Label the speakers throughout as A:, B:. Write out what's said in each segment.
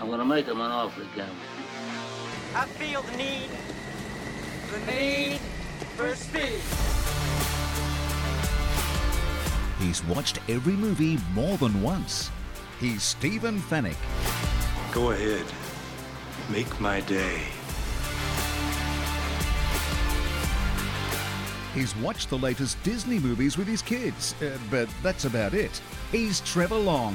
A: I'm gonna make him an offer again.
B: I feel the need, the need for speed.
C: He's watched every movie more than once. He's Stephen Fennick.
D: Go ahead. Make my day.
C: He's watched the latest Disney movies with his kids, uh, but that's about it. He's Trevor Long.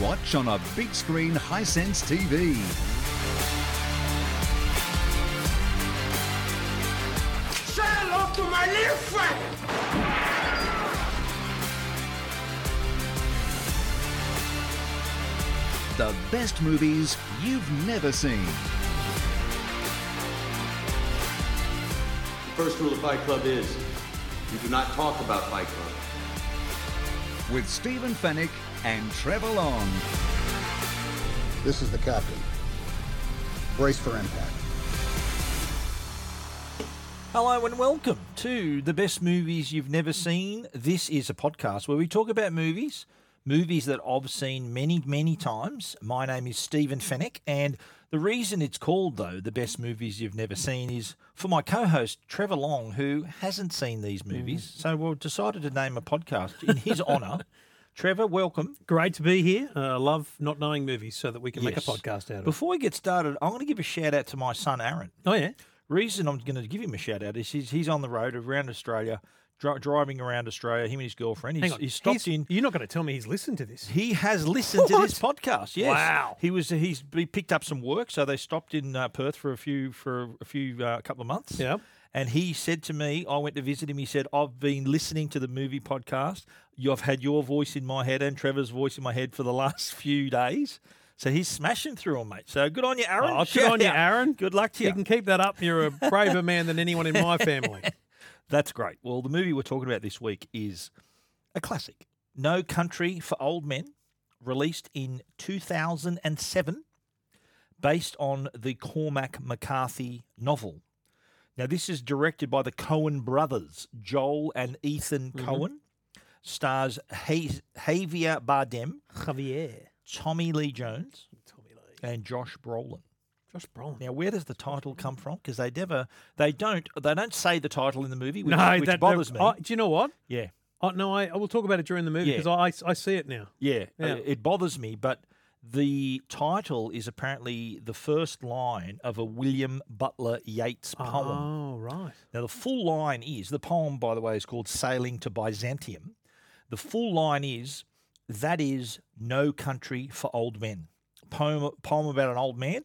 C: Watch on a big screen Hisense TV.
B: Say hello to my little friend.
C: The best movies you've never seen.
E: The first rule of Fight Club is you do not talk about Fight Club.
C: With Stephen Fennick and Trevor Long.
F: This is the captain. Brace for impact.
G: Hello and welcome to the best movies you've never seen. This is a podcast where we talk about movies, movies that I've seen many, many times. My name is Stephen Fennick, and the reason it's called though the best movies you've never seen is for my co-host Trevor Long, who hasn't seen these
H: Mm.
G: movies. So we've decided to name a podcast in his honour. Trevor, welcome.
H: Great to be here. Uh, I love not knowing movies so that we can make a
G: Yes.
H: podcast out of it.
G: Before we get started, I'm going to give a shout out to my son Aaron.
H: Oh, yeah.
G: reason I'm going to give him a shout out is he's, he's on the road around Australia, dri- driving around Australia. Him and his girlfriend. He's,
H: Hang on.
G: He's stopped
H: He's-
G: in.
H: You're not going to tell me he's listened to this.
G: He has listened to this podcast. Yes.
H: Wow.
G: He was he's he picked up some work, so they stopped in uh, Perth for a few for a few uh, couple of months.
H: Yep.
G: And he said to me, I went to visit him. He said, I've been listening to the movie podcast. You've had your voice in my head and Trevor's voice in my head for the last few days. So he's smashing through them, mate. So good on you, Aaron.
H: Oh, good
G: Shout
H: on you,
G: out.
H: Aaron.
G: Good luck to you.
H: You can keep that up. You're a braver man than anyone in my family.
G: That's great. Well, the movie we're talking about this week is a classic No Country for Old Men, released in 2007, based on the Cormac McCarthy novel. Now, this is directed by the Cohen brothers, Joel and Ethan
H: Mm-hmm.
G: Cohen, stars Ha- Javier Bardem,
H: Javier.
G: Tommy Lee Jones,
H: Tommy Lee.
G: and Josh Brolin.
H: Josh Brolin.
G: Now, where does the title come from? Because they never, they don't, they don't say the title in the movie, which,
H: no,
G: which
H: that
G: bothers
H: that,
G: me.
H: I, do you know what?
G: yeah.
H: I, no, I, I will talk about it during the movie
G: Yeah.
H: because I, I, I see it now.
G: Yeah, uh,
H: Yeah.
G: it bothers me, but the title is apparently the first line of a William Butler Yeats poem.
H: Oh, right.
G: Now, the full line is the poem, by the way, is called Sailing to Byzantium. The full line is That is No Country for Old Men. Poem, poem about an old man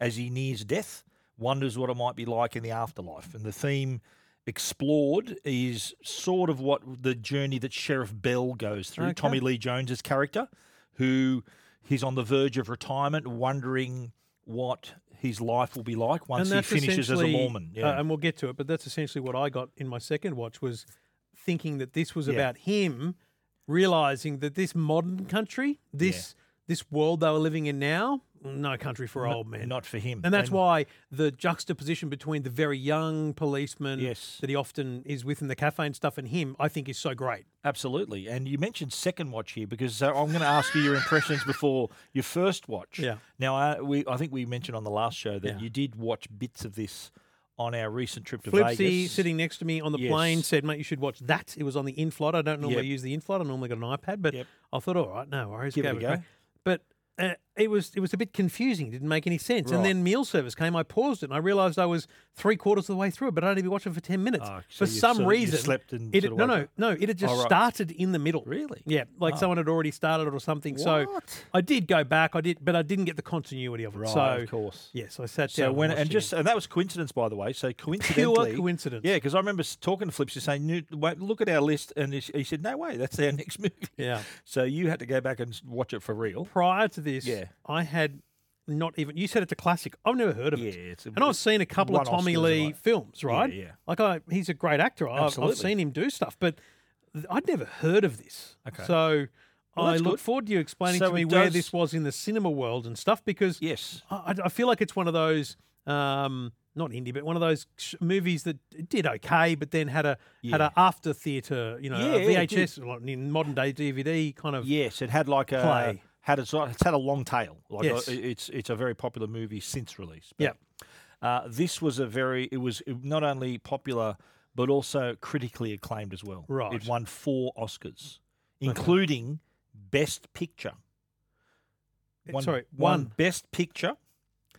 G: as he nears death, wonders what it might be like in the afterlife. And the theme explored is sort of what the journey that Sheriff Bell goes through,
H: Okay.
G: Tommy Lee Jones's character, who he's on the verge of retirement, wondering what his life will be like once he finishes as a
H: essentially-
G: Mormon.
H: uh, and we'll get to it, but that's essentially what I got in my second watch was thinking that this was
G: Yeah.
H: about him realizing that this modern country, this this world they were living in now, no country for old men.
G: Not for him.
H: Oh, and that's why the juxtaposition between the very young policeman
G: Yes.
H: that he often is with in the cafe and stuff and him, I think is so great.
G: Absolutely. And you mentioned second watch here because uh, I'm going to ask you your impressions before your first watch.
H: Yeah.
G: Now, uh, we, I think we mentioned on the last show that
H: Yeah.
G: you did watch bits of this on our recent trip to
H: Flipsy
G: Vegas.
H: sitting next to me on the
G: Yes.
H: plane said, "Mate, you should watch that." It was on the in flight. I don't normally
G: Yep.
H: use the in flight. I normally got an iPad, but
G: Yep.
H: I thought, all right, no worries,
G: Give it a
H: crack." But uh, it was it was a bit confusing. It didn't make any sense.
G: Right.
H: And then meal service came. I paused it and I realised I was three quarters of the way through it, but I'd only been watching for ten minutes.
G: Ah, so
H: for
G: you
H: some
G: sort of- you
H: reason,
G: slept and
H: it
G: sort of
H: no
G: woke
H: no
G: up.
H: no it had just
G: Oh, right.
H: started in the middle.
G: Really?
H: Yeah, like someone had already started it or something. So
G: What?
H: I did go back. I did, but I didn't get the continuity of it.
G: Right,
H: so
G: of course.
H: yes, I sat down
G: So when
H: watched
G: and
H: it
G: just uh,
H: again.
G: and that was coincidence, by the way. So coincidentally,
H: coincidence.
G: Yeah, because I remember s- talking to Flips, just saying, "Nu- wait, "Look at our list," and he s- he said, "No way, that's our next movie."
H: Yeah.
G: So you had to go back and s- watch it for real.
H: prior to this,
G: Yeah.
H: I had not even. You said it's a classic. I've never heard of it.
G: Yeah, it's a-
H: and I've seen a couple of
G: won
H: Tommy
G: Oscars,
H: Lee
G: right.
H: films, right?
G: yeah.
H: Like I, he's a great actor. I've, I've
G: Absolutely.
H: seen him do stuff, but th- I'd never heard of this.
G: Okay.
H: So
G: Well,
H: I
G: that's
H: look
G: good.
H: forward to you explaining
G: So
H: to me
G: it
H: where
G: does-
H: this was in the cinema world and stuff because
G: Yes.
H: I, I- I feel like it's one of those. Um, not indie, but one of those sh- movies that did okay, but then had a had a after theatre, you know,
G: Yeah,
H: a
G: yeah, it did.
H: VHS, like in modern day DVD kind of
G: Yes, it had like a
H: Play.
G: had a, sort- it's had a long tail. Like
H: Yes.
G: a, it's it's a very popular movie since release.
H: Yep.
G: Uh, this was a very it was not only popular but also critically acclaimed as well.
H: Right.
G: It won four Oscars, including Best Picture. One,
H: Eh, sorry,
G: one
H: one.
G: Best Picture.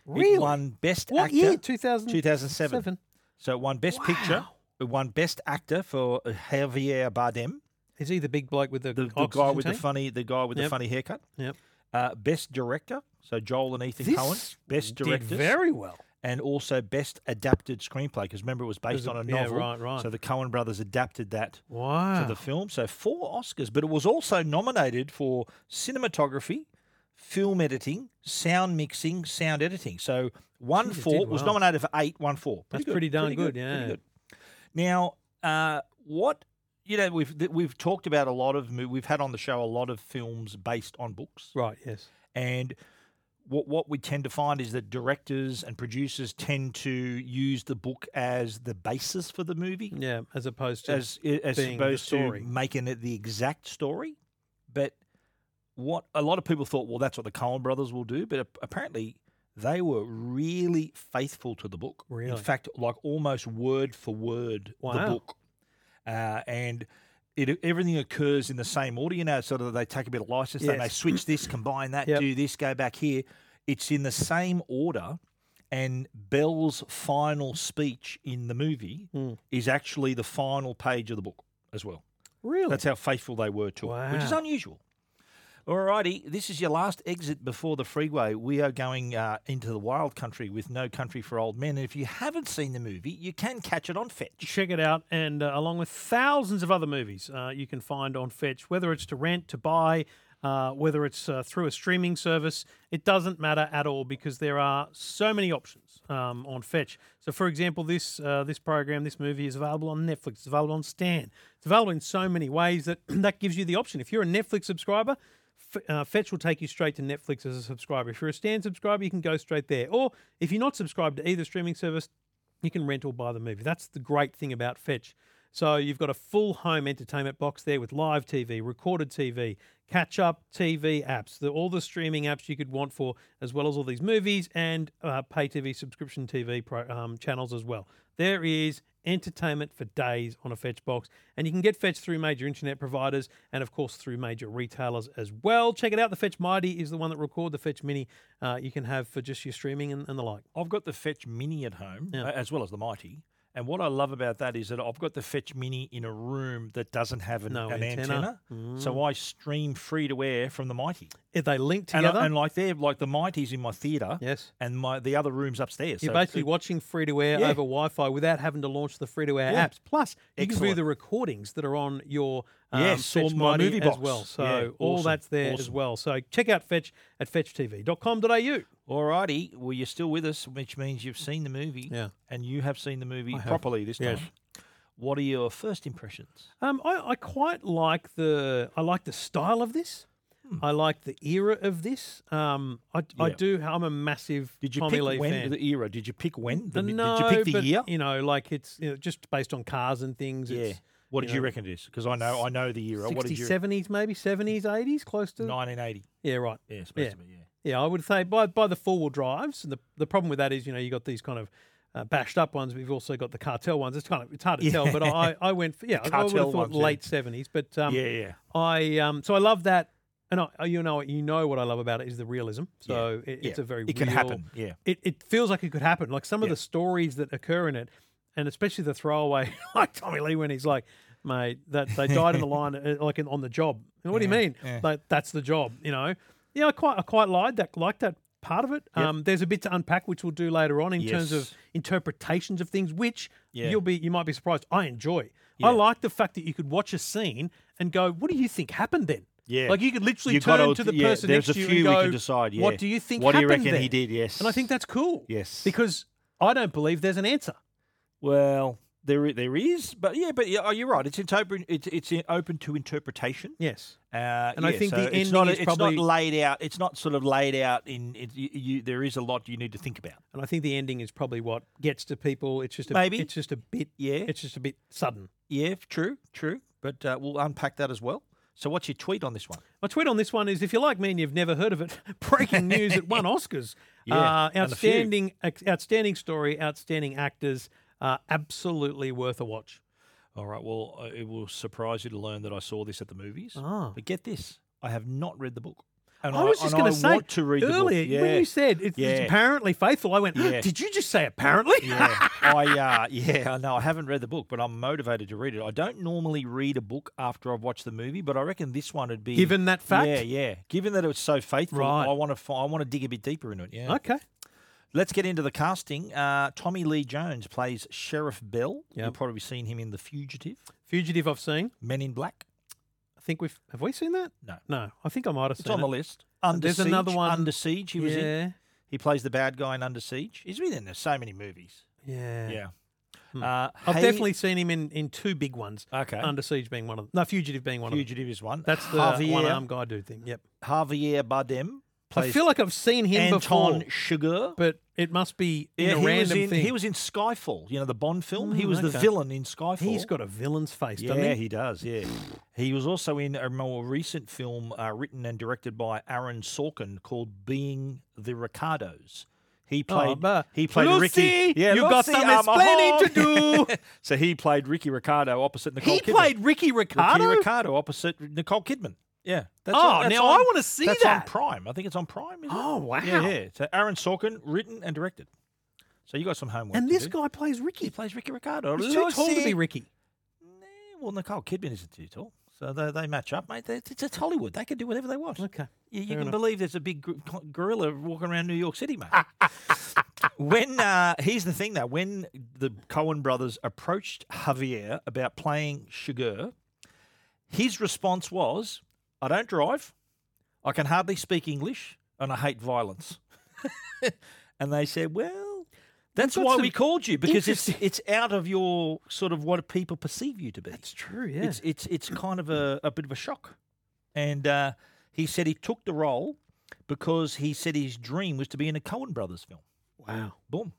H: Really?
G: It won Best
H: What
G: Actor.
H: year? 2000?
G: 2007.
H: Seven.
G: So it won Best Picture. It won Best Actor for uh, Javier Bardem,
H: Is he the big bloke with the,
G: the, the guy
H: oxygen
G: with the
H: tank?
G: funny the guy with the
H: Yep.
G: funny haircut.
H: Yep.
G: Uh, best director, so Joel and Ethan Cohen,
H: This
G: best
H: did
G: directors,
H: very well.
G: and also best adapted screenplay because remember it was based
H: a-
G: on a
H: yeah,
G: novel.
H: right, right. Ah.
G: So the Cohen brothers adapted that
H: Wow.
G: to the film. So four Oscars, but it was also nominated for cinematography, film editing, sound mixing, sound editing. So one
H: Jeez, it
G: four
H: did
G: was
H: well.
G: nominated for eight, one four.
H: That's pretty darn good, yeah.
G: Now, uh, what you know, we've th- we've talked about a lot of mo- we've had on the show a lot of films based on books.
H: right, yes.
G: And what what we tend to find is that directors and producers tend to use the book as the basis for the movie,
H: Yeah, as opposed to.
G: as i- as
H: Mm. being the
G: opposed to
H: story.
G: making it the exact story. But what a lot of people thought, well, that's what the Coen Brothers will do. But ap- apparently, they were really faithful to the book. in
H: Really?
G: fact, like almost word for word, the
H: Wow.
G: book. Uh, and it, everything occurs in the same order. You know, sort of they take a bit of license, they may
H: Yes.
G: switch this, combine that,
H: Yep.
G: do this, go back here. It's in the same order. And Bell's final speech in the movie
H: Hmm.
G: is actually the final page of the book as well.
H: really?
G: That's how faithful they were to it, which is
H: Wow.
G: unusual. Alrighty, this is your last exit before the freeway. We are going uh, into the wild country with No Country for Old Men. And if you haven't seen the movie, you can catch it on Fetch.
H: Check it out, and uh, along with thousands of other movies uh, you can find on Fetch, whether it's to rent, to buy, uh, whether it's uh, through a streaming service, it doesn't matter at all because there are so many options um, on Fetch. So, for example, this uh, this program, this movie is available on Netflix, it's available on Stan, it's available in so many ways that that gives you the option. If you're a Netflix subscriber, F- uh, Fetch will take you straight to Netflix as a subscriber. If you're a Stan subscriber, you can go straight there. Or if you're not subscribed to either streaming service, you can rent or buy the movie. That's the great thing about Fetch. So you've got a full home entertainment box there with live TV, recorded TV, catch up TV apps, the, all the streaming apps you could want for, as well as all these movies and uh, pay TV subscription TV pro, um, channels as well. There is entertainment for days on a Fetch box, and you can get Fetch through major internet providers and, of course, through major retailers as well. Check it out. The Fetch Mighty is the one that record the Fetch Mini. Uh, you can have for just your streaming and, and the like.
G: I've got the Fetch Mini at home, uh, as well as the Mighty. And what I love about that is that I've got the Fetch Mini in a room that doesn't have an,
H: No
G: an antenna.
H: antenna. Mm.
G: So I stream free to air from the Mighty.
H: If they link
G: And, I-
H: together.
G: and like they're like the Mighty's in my theatre.
H: Yes.
G: And my the other room's upstairs.
H: You're
G: so
H: basically watching free to air
G: Yeah.
H: over Wi Fi without having to launch the free to air
G: Yeah.
H: apps. Plus, you can view
G: Excellent.
H: the recordings that are on your um,
G: Yes,
H: Fetch
G: on my
H: Mighty
G: movie
H: as
G: box.
H: well. So
G: Yeah,
H: all
G: awesome,
H: that's there as
G: awesome.
H: well. So check out Fetch at fetchtv.com.au.
G: Alrighty, well you're still with us, which means you've seen the movie,
H: Yeah.
G: and you have seen the movie
H: have.
G: properly this time.
H: Yes.
G: What are your first impressions?
H: Um, I, I quite like the I like the style of this. I like the era of this. Um, I, I
G: Hmm. Yeah.
H: do. I'm a massive
G: Did you
H: Tommy
G: pick
H: Lee
G: when
H: fan.
G: the era? Did you pick when? The,
H: Uh,
G: mi-
H: no,
G: did you pick the
H: but,
G: year?
H: You know, like it's you know, just based on cars and things.
G: yeah.
H: It's,
G: What did you,
H: know,
G: reckon it is? Because I know I know the era. what did
H: 60s,
G: you?
H: 70s, maybe 70s, 80s, close to.
G: 1980.
H: Yeah, right.
G: Yeah, it's supposed to be, yeah.
H: Yeah, I would say by by the four wheel drives, and the the problem with that is you know you got these kind of uh, bashed up ones. We've also got the cartel ones. It's kind of it's hard to tell, but I I went for yeah I would
G: cartel
H: have thought
G: ones, yeah.
H: um, late seventies, but um,
G: Yeah, yeah.
H: I um so I love that and I, you know, you know what I love about it is the realism. So it, it's
G: Yeah.
H: a very
G: It can
H: real-
G: happen, yeah.
H: it it feels like it could happen. Like some of the stories that occur in it, and especially the throwaway, like Tommy Lee when he's like, "Mate, that they died in the line, uh, like in, on the job." And what do you mean? Like that's the job, you know? Yeah, I quite I quite lied that like that part of it. Um, there's a bit to unpack which we'll do later on in terms of
G: Yes.
H: interpretations of things, which
G: Yeah.
H: you'll be you might be surprised. I enjoy. I like the fact that you could watch a scene and go, "What do you think happened then?"
G: Yeah.
H: like you could literally
G: You've got
H: turn
G: all-
H: to the
G: yeah,
H: person
G: there's
H: next
G: a
H: to you
G: few
H: and
G: we
H: go,
G: can decide, yeah.
H: "What do you think?
G: What do you
H: happened
G: reckon he
H: then?"
G: did? Yes.
H: and I think that's cool.
G: Yes.
H: because I don't believe there's an answer.
G: Well, there i- there is, but yeah, but yeah, oh, you're right. It's interpre- it's it's i- open to interpretation.
H: Yes,
G: Uh,
H: And I
G: yeah,
H: think
G: so
H: the
G: it's
H: ending
G: not,
H: is
G: it's
H: probably-
G: not laid out. It's not sort of laid out in. It, you, you, there is a lot you need to think about.
H: and I think the ending is probably what gets to people. It's just a,
G: Maybe.
H: it's just a bit
G: Yeah.
H: it's just a bit sudden.
G: Yeah, true, true. But uh, we'll unpack that as well. So, what's your tweet on this one?
H: My tweet on this one is if you're like me and you've never heard of it, breaking news at one Oscars.
G: Yeah,
H: uh,
G: and a few.
H: outstanding, ex- outstanding story, outstanding actors, uh, absolutely worth a watch.
G: All right. Well, uh, it will surprise you to learn that I saw this at the movies. But get this, I have not read the book. And
H: Ah. I was just
G: and
H: going to say
G: want to read
H: earlier
G: the book.
H: when
G: Yeah.
H: you said it's, it's
G: Yeah.
H: apparently faithful. I went,
G: Yeah.
H: did you just say apparently?
G: yeah, I uh, yeah, I know. I haven't read the book, but I'm motivated to read it. I don't normally read a book after I've watched the movie, but I reckon this one would be
H: Given that fact?
G: Yeah, yeah. Given that it was so faithful,
H: Right.
G: I want to fi- I want to dig a bit deeper into it. Yeah.
H: okay.
G: Let's get into the casting. Uh, Tommy Lee Jones plays Sheriff Bell. You've
H: Yep.
G: probably seen him in The Fugitive,
H: Fugitive, I've seen.
G: Men in Black.
H: I think we've have we seen that?
G: No.
H: no. I think I might have
G: It's
H: seen
G: on
H: it.
G: the list. Under
H: There's
G: Siege,
H: another one-
G: Under Siege. He was in.
H: yeah,
G: He plays the bad guy in Under Siege. He's been in so many movies.
H: yeah, Hmm.
G: Yeah. Uh,
H: I've
G: Hay-
H: definitely seen him in, in two big ones.
G: Okay.
H: Under Siege being one of them. No, Fugitive being one
G: Fugitive is one.
H: of them. That's the
G: Javier,
H: one arm guy dude thing. Yep.
G: Javier Bardem plays
H: I feel like I've seen him
G: Anton
H: before,
G: Sugar.
H: but it must be in a
G: he
H: random
G: was in
H: thing.
G: he was in Skyfall, you know the Bond film. he
H: Mm,
G: was the
H: okay.
G: villain in Skyfall.
H: He's got a villain's face, doesn't
G: yeah,
H: he?
G: he does. Yeah, he was also in a more recent film uh, written and directed by Aaron Sorkin called "Being the Ricardos." He
H: Oh,
G: played.
H: but-
G: he played
H: Lucy,
G: Ricky. Yeah,
H: you got
G: Lucy,
H: some
G: I'm a
H: explaining to
G: hog.
H: do.
G: so he played Ricky Ricardo opposite Nicole.
H: He
G: Kidman.
H: played Ricky Ricardo?
G: Ricky Ricardo opposite Nicole Kidman. Yeah. That's
H: Oh,
G: that's
H: now I wanna see
G: that's on
H: that.
G: Prime. I think it's on Prime. Isn't
H: Oh,
G: it?
H: wow.
G: Yeah, yeah. So Aaron Sorkin written and directed. So you got some homework.
H: And
G: to
H: this
G: do.
H: guy plays
G: He
H: Ricky.
G: plays Ricky Ricardo.
H: He's too tall to
G: Lucy.
H: be Ricky.
G: Nah, Well, Nicole Kidman isn't too tall, so they, they match up, mate. They, it's, it's Hollywood. They can do whatever they want.
H: Okay,
G: You, you
H: fair
G: can
H: enough.
G: believe there's a big gr- co- gorilla walking around New York City, mate. when uh, here's the thing though, when the Cohen brothers approached Javier about playing Sugar, his response was, "I don't drive, I can hardly speak English, and I hate violence." and they said, "Well." That's
H: got
G: why
H: some
G: we called you because it's
H: interesting-
G: it's out of your sort of what people perceive you to be.
H: That's true, yeah.
G: It's it's it's kind of a, a bit of a shock. And uh, he said he took the role because he said his dream was to be in a Cohen Brothers film.
H: wow.
G: Boom.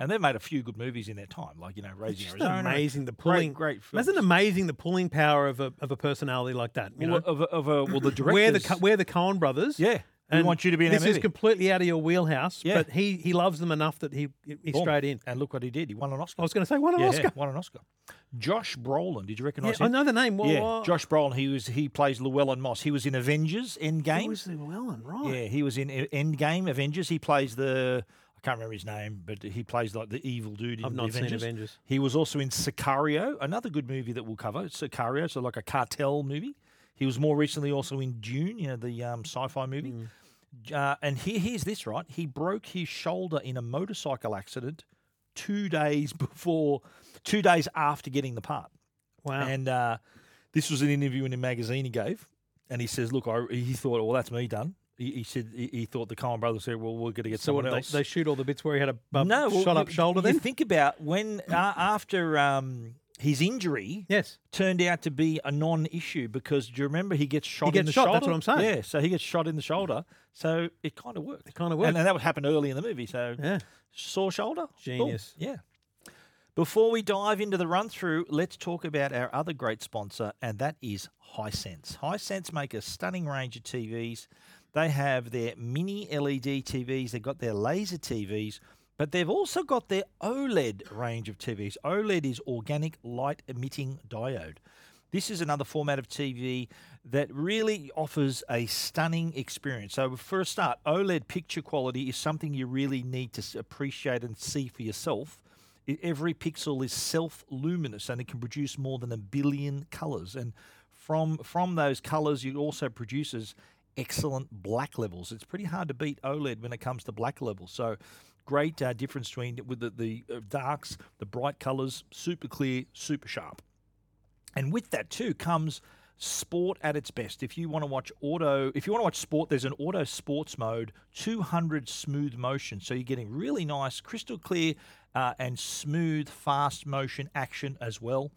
G: And they've made a few good movies in their time, like you know,
H: It's
G: Raising
H: just
G: Arizona.
H: amazing the
G: Great,
H: pulling.
G: great
H: Isn't
G: films.
H: amazing the pulling power of a of a personality like that? You
G: Well,
H: know,
G: of, a- of a, well, the director.
H: we're the Co- we're the Coen brothers.
G: yeah. We
H: and
G: want you to be in
H: This
G: this
H: is completely out of your wheelhouse.
G: Yeah.
H: but he he loves them enough that he he's straight in.
G: And look what he did. He won an Oscar.
H: I was going to say one an
G: yeah,
H: Oscar.
G: Won an Oscar. Josh Brolin. Did you
H: Yeah,
G: recognise
H: I
G: him?
H: know the name. Well,
G: yeah,
H: well,
G: Josh Brolin. He was he plays Llewellyn Moss. He was in Avengers Endgame.
H: He was Llewellyn, right?
G: Yeah, he was in E- Endgame Avengers. He plays the I can't remember his name, but he plays like the evil dude in
H: I've
G: the
H: not seen
G: Avengers.
H: Avengers.
G: He was also in Sicario, another good movie that we'll cover. Sicario, so like a cartel movie. He was more recently also in Dune, you know, the um, sci-fi movie.
H: Mm.
G: J- Uh, and here, here's this right. He broke his shoulder in a motorcycle accident two days before, two days after getting the part.
H: Wow.
G: And uh, this was an interview in a magazine he gave, and he says, "Look, I, he thought, well, that's me done." He, he said he, he thought the Cohen brothers said, "Well, we're going to get
H: so
G: someone
H: what, they,
G: else."
H: they shoot all the bits where he had a bu-
G: no, well,
H: shot up
G: you-
H: shoulder.
G: you
H: Then
G: think about when uh, after um, his injury
H: yes,
G: turned out to be a non-issue because do you remember he gets shot
H: gets
G: in the
H: shot,
G: shoulder?
H: that's what I'm saying.
G: Yeah, so he gets shot in the shoulder. So it kind of worked. It
H: kinda worked.
G: and, and that would happen early in the movie. So
H: yeah.
G: sore shoulder. Boom.
H: Genius.
G: Yeah. Before we dive into the run through, let's talk about our other great sponsor, and that is Hisense. Hisense make a stunning range of TVs. They have their mini E LED TVs, they've got their laser TVs, but they've also got E their OLED range of TVs. OLED is organic light emitting diode. This is another format of TV that really offers a stunning experience. So, for a start, OLED picture quality is something you really need to s- appreciate and see for yourself. I- e, Every pixel is self luminous and it can produce more than a billion colors. And from, from those colors, it also produces excellent black levels. It's pretty hard to beat OLED when it comes to black levels. So great uh, difference between with the, the uh, darks, the bright colors, super clear, super sharp. And with that too comes sport at its best. If you want to watch auto, if you want to watch sport, there's an auto sports mode, 200 smooth motion. So you're getting really nice, crystal clear, uh, and smooth, fast motion action as well.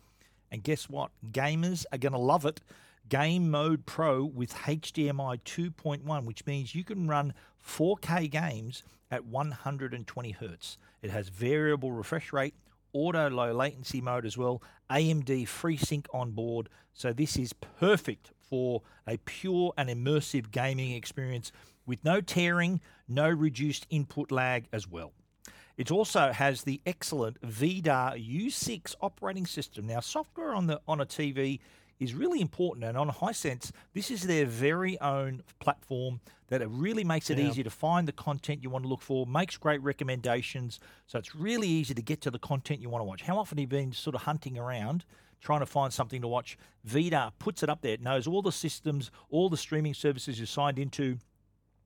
G: And guess what? Gamers are going to love it. Game Mode Pro with HDMI 2.1, which means you can run 4K games at 120 hertz. It has variable refresh rate, auto low latency mode as well, AMD FreeSync on board. So this is perfect for a pure and immersive gaming experience with no tearing, no reduced input lag as well. It also has the excellent VDAR U6 operating system. Now, software on the on a TV is really important, and on Hisense, this is their very own platform that it really makes it easy to find the content you want to look for, makes great recommendations. So it's really easy to get to the content you want to watch. How often have you been sort of hunting around? trying to find something to watch. VDAR puts it up there. It knows all the systems, all the streaming services you're signed into,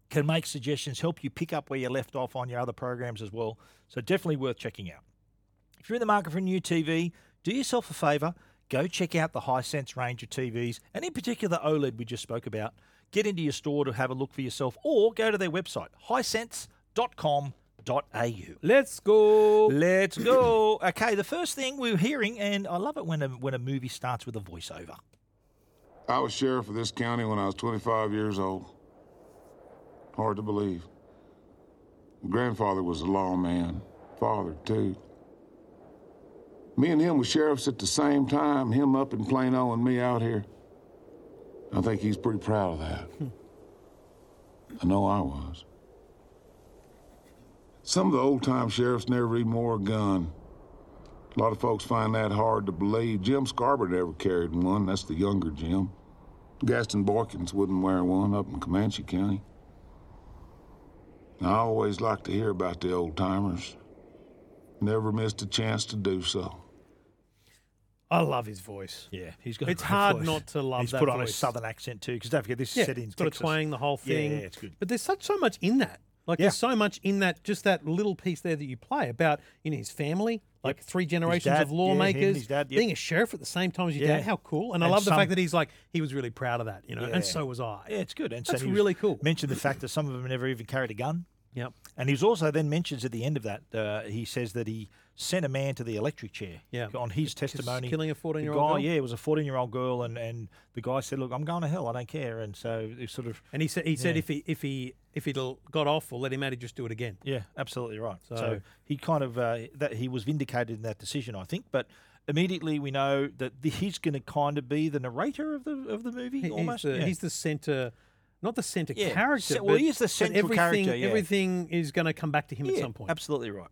G: can make suggestions, help you pick up where you left off on your other programs as well. So definitely worth checking out. If you're in the market for a new TV, do yourself a favor, go check out the Hisense range of TVs, and in particular OLED we just spoke about. Get into your store to have a look for yourself or go to their website, hisense.com.au.
H: Let's go.
G: Let's go. Okay, the first thing we we're hearing, and I love it when a, when a movie starts with a voiceover.
A: I was sheriff of this county when I was 25 years old. Hard to believe. Grandfather was a lawman, father too. Me and him were sheriffs at the same time, him up in Plano and me out here. I think he's pretty proud of that. I know I was. Some of the old time sheriffs never even wore a gun. A lot of folks find that hard to believe. Jim Scarborough never carried one. That's the younger Jim. Gaston Borkins wouldn't wear one up in Comanche County. I always like to hear about the old timers. Never missed a chance to do so.
H: I love his voice.
G: Yeah, he's got.
H: It's hard not to love
G: He's
H: that
G: put on a
H: voice.
G: southern accent too, because don't forget this is
H: Yeah,
G: set in
H: it's got
G: Texas.
H: a twang, the whole
G: Yeah,
H: thing.
G: yeah, it's good.
H: But there's such so much in that. Like
G: Yeah.
H: there's so much in that, just that little piece there that you play about you know his family, like three generations
G: dad,
H: of
G: yeah, him,
H: lawmakers,
G: his dad, yep.
H: being a sheriff at the same time as your
G: Yeah.
H: dad. How cool! And, I
G: And
H: love the
G: some-
H: fact that he's like he was really proud of that, you know,
G: Yeah.
H: and so was I.
G: Yeah, it's good. And
H: That's
G: he was-
H: really cool.
G: Mentioned the fact that some of them never even carried a gun,
H: Yep.
G: and he's also then mentions at the end of that uh, he says that he sent a man to the electric chair.
H: Yeah.
G: on his testimony,
H: killing a
G: The
H: 14-year-old
G: guy-
H: girl?
G: Yeah, it was a fourteen-year-old girl, and and the guy said, "Look, I'm going to hell. I don't care." And so it sort of.
H: And he said he said if he if he if he'd l- got off or let him out, he'd just do it again.
G: Yeah, absolutely right. So,
H: So-
G: he kind of uh, that he was vindicated in that decision, I think. But immediately we know that the, he's going to kind of be the narrator of the of the movie.
H: He-
G: almost,
H: He's the,
G: yeah.
H: he's the center, not the center
G: Yeah.
H: character.
G: Se- well,
H: but-
G: he is the
H: but
G: central
H: everything,
G: character, yeah.
H: Everything is going to come back to him at
G: Yeah,
H: some point.
G: Absolutely right.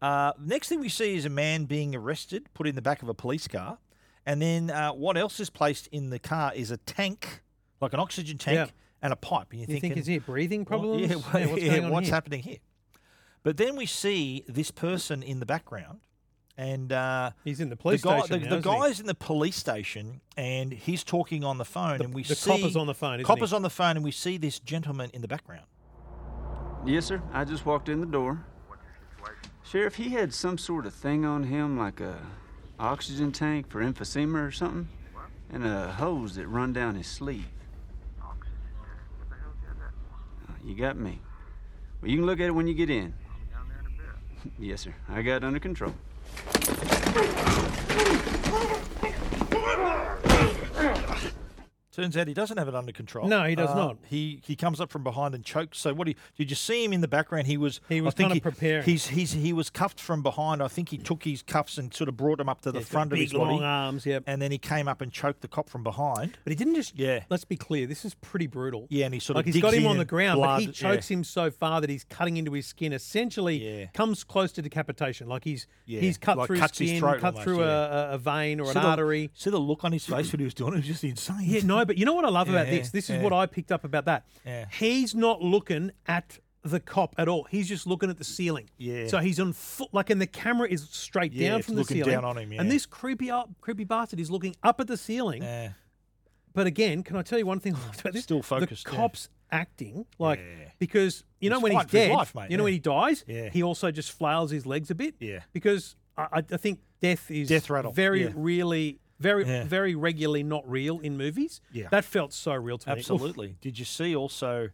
G: Uh, next thing we see is a man being arrested, put in the back of a police car, and then uh, what else is placed in the car is a tank, like an oxygen tank,
H: Yeah.
G: and a pipe. And you're
H: You think,
G: thinking,
H: is he breathing
G: What-
H: problems?
G: Yeah, what-
H: what's
G: yeah,
H: going on
G: what's
H: here?
G: happening here? But then we see this person in the background, and uh,
H: He's in the police
G: guy, The,
H: station now,
G: the
H: isn't he?
G: guy's in the police station, and he's talking on the phone, and we
H: the
G: see
H: copper's on the phone, isn't he?
G: Copper's on the phone, and we see this gentleman in the background.
I: Yes, sir. I just walked in the door. Sheriff, he had some sort of thing on him, like a oxygen tank for emphysema or something, and a hose that run down his sleeve. Uh, You got me. Well, you can look at it when you get in. yes, sir. I got it under control.
G: Turns out he doesn't have it under control. Uh,
H: No, he does not.
G: He he comes up from behind and chokes. So what? He, did you see him in the background? He was.
H: He
G: I
H: was
G: think
H: kinda
G: he-
H: preparing.
G: He's he's he was cuffed from behind. I think he took his cuffs and sort of brought them up to the
H: he's got
G: front of his
H: big, long
G: body.
H: arms, yep.
G: And then he came up and choked the cop from behind.
H: But he didn't just.
G: Yeah.
H: Let's be clear. This is pretty brutal.
G: Yeah, and he sort of
H: like he's got
G: digs
H: him
G: in
H: on the
G: and
H: ground, but he
G: blood-
H: chokes
G: yeah.
H: him so far that he's cutting into his skin. Essentially,
G: Yeah.
H: comes close to decapitation. Like he's
G: Yeah,
H: he's cut
G: like
H: through
G: cuts his
H: skin,
G: throat
H: cut
G: almost,
H: through
G: yeah.
H: a, a- a vein or
G: See
H: an
G: the-
H: artery.
G: See the look on his face when he was doing it? It was just insane.
H: Yeah, no, but you know what I love about
G: Yeah,
H: this? This is
G: yeah.
H: what I picked up about that.
G: Yeah.
H: He's not looking at the cop at all. He's just looking at the ceiling.
G: Yeah.
H: So he's on foot, like, and the camera is straight
G: Yeah,
H: down
G: it's
H: from the
G: looking
H: ceiling.
G: down on him, yeah.
H: And this creepy up, creepy bastard is looking up at the ceiling.
G: Yeah.
H: But again, can I tell you one thing I loved about this?
G: Still focused,
H: The
G: yeah.
H: cops acting like because you know
G: He's
H: when he's
G: fighting for his
H: dead,
G: life, mate,
H: you know when
G: yeah.
H: he dies,
G: Yeah.
H: he also just flails his legs a bit.
G: Yeah.
H: Because I, I- I think death is
G: Death rattle,
H: very
G: yeah.
H: really very
G: Yeah.
H: very regularly not real in movies.
G: Yeah.
H: That felt so real to me. Oof.
G: Absolutely. Did you see also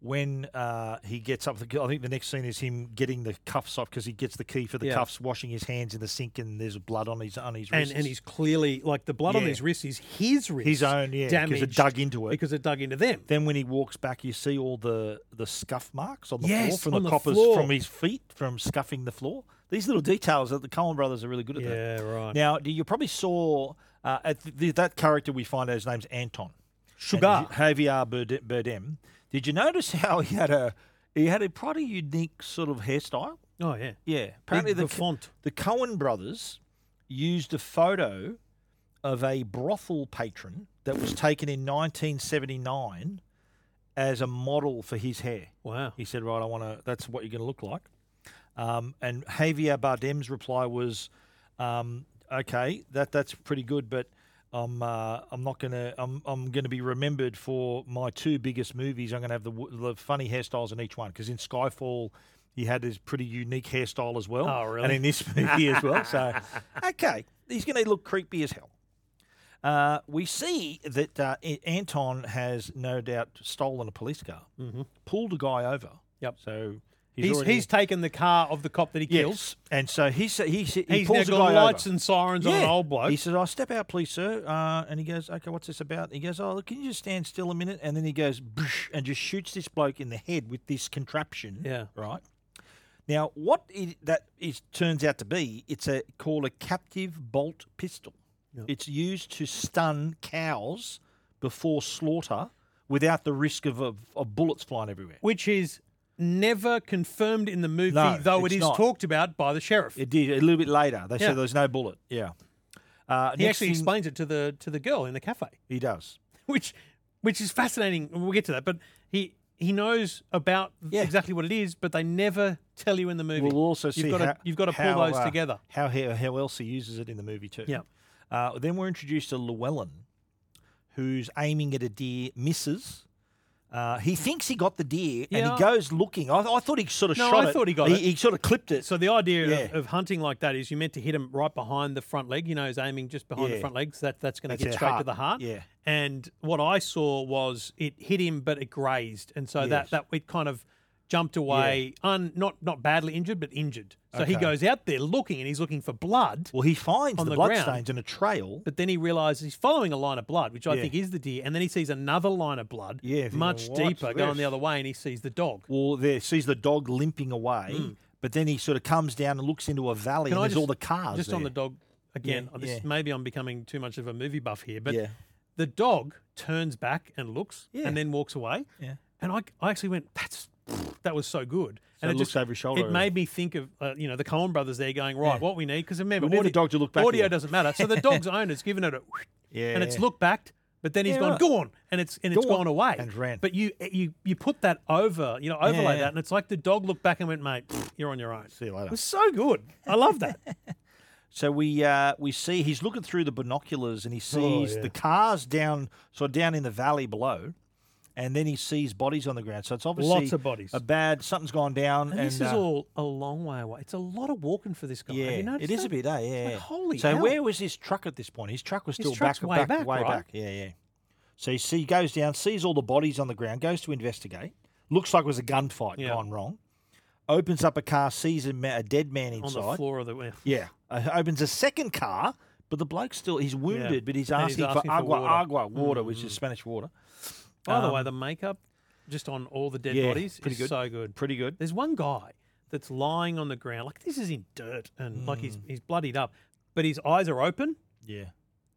G: when uh, he gets up? The, I think the next scene is him getting the cuffs off because he gets the key for the
H: Yeah.
G: cuffs, washing his hands in the sink, and there's blood on his on his
H: And,
G: wrists.
H: and he's clearly like the blood on
G: Yeah.
H: his wrist is his wrist,
G: own, yeah, 'cause it
H: damaged
G: dug into it.
H: because it dug into them.
G: then when he walks back, you see all the the scuff marks on the floor
H: Yes,
G: from
H: on
G: the
H: the
G: coppers
H: floor.
G: from his feet from scuffing the floor. These little details that the Coen brothers are really good at. that.
H: Yeah, right.
G: Now do- you probably saw uh, at the, that character we find out his name's Anton
H: Sugar.
G: And Javier Bardem- Bardem. Did you notice how he had a he had a pretty unique sort of hairstyle?
H: Oh yeah,
G: Yeah, apparently
H: the
G: Co-
H: font.
G: The Cohen brothers used a photo of a brothel patron that was taken in 1979 as a model for his hair.
H: Wow.
G: He said, "Right, I want to. That's what you're going to look like." Um, and Javier Bardem's reply was, um, "Okay, that that's pretty good, but." I'm uh, I'm not gonna I'm I'm gonna be remembered for my two biggest movies. I'm gonna have the w- the funny hairstyles in each one because in Skyfall, he had his pretty unique hairstyle as well.
H: Oh, really?
G: And in this movie as well. So okay, he's gonna look creepy as hell. Uh, we see that uh, A- Anton has no doubt stolen a police car, pulled a guy over.
H: Mm-hmm. Yep.
G: So he's
H: He's,
G: already-
H: he's taken the car of the cop that he kills.
G: yes, and so he sa- he sa- he
H: He's
G: pulls
H: now
G: a
H: got
G: guy
H: lights
G: over.
H: and sirens on an old bloke.
G: He says, "I step out, please, sir." Uh, and he goes, "Okay, what's this about?" He goes, "Oh, look, can you just stand still a minute?" And then he goes, "Boosh," and just shoots this bloke in the head with this contraption.
H: Yeah.
G: Right. Now, what it, that is turns out to be, it's a called a captive bolt pistol. It's used to stun cows before slaughter without the risk of, of, of bullets flying everywhere.
H: which is never confirmed in the movie,
G: No,
H: though
G: it's
H: it is
G: not.
H: talked about by the sheriff.
G: It did a little bit later. They
H: Yeah.
G: said there's no bullet. Yeah. Uh,
H: he
G: next
H: actually
G: thing-
H: explains it to the to the girl in the cafe,
G: He does.
H: which which is fascinating. We'll get to that, but he he knows about
G: Yeah.
H: exactly what it is, but they never tell you in the movie.
G: We'll also see
H: you've got
G: how,
H: to you've got to pull
G: how,
H: those
G: uh,
H: together.
G: How he, how else he uses it in the movie too.
H: Yeah.
G: Uh, then we're introduced to Llewellyn, who's aiming at a deer, misses. Uh, he thinks he got the deer, and
H: Yeah.
G: he goes looking. I, I thought he sort of
H: No,
G: shot
H: I
G: it.
H: thought he got
G: he,
H: it.
G: He sort of clipped it.
H: So the idea of,
G: Yeah.
H: of hunting like that is you meant to hit him right behind the front leg. You know, he's aiming just behind
G: Yeah.
H: the front legs. that that's going
G: That's
H: to get
G: it,
H: straight to
G: heart.
H: the heart.
G: Yeah.
H: And what I saw was it hit him, but it grazed, and so
G: Yes.
H: that that it kind of jumped away, un, not not badly injured, but injured. So he
G: Okay.
H: goes out there looking, and he's looking for blood.
G: well, he finds
H: on
G: the,
H: the
G: blood
H: ground.
G: stains in a trail.
H: But then he realizes he's following a line of blood, which I
G: Yeah.
H: think is the deer, and then he sees another line of blood,
G: Yeah, thinking,
H: much
G: "What's
H: deeper, going the
G: this?"
H: other way, and he sees the dog.
G: Well, there sees the dog limping away, but then he sort of comes down and looks into a valley,
H: Hmm. Can
G: and
H: I
G: there's
H: just-
G: all the cars.
H: Just on
G: there.
H: the dog again.
G: Yeah,
H: this,
G: yeah.
H: Maybe I'm becoming too much of a movie buff here, but
G: Yeah.
H: the dog turns back and looks,
G: Yeah.
H: and then walks away.
G: Yeah.
H: And I, I actually went, that's that was so good.
G: So
H: and
G: it looks over his shoulder
H: It
G: and-
H: made me think of uh, you know the Coen Brothers there going right,
G: Yeah.
H: what we need because remember
G: We need the
H: audi-
G: dog to look back
H: Audio
G: again.
H: doesn't matter, so the dog's owner's given it a. And it's
G: Yeah.
H: looked backed, but then he's
G: Yeah,
H: gone,
G: right.
H: go on, and it's and it's
G: Go on,
H: gone away
G: and ran.
H: But you eh, you you put that over, you know, overlay
G: Yeah, yeah.
H: that, and it's like the dog looked back and went, mate, you're on your own.
G: See you later.
H: It was so good. I love that.
G: So we uh, we see he's looking through the binoculars and he sees
H: Oh, yeah.
G: the cars down so down in the valley below, and then he sees bodies on the ground. So it's obviously
H: of bodies.
G: A bad something's gone down. And,
H: And this is
G: uh,
H: all a long way away. It's a lot of walking for this guy. Have
G: yeah,
H: you noticed
G: it is
H: that?
G: a bit. Eh? Yeah.
H: It's like,
G: yeah.
H: holy
G: so
H: hell.
G: where was his truck at this point? His truck was
H: His
G: still
H: truck's
G: back,
H: way back,
G: way
H: right?
G: back. Yeah, yeah. So you see, he goes down, sees all the bodies on the ground, goes to investigate. Looks like it was a gunfight
H: Yeah.
G: gone wrong. Opens up a car, sees a, ma- a dead man
H: on
G: inside.
H: the floor of the?
G: Yeah. Uh, opens a second car, But the bloke's still he's wounded, but he's
H: And
G: asking,
H: asking
G: for agua,
H: water.
G: agua, water, which
H: Mhm.
G: is Spanish water.
H: By the
G: Um,
H: way, the makeup just on all the dead
G: yeah,
H: bodies
G: pretty
H: is
G: good.
H: so good. Pretty good. There's one guy that's lying on the ground, like this is in dirt and like he's he's bloodied up, but his eyes are open.
G: Mm. Yeah.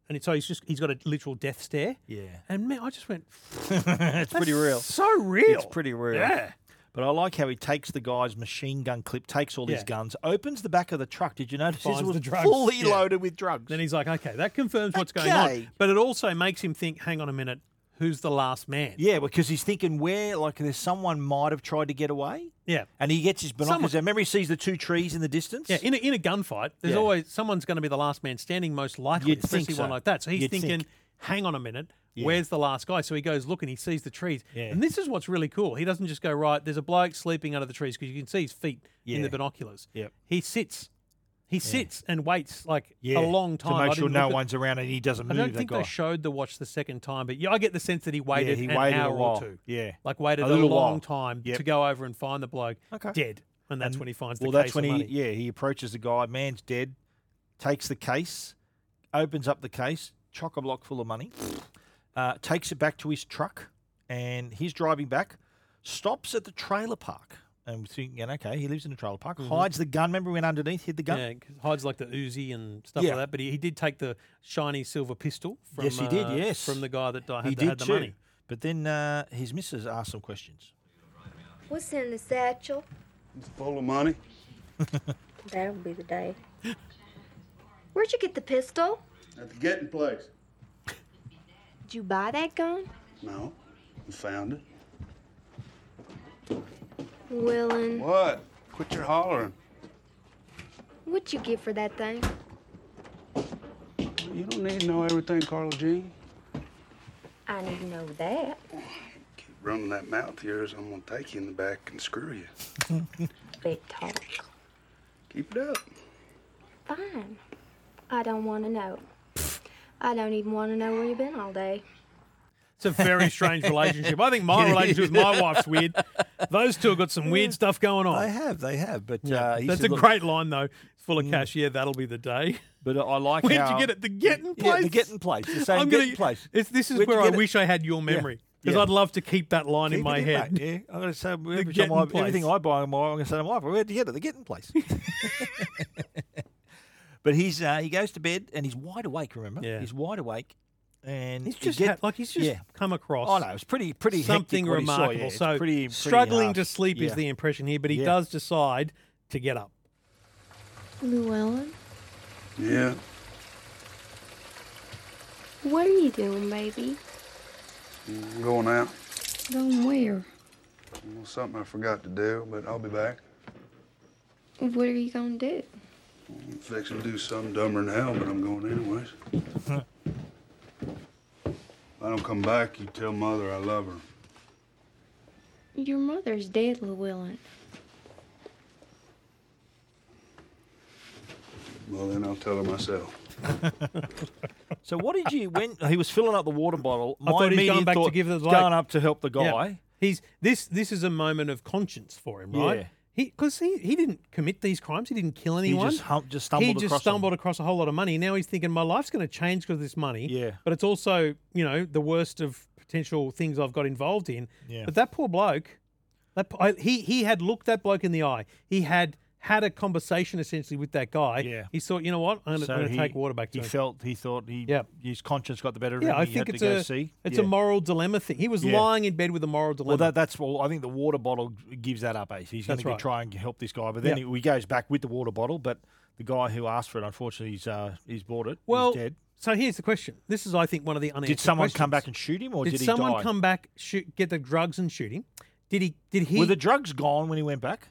H: And so he's just he's got a literal death stare.
G: Yeah.
H: And man, I just went
G: it's pretty
H: That's
G: real.
H: So real.
G: It's pretty real.
H: Yeah.
G: But I like how he takes the guy's machine gun clip, takes all his
H: Yeah.
G: guns, opens the back of the truck. Did you notice this
H: finds
G: was
H: the drugs.
G: fully
H: Yeah.
G: loaded with drugs?
H: Then he's like, okay, that confirms what's going on.
G: Okay.
H: But it also makes him think, hang on a minute, who's the last man?
G: Yeah, because he's thinking where, like, there's someone might have tried to get away.
H: Yeah.
G: And he gets his binoculars.
H: Someone-
G: out. Remember, he sees the two trees in the distance.
H: Yeah, in a, in a gunfight, there's
G: Yeah.
H: always someone's going to be the last man standing, most likely,
G: You'd think
H: especially one
G: so.
H: like that. So he's
G: You'd think.
H: thinking, hang on a minute,
G: Yeah.
H: where's the last guy? So he goes look and he sees the trees.
G: Yeah.
H: And this is what's really cool. He doesn't just go, right, there's a bloke sleeping under the trees because you can see his feet in
G: Yeah.
H: the binoculars.
G: Yep.
H: He sits. He sits and waits like a long time
G: to
H: I
G: make sure
H: didn't
G: no
H: look at-
G: one's around and he doesn't
H: I
G: move.
H: don't
G: that
H: think
G: guy.
H: they showed the watch the second time, but yeah, I get the sense that he waited
G: he
H: an
G: waited a
H: hour
G: while.
H: or two.
G: Yeah.
H: like waited
G: A
H: a,
G: little
H: long
G: while.
H: time
G: Yep.
H: to go over and find the bloke
G: Okay.
H: dead, and that's
G: And-
H: when he finds
G: well,
H: the
G: that's
H: case
G: when
H: of
G: he
H: money.
G: yeah he approaches the guy. Man's dead. Takes the case, opens up the case, chock a block full of money, uh, takes it back to his truck, and he's driving back. Stops at the trailer park, and we're thinking, okay, he lives in a trailer park. Hides the gun. Remember, he went underneath, hid the gun.
H: Mm-hmm. Yeah, 'cause hides like the Uzi and stuff
G: Yeah.
H: like that. But he, he did take the shiny silver pistol. From,
G: yes, he did.
H: uh,
G: Yes,
H: from the guy that di- had,
G: he
H: the,
G: did
H: had the
G: too.
H: money.
G: But then uh, his missus asked some questions.
J: What's in the satchel?
K: It's full of money.
J: That'll be the day. Where'd you get the pistol?
K: At the getting place.
J: Did you buy that gun?
K: No, I found it.
J: Willin,
K: What? Quit your hollering.
J: what'd you get for that thing?
K: You don't need to know everything, Carla Jean.
J: I need to know that.
K: Keep running that mouth of yours, I'm gonna take you in the back and screw you.
J: Big talk.
K: Keep it up.
J: Fine. I don't want to know. I don't even want to know where you've been all day.
H: It's a very strange relationship. I think my relationship with my wife's weird. Those two have got some weird stuff going on.
G: They have, they have. But
H: Oh. Yeah,
G: uh, he
H: that's
G: said,
H: a
G: "Look, Mm.
H: great line though. It's full of cash. Yeah, that'll be the day.
G: But I like
H: Where'd
G: how-
H: you get it? The getting
G: Yeah,
H: place.
G: the getting place, the same getting place.
H: It's, this is
G: Where'd you
H: where I
G: get it?
H: wish I had your
G: Yeah,
H: memory because
G: yeah.
H: I'd love to keep that line in
G: Keep
H: my
G: it
H: head.
G: mate, yeah, I'm going to say every time
H: getting
G: I,
H: place.
G: everything I buy, I'm going to say to my wife, "Where'd you get it? The getting place." but he's uh, he goes to bed and he's wide awake. Remember,
H: Yeah.
G: he's wide awake, and
H: He's
G: he
H: just
G: get-
H: had- like he's just
G: yeah.
H: come across.
G: Oh no, it's pretty pretty hectic
H: something
G: what he saw, yeah,
H: remarkable.
G: it's
H: so
G: pretty, pretty
H: struggling to
G: harsh.
H: sleep is
G: Yeah.
H: the impression here, but he
G: Yeah.
H: does decide to get up.
J: Llewellyn,
K: Yeah.
J: what are you doing, baby?
K: I'm going out.
J: Going where?
K: Well, something I forgot to do, but I'll be
A: Mm-hmm.
K: back.
J: What are you going to do?
K: I'm fixing to do something dumber than hell, but I'm going anyways. if I don't come back, you tell mother I love her.
J: Your mother's dead, Llewellyn.
K: Well, then I'll tell her myself.
G: So what did you when he was filling up the water bottle?
H: I
G: my
H: thought he's
G: immediate
H: going back
G: thought,
H: to give the
G: "He's
H: bloke-
G: going up to help the
H: Yeah.
G: guy.
H: He's this. This is a moment of conscience for him, right?
G: Yeah.
H: He because he, he didn't commit these crimes. He didn't kill
G: He just
H: anyone.
G: hum- just
H: He
G: stumbled
H: just
G: across 'em.
H: stumbled across a whole lot of money. Now he's thinking my life's going to change because of this money.
G: Yeah.
H: But it's also you know the worst of potential things I've got involved in.
G: Yeah.
H: But that poor bloke, that po- I, he he had looked that bloke in the eye. He had had a conversation essentially with that guy.
G: Yeah.
H: He thought you know what I'm going
G: So
H: to
G: he-
H: take water back to
G: He
H: him.
G: felt he thought he
H: Yeah.
G: his conscience got the better of him.
H: Yeah, I
G: he had
H: think
G: to
H: it's
G: go
H: a
G: see.
H: it's
G: Yeah.
H: a moral dilemma thing. He was
G: Yeah.
H: lying in bed with a moral dilemma.
G: Well, that, that's well. I think the water bottle g- gives that up. Ace. He's going
H: That's
G: to
H: right.
G: try and help this guy, but then
H: Yeah.
G: he, he goes back with the water bottle. But the guy who asked for it, unfortunately, he's uh, he's bought it.
H: Well,
G: he's dead.
H: so here's the question. This is, I think, one of the unanswered.
G: Did someone
H: questions.
G: come back and shoot him, or did, he
H: someone
G: die?
H: come back, shoot, get the drugs and shoot him? Did he? Did he?
G: Were the drugs gone when he went back?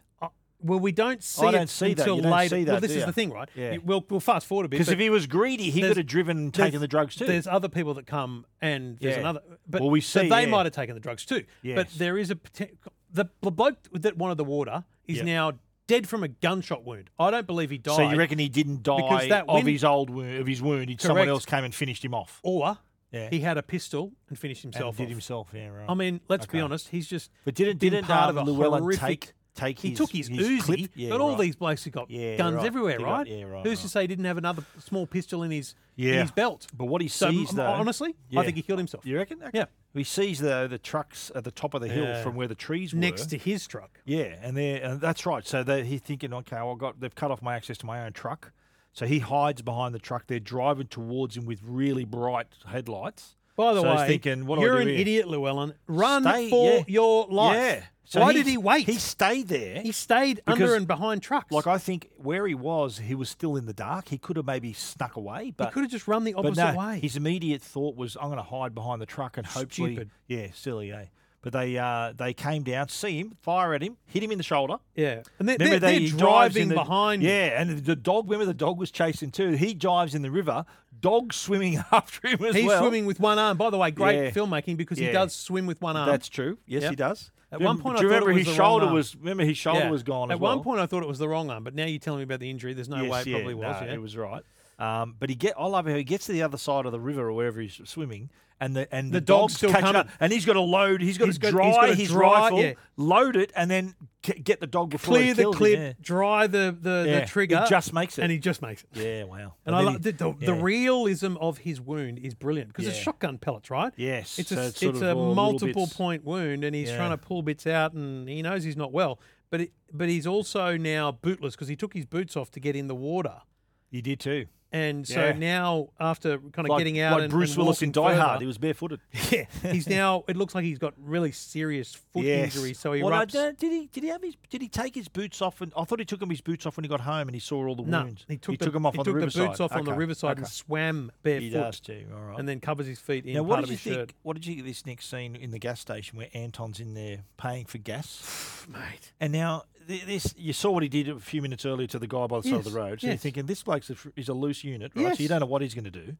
H: well, we don't see
G: I don't
H: it
G: see that.
H: until
G: You don't
H: later.
G: see that,
H: well, this
G: do
H: is
G: ya?
H: the thing, right?
G: Yeah.
H: You- We'll, we'll fast forward a bit.
G: Because
H: but
G: if he was greedy, he
H: there's-
G: could have driven and
H: there's-
G: taken the drugs too.
H: There's other people that come, and there's
G: Yeah.
H: another. But
G: Well, we
H: so
G: see,
H: they
G: yeah.
H: might have taken the drugs too. But
G: Yes.
H: there is a poten- the, the bloke that wanted the water is
G: Yep.
H: now dead from a gunshot wound. I don't believe he died.
G: So you reckon he didn't die
H: Because that
G: of
H: wind-
G: his old wound, of his wound? he- Someone
H: Correct.
G: else came and finished him off.
H: or
G: Yeah.
H: he had a pistol and finished himself.
G: did
H: off.
G: himself, yeah, right.
H: I mean, let's be
G: Okay.
H: honest. He's just
G: But didn't
H: been
G: didn't
H: part
G: um,
H: of a
G: Llewellyn
H: horrific
G: take take
H: He
G: his,
H: took his,
G: his
H: Uzi,
G: clip.
H: but all these blokes have got
G: Yeah,
H: guns
G: right.
H: everywhere,
G: They got-
H: right?
G: yeah, right,
H: Who's
G: right.
H: to say he didn't have another small pistol in his in
G: Yeah.
H: his belt?
G: But what he
H: So,
G: sees,
H: m-
G: though,
H: honestly,
G: Yeah.
H: I think he killed himself.
G: You reckon?
H: Yeah.
G: He sees though the trucks at the top of the hill
H: Yeah.
G: from where the trees were.
H: Next to his truck.
G: Yeah, and they and that's right. So they he's thinking, okay, well, I got they've cut off my access to my own truck. So he hides behind the truck. They're driving towards him with really bright headlights.
H: By the
G: So
H: way,
G: he's thinking, what do I
H: you're
G: do
H: an
G: here?
H: idiot, Llewellyn. Run
G: Stay-
H: for
G: yeah.
H: your life.
G: Yeah. So
H: Why
G: he-
H: did he wait? He
G: stayed there.
H: He stayed
G: Because-
H: under and behind trucks.
G: Like I think where he was, he was still in the dark. He could have maybe snuck away, but
H: could have just run the
G: but
H: opposite
G: no,
H: way.
G: His immediate thought was, "I'm going to hide behind the truck and hopefully,
H: Stupid.
G: yeah, silly, eh." But they uh, they came down, see him, fire at him, hit him in the shoulder.
H: Yeah, and they're,
G: Remember they-
H: they're, they're
G: he dives
H: driving
G: in the-
H: behind. him.
G: Yeah, and the dog. Remember the dog was chasing too. He dives in the river. Dog swimming after him as
H: He's
G: well.
H: swimming with one arm. By the way, great
G: Yeah.
H: filmmaking because
G: Yeah.
H: he does swim with one arm.
G: That's true. Yes,
H: Yep.
G: he does.
H: um, At
G: Do you
H: one
G: rem-
H: point,
G: do you
H: I thought
G: remember
H: it was
G: his
H: the wrong
G: shoulder
H: arm.
G: was- remember his shoulder was gone
H: At
G: as
H: one
G: well.
H: point, I thought it was the wrong arm, but now you're telling me about the injury. There's no way it
G: Yes, yeah,
H: probably was.
G: no,
H: yeah,
G: It was right. Um, but he get. I love how he gets to the other side of the river or wherever he's swimming, and the and the,
H: The dog's
G: dog's
H: still
G: catching
H: coming.
G: up, and he's got to load. He's got
H: He's
G: to
H: got- he's
G: dry
H: gotta
G: his
H: dry-
G: rifle,
H: yeah.
G: load it, and then c- get the dog before he
H: clear the
G: kills him,
H: clip,
G: yeah.
H: dry the the,
G: Yeah,
H: the
G: he
H: trigger.
G: just makes it.
H: and he just makes it.
G: Yeah, wow.
H: And,
G: And
H: I
G: then
H: love
G: he-
H: the, the, the
G: yeah.
H: realism of his wound is brilliant because it's
G: Yeah.
H: shotgun pellets, right?
G: Yes,
H: it's
G: so
H: a
G: it's
H: it's,
G: sort of
H: a
G: all little
H: multiple
G: bits.
H: point wound, and he's
G: Yeah.
H: trying to pull bits out, and he knows he's not well, but it, but he's also now bootless because he took his boots off to get in the water.
G: He did too.
H: And so
G: Yeah.
H: now, after kind of
G: Like-
H: getting out,
G: like
H: and,
G: Bruce
H: and
G: Willis in Die
H: walking
G: Hard,
H: further,
G: he was barefooted.
H: Yeah, he's now. It looks like he's got really serious foot
G: Yes.
H: injury, so he
G: Well, no,
H: rubs.
G: don't- did he? Did he have his? Did he take his boots off? And I thought he took him his boots off when he got home, and he saw all the
H: No,
G: wounds.
H: he took,
G: he
H: the,
G: took them off
H: he
G: on
H: took
G: the riverside.
H: boots off on the
G: Okay,
H: riverside and
G: okay.
H: swam barefoot.
G: does too, all right.
H: And then covers his feet in
G: Now,
H: part
G: what did
H: of
G: you
H: his
G: think?
H: shirt.
G: What did you think of this next scene in the gas station where Anton's in there paying for gas, mate? And now th- this, you saw what he did a few minutes earlier to the guy by the side of the
H: Yes,
G: road. So you're
H: yes.
G: thinking this bloke's a, fr- is a loose unit, right? So you
H: Yes.
G: don't know what he's going to do.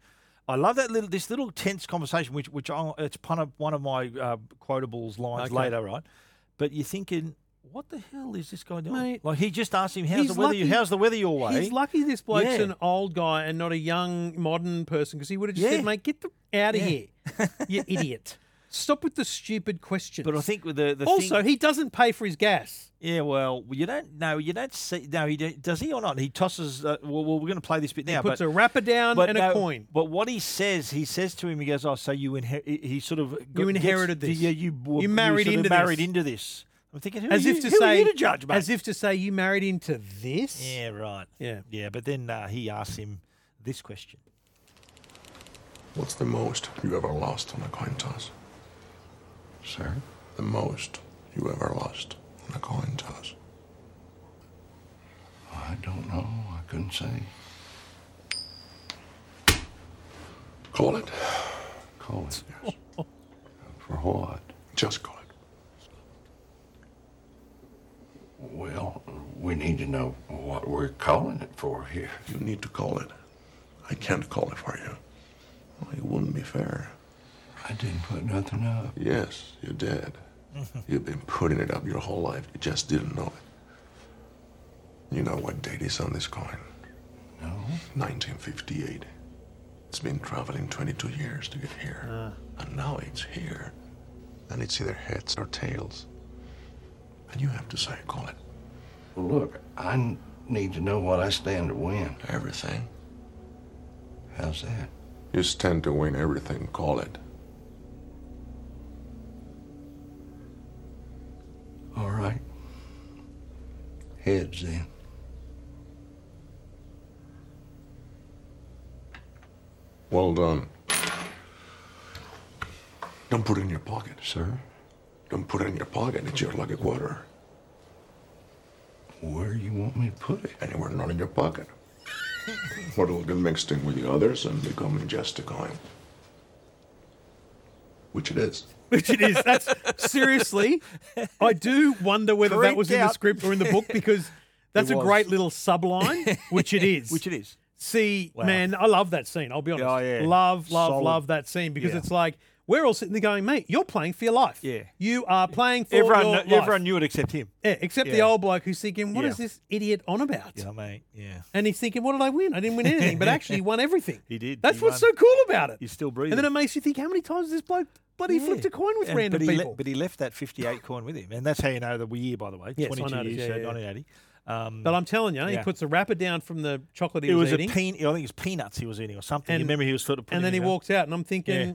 G: I love that little this little tense conversation, which which I, it's one of one of my uh, quotables lines
H: Okay.
G: later, right? But you're thinking. What the hell is this guy doing?
H: Mate,
G: like he just asked him, "How's the
H: He's
G: weather? you
H: lucky-
G: how's the weather your way?"
H: He's lucky this bloke's
G: Yeah.
H: an old guy and not a young modern person because he would have just
G: Yeah.
H: said, "Mate, get the out of
G: Yeah.
H: here, you idiot! Stop with the stupid questions."
G: But I think with the, the
H: also
G: thing-
H: he doesn't pay for his gas.
G: Yeah, well, you don't know. You don't see. No, he don't, does he or not? He tosses. Uh, well, well, we're going to play this bit now.
H: puts
G: but,
H: a wrapper down
G: but
H: and a
G: no,
H: coin.
G: But what he says, he says to him, he goes, "Oh, so you inher- he- He sort of got-
H: You
G: gets-
H: inherited this.
G: Yeah, you were-
H: You
G: were
H: married
G: sort of
H: into
G: married
H: this.
G: into this. I'm thinking, who
H: As
G: are
H: if
G: you,
H: to
G: who
H: say,
G: are you to judge, mate?
H: as if to say, you married into this.
G: yeah, right.
H: Yeah.
G: yeah. But then uh, he asks him this question.
L: What's the most you ever lost on a coin toss? Sir? The most you ever lost on a coin toss.
M: I don't know. I couldn't say.
L: Call it.
M: Call it.
L: For what? Just call it.
M: Well, we need to know what we're calling it for here.
L: You need to call it. I can't call it for you. Well, it wouldn't be fair.
M: I didn't put nothing up.
L: Yes, you did. You've been putting it up your whole life. You just didn't know it. You know what date is on this coin? No. 1958. It's been traveling 22 years to get here.
M: Ah.
L: And now it's here. And it's either heads or tails. And you have to say, call it.
M: Look, I n- need to know what I stand to win.
L: Everything.
M: How's that?
L: You stand to win everything, call it.
M: All right. Heads then.
L: Well done. Don't put it in your pocket, sir. Don't put it in your pocket. It's your lucky quarter.
M: Where you want me to put it?
L: Anywhere not in your pocket. what will get mixed in with the others and becoming just a coin. Which it is.
H: Which it is. That's seriously. I do wonder whether that was
G: Creeped
H: in the
G: out.
H: script or in the book because that's a
G: was.
H: great little subline, which it is.
G: Which it is.
H: See,
G: Wow.
H: man, I love that scene. I'll be honest.
G: Oh, yeah.
H: Love, love,
G: Solid.
H: love that scene because
G: Yeah.
H: it's like we're all sitting there going, mate, you're playing for your life.
G: Yeah.
H: You are playing for
G: Everyone,
H: your
G: kn-
H: life.
G: everyone knew it except him.
H: Yeah, except the
G: Yeah.
H: old bloke who's thinking, "What
G: Yeah.
H: is this idiot on about?
G: Yeah, mate. Yeah,
H: And he's thinking, what did I win? I didn't win anything, but actually he won everything.
G: he did.
H: That's
G: He
H: what's
G: won.
H: so cool about it.
G: He's still breathing.
H: And then it makes you think, how many times has this bloke
N: But he flipped a coin with
G: And-
N: random
G: but he le-
N: people.
G: but he left that 58 coin with him. And that's how you know the year, by the way.
H: Yes, I
G: 22
H: noticed.
G: years,
H: Yeah,
G: so
H: yeah, yeah.
G: 1980. Um,
H: But I'm telling you, he
G: yeah.
H: puts the wrapper down from the chocolate he
G: it
H: was,
G: was,
H: eating.
G: a peanut. I think it was peanuts he was eating or something.
H: And-
G: you remember he was sort of putting
H: and then
G: it
H: he
G: in a-
H: walked out, and I'm thinking,
G: Yeah.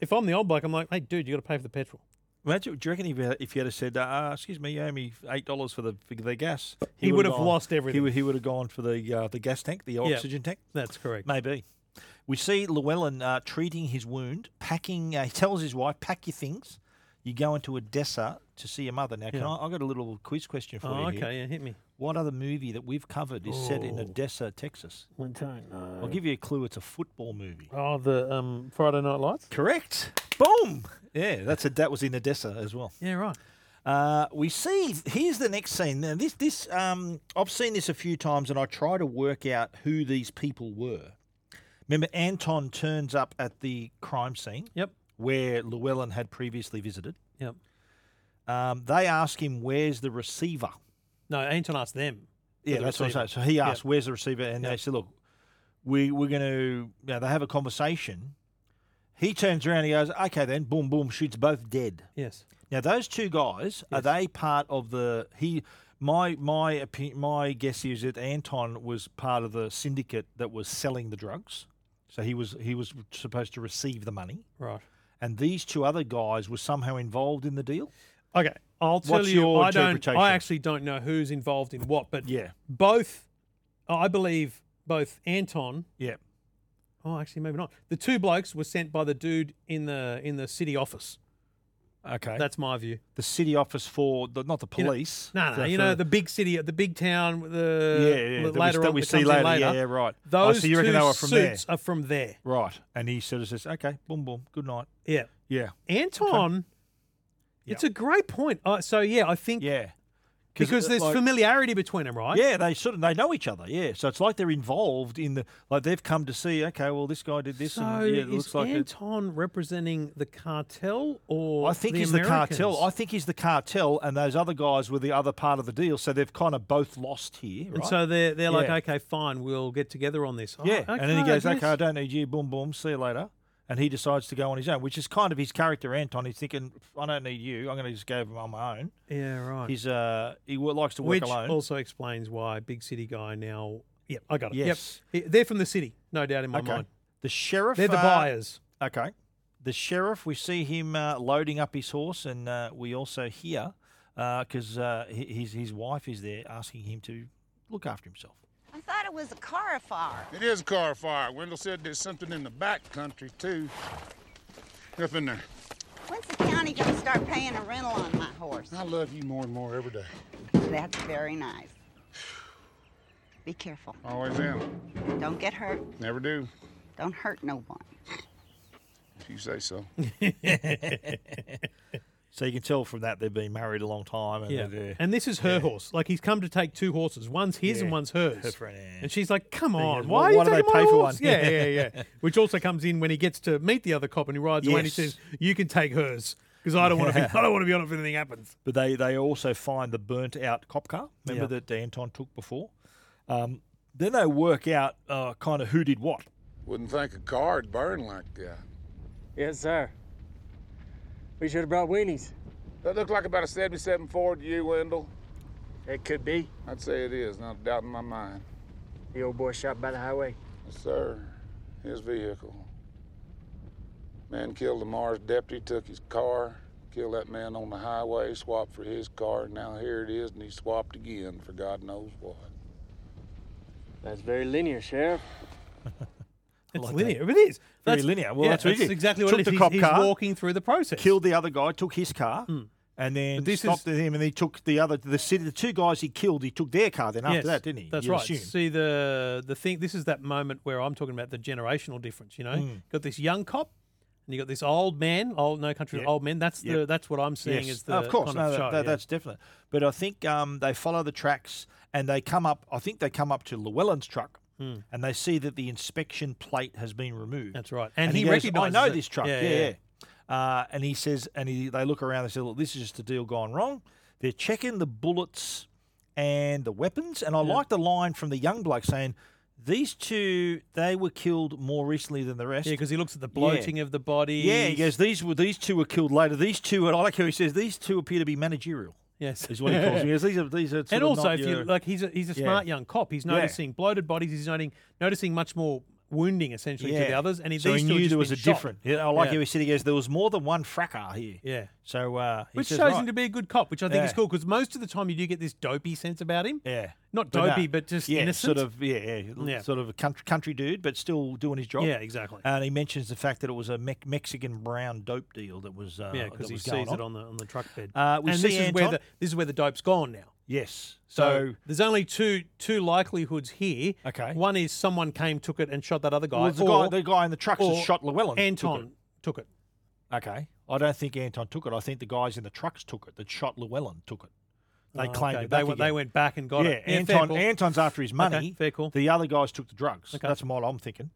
H: if I'm the old bloke, I'm like, hey, dude, you got to pay for the petrol.
G: Imagine, do you reckon if you- if you had said, uh, "Excuse me, you owe me eight dollars for the for the gas,"
H: He
G: would've
H: would have
G: gone-
H: lost everything.
G: He would, he would have gone for the uh, the gas tank, the
H: Yeah,
G: oxygen tank.
H: That's correct.
G: Maybe. We see Llewellyn uh, treating his wound, packing. Uh, he tells his wife, "Pack your things. You go into Odessa to see your mother." Now, can
H: Yeah.
G: I? I got a little quiz question for
H: Oh,
G: you. here.
H: okay, yeah, hit me.
G: What other movie that we've covered is set in
H: Oh.
G: Odessa, Texas?
H: I don't know.
G: I'll give you a clue. It's a football movie.
H: uh, Oh, the um, Friday Night Lights?
G: Correct. Boom. Yeah, that's a, that was in Odessa as well.
H: Yeah, right.
G: Uh, we see. Here's the next scene. Now, this this um, I've seen this a few times, and I try to work out who these people were. Remember, Anton turns up at the crime scene.
H: Yep.
G: Where Llewellyn had previously visited.
H: Yep.
G: Um, they ask him, "Where's the receiver?"
H: No, Anton asked them. for
G: Yeah,
H: the
G: that's what I'm
H: receiver.
G: saying. So he
H: Yep.
G: asked, "Where's the receiver?" And they said, "Look, we we're going to." You know, they have a conversation. He turns around. He goes, "Okay, then." Boom, boom. Shoots both dead.
H: Yes.
G: Now those two guys are they part of the he? My my opi- my guess is that Anton was part of the syndicate that was selling the drugs, so he was he was supposed to receive the money.
H: Right.
G: And these two other guys were somehow involved in the deal.
H: Okay, I'll tell
G: What's
H: you.
G: your
H: I don't.
G: interpretation?
H: I actually don't know who's involved in what, but
G: Yeah.
H: both. I believe both Anton.
G: Yeah.
H: Oh, actually, maybe not. The two blokes were sent by the dude in the in the city office.
G: Okay.
H: That's my view.
G: The city office for the, not the
H: You know-
G: police.
H: No, no,
G: the-
H: you know
G: for-
H: the big city, the big town. The
G: Yeah, yeah, that we-
H: later
G: that
H: on
G: we
H: that
G: see
H: comes in
G: later. Yeah, yeah, right. Oh, so
H: Those
G: you reckon
H: two
G: they were from there?
H: suits are from there.
G: right, and he sort of says, "Okay, boom, boom, good night."
H: Yeah,
G: Yeah.
H: Anton. It's a great point. Uh, so yeah, I think
G: yeah,
H: because
G: uh,
H: there's
G: like-
H: familiarity between them, right?
G: Yeah, they sort of they know each other. Yeah, so it's like they're involved in the like they've come to see. Okay, well this guy did this,
H: So
G: and yeah, it
H: is
G: looks like it-
H: Anton representing the cartel, or
G: I think
H: the
G: he's the
H: Americans?
G: cartel. I think he's the cartel, and those other guys were the other part of the deal. So they've kind of both lost here.
H: And
G: right?
H: so they're they're like,
G: Yeah.
H: okay, fine, we'll get together on this. Oh,
G: Yeah, and then he
H: okay, I
G: goes, okay,
H: guess.
G: I don't need you. Boom, boom. See you later. And he decides to go on his own, which is kind of his character, Anton. He's thinking, I don't need you. I'm going to just go on my own.
H: Yeah, right.
G: He's uh, he wo- likes to work
H: Which
G: alone.
H: also explains why big city guy now. Yep, I got it.
G: Yes.
H: Yep, He- they're from the city, no doubt in my
G: Okay.
H: mind.
G: The sheriff.
H: They're the
G: uh,
H: buyers.
G: Okay. The sheriff. We see him uh, loading up his horse, and uh, we also hear because uh, hi- his his wife is there asking him to look after himself.
O: I thought it was a car fire.
A: It is car fire. Wendell said there's something in the back country, too. Up in there.
O: When's the county gonna start paying a rental on my horse?
J: Oh,
A: I love you more and more every day.
O: That's very nice. Be careful.
A: Always am.
O: Don't get hurt.
A: Never do,
O: Don't hurt no one.
A: if you say so.
G: So you can tell from that they've been married a long time. And
H: Yeah.
G: they're-
H: And this is her horse. Like he's come to take two horses. One's his and
G: Yeah.
H: one's hers.
G: Her friend, yeah.
H: And she's like, "Come
G: And he
H: on,
G: goes,
H: why,
G: "Well,
H: do you
G: why
H: taking
G: do they
H: my
G: pay for
H: horse?"
G: one?
H: Yeah, yeah, yeah. Which also comes in when he gets to meet the other cop and he rides away and he
G: Yes.
H: says, "You can take hers because I don't want to be. I don't want to be on it if anything happens."
G: But they, they also find the burnt out cop car, remember
H: Yeah.
G: that Anton took before. Um, then they work out uh, kind of who did what.
A: Wouldn't think a car would burn like that.
P: Yes, sir. We should have brought weenies.
A: That looked like about a 77 Ford to you, Wendell.
P: It could be.
A: I'd say it is, not a doubt in my mind.
P: The old boy shot by the highway.
A: Yes, sir. His vehicle. Man killed the Mars deputy, took his car, killed that man on the highway, swapped for his car, and now here it is, and he swapped again for God knows what.
P: That's very linear, Sheriff.
H: It's
G: like
H: linear.
G: that.
H: It is
G: Very linear. Well,
H: yeah,
G: that's, what he did.
H: exactly what
G: took
H: it is.
G: the
H: He's-
G: cop
H: he's
G: car,
H: walking through the process.
G: killed the other guy, took his car, and then
H: Hmm. this
G: stopped him, and he took the other the city. The two guys he killed, he took their car. Then after
H: Yes,
G: that, didn't he?
H: That's
G: You'd
H: right.
G: assume.
H: See the the thing. This is that moment where I'm talking about the generational difference. You know,
G: Mm.
H: got this young cop, and you got this old man. Old no country,
G: Yep.
H: old man. That's the
G: Yep.
H: that's what I'm seeing.
G: Yes.
H: Is the
G: of course
H: kind of
G: no, that-
H: show,
G: that-
H: yeah.
G: that's definite. But I think um, they follow the tracks and they come up. I think they come up to Llewellyn's truck.
H: Mm.
G: And they see that the inspection plate has been removed. That's
H: right. And he
G: goes,
H: recognises
G: I know
H: it."
G: this truck.
H: Yeah,
G: Yeah,
H: yeah,
G: yeah. Uh, and he says, and he, they look around. They say, look, this is just a deal gone wrong. They're checking the bullets and the weapons. And I like the line from the young bloke saying, These two, they were killed more recently than the rest.
H: Yeah, because he looks at the bloating of the body.
G: Yeah, he goes, these were these two were killed later. These two, and I like how he says these two appear to be managerial.
H: Yes.
G: is what he calls them. He goes, these are these are. sort
H: and
G: of
H: also,
G: not
H: if you
G: your-
H: like, he's a, he's a
G: Yeah.
H: smart young cop. He's
G: Yeah.
H: noticing bloated bodies. He's noting, noticing much more wounding essentially to the others. And he,
G: so
H: these
G: he
H: two have
G: knew
H: just
G: there was
H: been
G: a
H: shot.
G: different. Yeah, I like
H: Yeah.
G: how he said he goes. There was more than one fracker here.
H: Yeah.
G: So uh, he
H: which
G: says,
H: shows
G: right.
H: him to be a good cop, which I think is
G: Yeah.
H: cool because most of the time you do get this dopey sense about him.
G: Yeah.
H: Not
G: But, uh,
H: dopey, but, just
G: yeah,
H: innocent.
G: Sort of, yeah, yeah, l-
H: Yeah.
G: sort of a country, country dude, but still doing his job.
H: Yeah, exactly.
G: And he mentions the fact that it was a Mex Mexican brown dope deal that was uh,
H: yeah, because
G: that
H: he
G: was
H: sees
G: going
H: it on the on the truck bed.
G: Uh, we
H: and
G: see
H: this is where
G: Anton.
H: the this is where the dope's gone now.
G: Yes.
H: So,
G: So-
H: there's only two two likelihoods here.
G: Okay.
H: One is someone came, took it, and shot that other guy.
G: Well, the guy-
H: or,
G: the guy in the trucks that
H: or
G: shot Llewellyn took it.
H: Anton took it.
G: Okay. I don't think Anton took it. I think the guys in the trucks took it. That shot Llewellyn took it. They
H: Oh,
G: claimed
H: okay.
G: it
H: They
G: back
H: went- they
G: again.
H: went back and got
G: yeah,
H: it. Yeah, fair
G: Anton,
H: call.
G: Anton's after his
H: Okay,
G: money.
H: fair call.
G: The other guys took the drugs.
H: Okay.
G: That's what I'm thinking.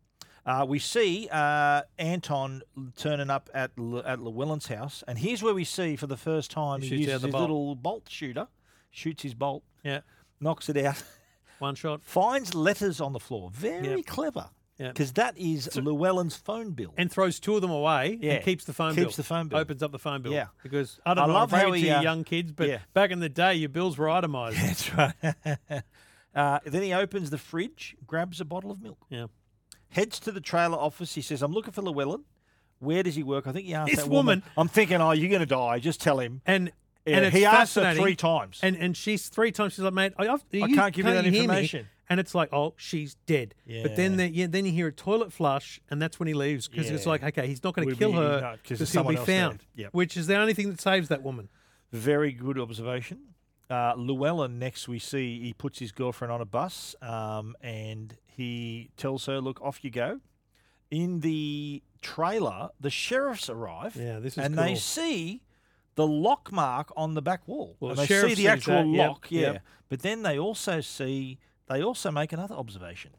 G: Uh, we see uh, Anton turning up at L- at Llewellyn's house, and here's where we see for the first time
H: He
G: he,
H: shoots out
G: uses
H: the
G: his
H: bolt.
G: little bolt shooter, shoots his bolt,
H: Yeah.
G: knocks it out,
H: one shot,
G: finds letters on the floor. Very
H: Yep.
G: clever,
H: Yep.
G: because that is Llewellyn's phone bill.
H: And throws two of them away
G: Yeah.
H: and keeps the phone bill.
G: Keeps the phone bill.
H: Opens up the phone bill.
G: Yeah.
H: Because I don't
G: I
H: know,
G: love
H: I'm
G: how
H: bringing it
G: he,
H: to
G: uh,
H: you young kids, but
G: yeah.
H: back in the day, your bills were itemized.
G: That's right. uh, then he opens the fridge, grabs a bottle of milk.
H: Yeah.
G: Heads to the trailer office. He says, I'm looking for Llewellyn. Where does he work? I think he asked
H: This
G: that woman.
H: woman-
G: I'm thinking, oh, you're going to die. Just tell him.
H: And
G: Yeah,
H: and it's
G: he asked her
H: fascinating.
G: three times.
H: And and she's three times. She's like, mate, I, I've,
G: I
H: you-
G: can't give you that
H: hear me?"
G: information.
H: And it's like, oh, she's dead. But then
G: Yeah.
H: they, yeah, then you hear a toilet flush, and that's when he leaves because it's
G: Yeah.
H: like, okay, he's not going to
G: We'll
H: kill
G: be- no,
H: her
G: 'cause
H: because
G: there's
H: he'll
G: someone
H: be
G: else there.
H: found.
G: Yep.
H: Which is the only thing that saves that woman.
G: Very good observation. Uh, Llewellyn, next we see, he puts his girlfriend on a bus um, and he tells her, look, off you go. In the trailer, the sheriffs arrive.
H: Yeah, this is
G: And they
H: cool.
G: see the lock mark on the back wall.
H: Well,
G: and
H: the
G: they
H: sheriff
G: see
H: sees
G: the actual
H: that, yep,
G: lock, yeah.
H: yep.
G: But then they also see, they also make another observation.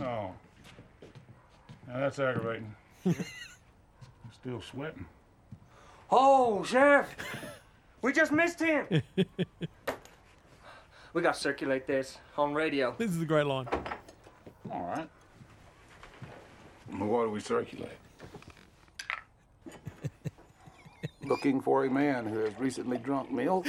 A: Oh. Now that's aggravating. Still sweating.
P: Oh, Sheriff! We just missed him! we gotta circulate this on radio.
H: This is a great line.
A: All right. Well, why do we circulate? Looking for a man who has recently drunk milk.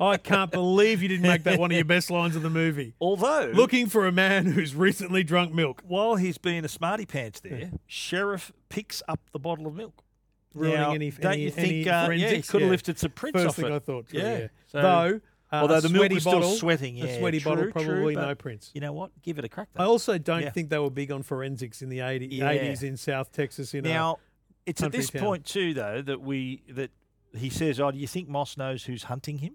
H: I can't believe you didn't make that one of your best lines of the movie.
G: Although
H: looking for a man who's recently drunk milk.
G: While he's being a smarty pants there, Sheriff picks up the bottle of milk.
H: ruining
G: Now,
H: any,
G: don't
H: any-
G: you think
H: any
G: uh, yeah, he
H: forensics.
G: could have lifted some prints
H: First
G: off
H: thing
G: it.
H: I thought. Too, yeah.
G: So-
H: Though, uh,
G: although
H: a
G: the milk
H: sweaty
G: was
H: bottle,
G: still sweating, yeah,
H: a sweaty
G: true,
H: bottle
G: true,
H: probably
G: but
H: no prints.
G: You know what? Give it a crack. Though.
H: I also don't
G: Yeah.
H: think they were big on forensics in the 80,
G: Yeah.
H: 80s in South Texas. You know,
G: now it's at
H: country
G: this
H: town.
G: point too, though, that we that he says, "Oh, do you think Moss knows who's hunting him?"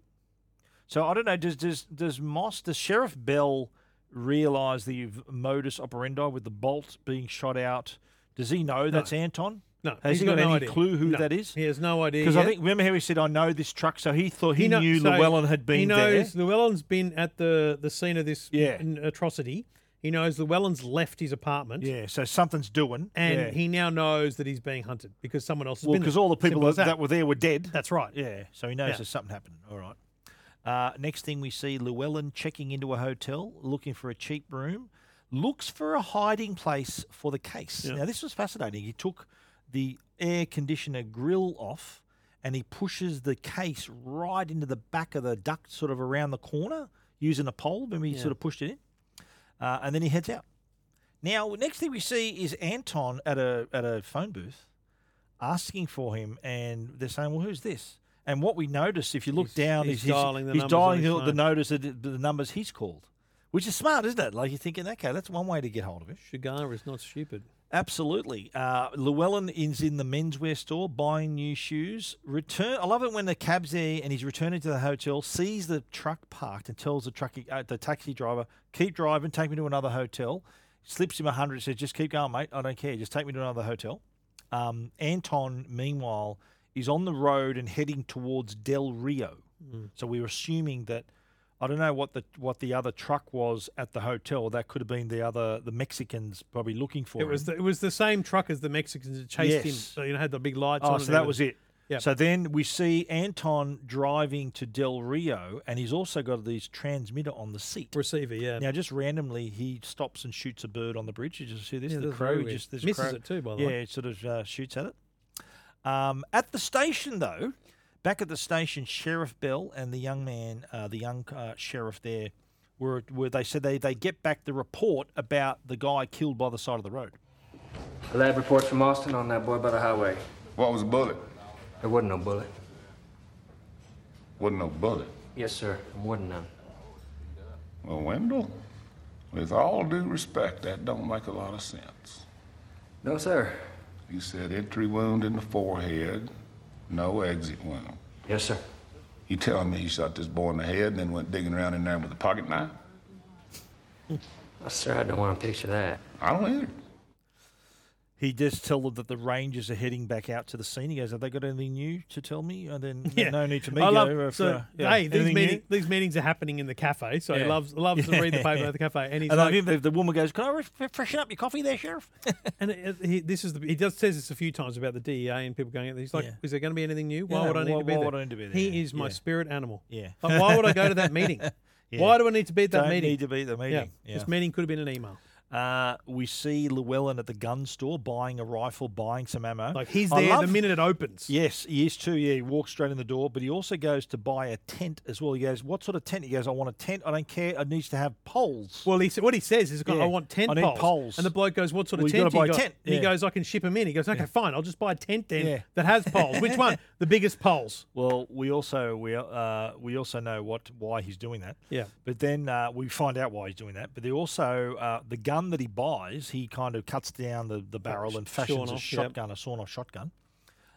G: So I don't know. Does does does Moss does Sheriff Bell realize the v- modus operandi with the bolt being shot out? Does he know that's Anton?
H: No,
G: has
H: he's
G: he got,
H: no
G: any
H: idea.
G: clue who
H: No,
G: that is?
H: He has no idea.
G: Because I
H: yet.
G: think remember how he said, "I know this truck," so he thought he,
H: kno-
G: knew
H: so
G: Llewellyn had been
H: He
G: there.
H: knows Llewellyn's been at the the scene of this
G: Yeah.
H: n- atrocity. He knows Llewellyn's left his apartment.
G: Yeah, so something's doing.
H: And
G: yeah.
H: he now knows that he's being hunted because someone else has
G: Well,
H: been there.
G: because all the people
H: Simple
G: that,
H: as
G: that. were there were dead.
H: That's right.
G: Yeah, so he knows
H: Yeah.
G: there's something happened. All right. Uh, next thing we see Llewellyn checking into a hotel, looking for a cheap room, looks for a hiding place for the case.
H: Yeah.
G: Now, this was fascinating. He took the air conditioner grill off and he pushes the case right into the back of the duct, sort of around the corner, using a pole. Remember, he
H: Yeah.
G: sort of pushed it in. Uh, and then he heads out. Now, next thing we see is Anton at a at a phone booth asking for him, and they're saying, "Well, who's this?" And what we notice, if you look
H: He's-
G: down,
H: he's
G: is he's
H: dialing the
G: he's
H: numbers on
G: dialing
H: his
G: the, the
H: phone.
G: notice that the the numbers he's called, which is smart, isn't it? Like you're thinking, okay, that's one way to get hold of him.
H: Shigar is not stupid.
G: Absolutely. Uh, Llewellyn is in the menswear store buying new shoes. Return. I love it when the cab's there and he's returning to the hotel, sees the truck parked, and tells the truck uh, the taxi driver, "Keep driving, take me to another hotel." Slips him a hundred, says, "Just keep going, mate. I don't care. Just take me to another hotel." Um, Anton, meanwhile, is on the road and heading towards Del Rio.
H: Hmm.
G: So we were assuming that I don't know what the what the other truck was at the hotel. That could have been the other the Mexicans probably looking for.
H: It was
G: him.
H: the, it was the same truck as the Mexicans that chased him.
G: Yes.
H: So you know had the big lights on.
G: Oh,
H: and
G: so that
H: everything.
G: was it. So then we see Anton driving to Del Rio, and he's also got these transmitter on the seat.
H: Receiver, yeah.
G: Now, just randomly, he stops and shoots a bird on the bridge. Did you see this?
H: Yeah,
G: the
H: that's
G: crow
H: very weird.
G: just this
H: Misses
G: crow-
H: it too, by the
G: yeah,
H: way.
G: it sort of uh, shoots at it. Um, at the station, though, back at the station, Sheriff Bell and the young man, uh, the young uh, sheriff there, were, were they said they, they get back the report about the guy killed by the side of the road.
P: A lab report from Austin on that boy by the highway. What was a bullet? There wasn't no bullet.
A: Wasn't no bullet.
P: Yes, sir. There wasn't none.
A: Well, Wendell, with all due respect, that don't make a lot of sense.
P: No, sir.
A: You said entry wound in the forehead, no exit wound.
P: Yes, sir.
A: You telling me he shot this boy in the head and then went digging around in there with a pocket knife?
P: Oh, sir, I don't want to picture that.
A: I don't either.
G: He just tell them that the Rangers are heading back out to the scene. He goes, "Have they got anything new to tell me?" And then
H: Yeah.
G: no need for me.
H: I
G: go,
H: love,
G: uh, if,
H: so,
G: uh, yeah.
H: Hey, these,
G: Anything
H: meeting,
G: new?
H: these meetings are happening in the cafe, so he
G: Yeah.
H: loves, loves to read the paper at the cafe. And he's
G: And I
H: like,
G: think the, the woman goes, "Can I re- freshen up your coffee there, sheriff?"
H: and it, it- he, this is the, he does says this a few times about the DEA and people going. out there. He's like,
G: Yeah.
H: "Is there going to be anything new? Why
G: Yeah,
H: would I need
G: why-
H: to be
G: why
H: there?
G: would I need to be there?
H: He is my
G: Yeah.
H: spirit animal.
G: Yeah.
H: Like, why would I go to that meeting?
G: Yeah.
H: Why do I need to be at that
G: Don't
H: meeting?
G: need to be at the meeting.
H: This
G: Yeah.
H: meeting could have been an email.
G: Uh, we see Llewellyn at the gun store buying a rifle, buying some ammo.
H: Like he's
G: I
H: there the
G: love-
H: minute it opens.
G: Yes, he is too. Yeah, he walks straight in the door, but he also goes to buy a tent as well. He goes, "What sort of tent?" He goes, "I want a tent. I don't care. It needs to have poles."
H: Well, he sa- what he says is,
G: Yeah.
H: "I want tent
G: I need
H: poles.
G: poles.
H: And the bloke goes, "What sort of
G: Well, you
H: tent
G: gotta
H: do
G: buy a
H: you got?"
G: tent,
H: And
G: yeah.
H: he goes, "I can ship them in." He goes, "Okay, fine. I'll just buy a tent then
G: Yeah.
H: that has poles. Which one? The biggest poles."
G: Well, we also we uh, we also know what why he's doing that.
H: Yeah.
G: But then uh, we find out why he's doing that. But they also uh, the gun that he buys, he kind of cuts down the, the barrel and
H: sh-
G: fashions a
H: sawn-off, yep.
G: shotgun, a sawn-off shotgun.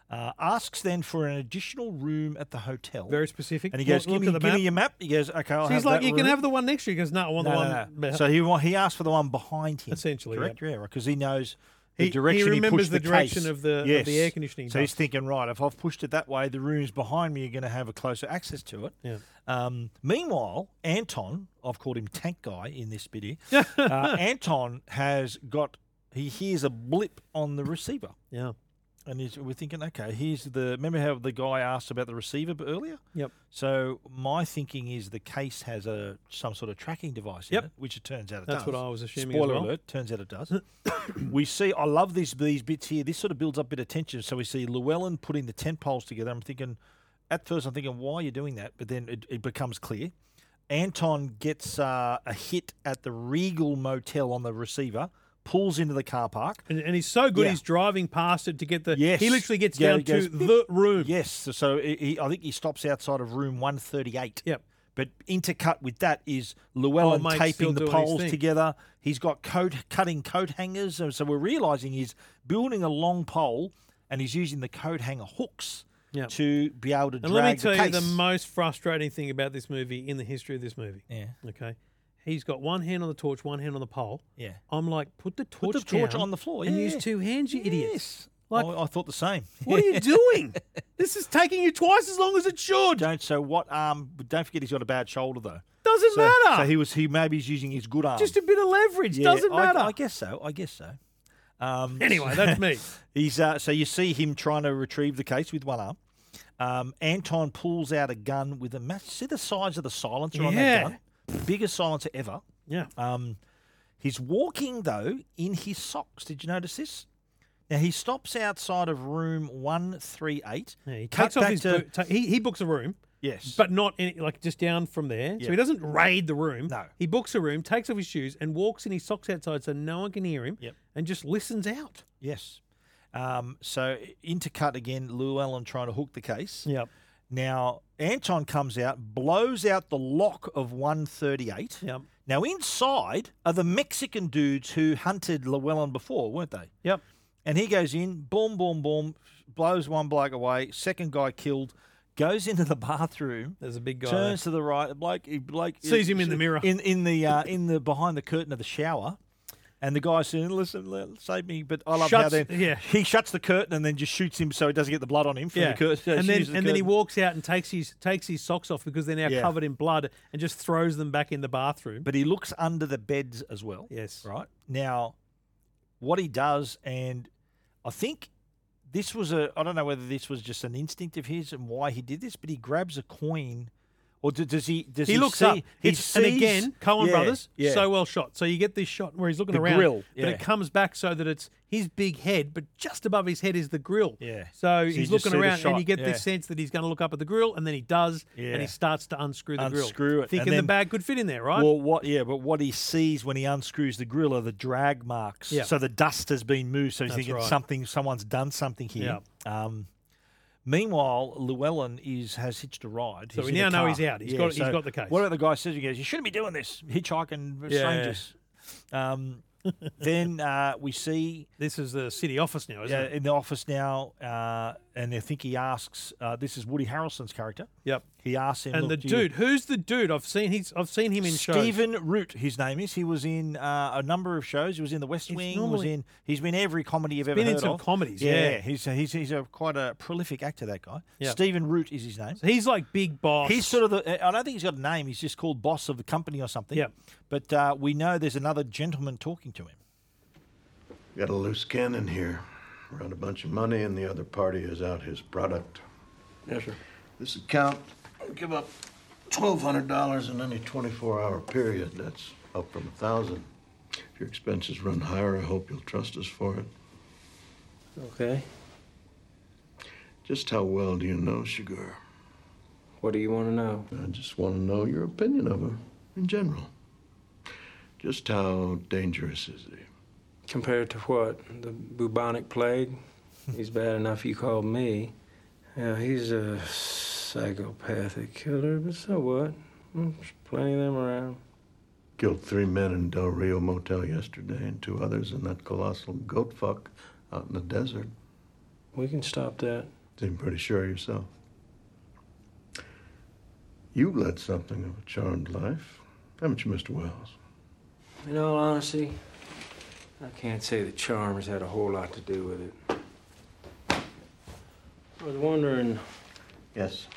G: Uh, asks then for an additional room at the hotel.
H: Very specific.
G: And he goes,
H: Look-
G: "Give
H: look
G: me, give
H: at the
G: me
H: map."
G: your map." He goes, "Okay, I'll
H: So
G: have
H: he's like,
G: that
H: "You can
G: room."
H: have the one next to you." He goes, "No, I want the
G: No,
H: one."
G: no, no.
H: behind."
G: So he wa- he asked for the one behind him.
H: Essentially, yeah.
G: correct? Yeah, because he knows the
H: He- he
G: direction.
H: remembers
G: pushed
H: the direction
G: case.
H: of the- of the
G: Yes.
H: air conditioning
G: So he's
H: duct.
G: thinking, right, if I've pushed it that way, the rooms behind me are going to have a closer access to it.
H: Yeah.
G: Um, meanwhile, Anton, I've called him Tank Guy in this bit here. uh, Anton has got. He hears a blip on the receiver.
H: Yeah.
G: And he's, we're thinking, okay, here's the. Remember how the guy asked about the receiver b- earlier?
H: Yep.
G: So my thinking is the case has a some sort of tracking device
H: Yep.
G: in it, which it turns out it
H: That's
G: does.
H: what I was assuming as
G: Spoiler
H: well.
G: alert! Turns out it does. we see. I love these these bits here. This sort of builds up a bit of tension. So we see Llewellyn putting the tent poles together. I'm thinking, at first, I'm thinking, why are you doing that? But then it, it becomes clear. Anton gets uh, a hit at the Regal Motel on the receiver, pulls into the car park.
H: And, and he's so good,
G: Yeah.
H: he's driving past it to get the.
G: Yes.
H: He literally gets
G: Yeah,
H: down
G: he goes,
H: to the room.
G: Yes. So, so he, he- I think he stops outside of room 138.
H: Yep.
G: But intercut with that is Llewellyn
H: Oh, mate, still
G: taping the
H: doing his
G: poles
H: thing.
G: together. He's got coat cutting coat hangers. So, so we're realizing he's building a long pole and he's using the coat hanger hooks
H: Yep.
G: to be able to
H: And
G: drag
H: let me tell
G: the
H: you the
G: case.
H: most frustrating thing about this movie in the history of this movie.
G: Yeah.
H: Okay. He's got one hand on the torch, one hand on the pole.
G: Yeah.
H: I'm like, put the torch,
G: Put the torch
H: down
G: on the floor.
H: and
G: yeah.
H: use two hands, you idiots. Like,
G: I, I thought the same.
H: what are you doing? this is taking you twice as long as it should.
G: Don't so what arm? Don't forget he's got a bad shoulder though.
H: Doesn't
G: so,
H: matter.
G: So he was he maybe he's using his good arm.
H: Just a bit of leverage.
G: Yeah,
H: Doesn't
G: I-
H: matter.
G: I, guess so. I guess so. Um,
H: Anyway, that's me.
G: He's uh, so you see him trying to retrieve the case with one arm. Um, Anton pulls out a gun with a match. See the size of the silencer on that
H: Yeah.
G: gun. Biggest silencer ever.
H: yeah.
G: Um, he's walking though in his socks. Did you notice this? Now he stops outside of room one three eight.
H: Yeah, he takes off his boot. ta- he, he books a room.
G: Yes.
H: But not any, like just down from there.
G: Yeah.
H: So he doesn't raid the room.
G: No.
H: He books a room, takes off his shoes, and walks in his socks outside so no one can hear him.
G: Yep.
H: And just listens out.
G: Yes. Um, so intercut again, Llewellyn trying to hook the case.
H: Yep.
G: Now Anton comes out, blows out the lock of 138.
H: Yep.
G: Now inside are the Mexican dudes who hunted Llewellyn before, weren't they?
H: Yep.
G: And he goes in, boom, boom, boom, blows one bloke away, second guy killed, goes into the bathroom,
H: There's a big guy.
G: turns to the right, bloke, he- bloke
H: Sees him in the mirror.
G: in in the uh, in the behind the curtain of the shower. And the guy said, "Listen, le- save me!" But I love how
H: Shuts-
G: then
H: yeah.
G: he shuts the curtain and then just shoots him so he doesn't get the blood on him from
H: Yeah.
G: the curtain.
H: and then
G: uses uh, the
H: and then he
G: curtain.
H: walks out and takes his takes his socks off because they're now
G: Yeah.
H: covered in blood and just throws them back in the bathroom.
G: But he looks under the beds as well.
H: yes.
G: Right now, what he does, and I think This was a, I don't know whether this was just an instinct of his and why he did this, but he grabs a coin. Or d- does he? Does
H: he,
G: he,
H: looks
G: see,
H: up.
G: He
H: it's, and
G: sees-
H: again, Cohen
G: Yeah,
H: Brothers,
G: yeah.
H: so well shot. So you get this shot where he's looking
G: The
H: around,
G: grill,
H: but
G: yeah.
H: it comes back so that it's his big head, but just above his head is the grill.
G: Yeah. So
H: So
G: you
H: he's
G: just
H: looking
G: see the
H: around,
G: shot,
H: and you get
G: yeah.
H: this sense that he's going to look up at the grill, and then he does,
G: Yeah.
H: and he starts to unscrew the grill.
G: unscrew it.
H: thinking
G: and
H: the
G: then-
H: bag could fit in there, right?
G: Well, what? Yeah, but what he sees when he unscrews the grill are the drag marks.
H: Yeah.
G: So the dust has been moved. So he's
H: That's
G: thinking
H: right.
G: something, someone's done something here. Um, meanwhile, Llewellyn is has hitched a ride.
H: So
G: He's
H: we
G: in
H: now
G: a
H: know
G: car.
H: he's out. He's
G: He's
H: got- he's got the case.
G: What about the guy says? He goes, "You shouldn't be doing this, hitchhiking with
H: Yeah.
G: strangers." Um, then uh, we see
H: this is the city office now, isn't
G: yeah,
H: it?
G: in the office now, uh, and I think he asks. Uh, this is Woody Harrelson's character.
H: Yep.
G: He asks him,
H: and
G: "Look, do
H: the
G: you-
H: dude, who's the dude? I've seen he's I've seen him in shows.
G: Stephen Root, his name is. He was in uh, a number of shows. He was in The West Wing. was
H: normally-
G: in. He's been every comedy you've ever
H: Been in
G: heard
H: some
G: of.
H: comedies, yeah.
G: he's he's he's a quite a prolific actor. That guy.
H: Yeah.
G: Stephen Root is his name.
H: So he's like big boss.
G: He's sort of the. I don't think he's got a name. He's just called boss of the company or something.
H: Yeah.
G: But uh, we know there's another gentleman talking to him.
N: Got a loose cannon here. We're out a bunch of money, and the other party is out his product. Yes, sir. This account, I'll give up $1,200 in any 24 hour period. That's up from 1000 If your expenses run higher, I hope you'll trust us for it.
P: Okay.
N: Just how well do you know Sugar?
P: What do you want to know?
N: I just want to know your opinion of her in general. Just how dangerous is he?
P: Compared to what? The bubonic plague? He's bad enough you called me. Yeah, he's a psychopathic killer, but so what? There's plenty of them around.
N: Killed three men in Del Rio Motel yesterday and two others in that colossal goat fuck out in the desert.
P: We can stop that.
N: Seem pretty sure yourself. You led something of a charmed life, haven't you, Mr. Wells?
P: In all honesty, I can't say the charms had a whole lot to do with it. I was wondering.
N: Yes.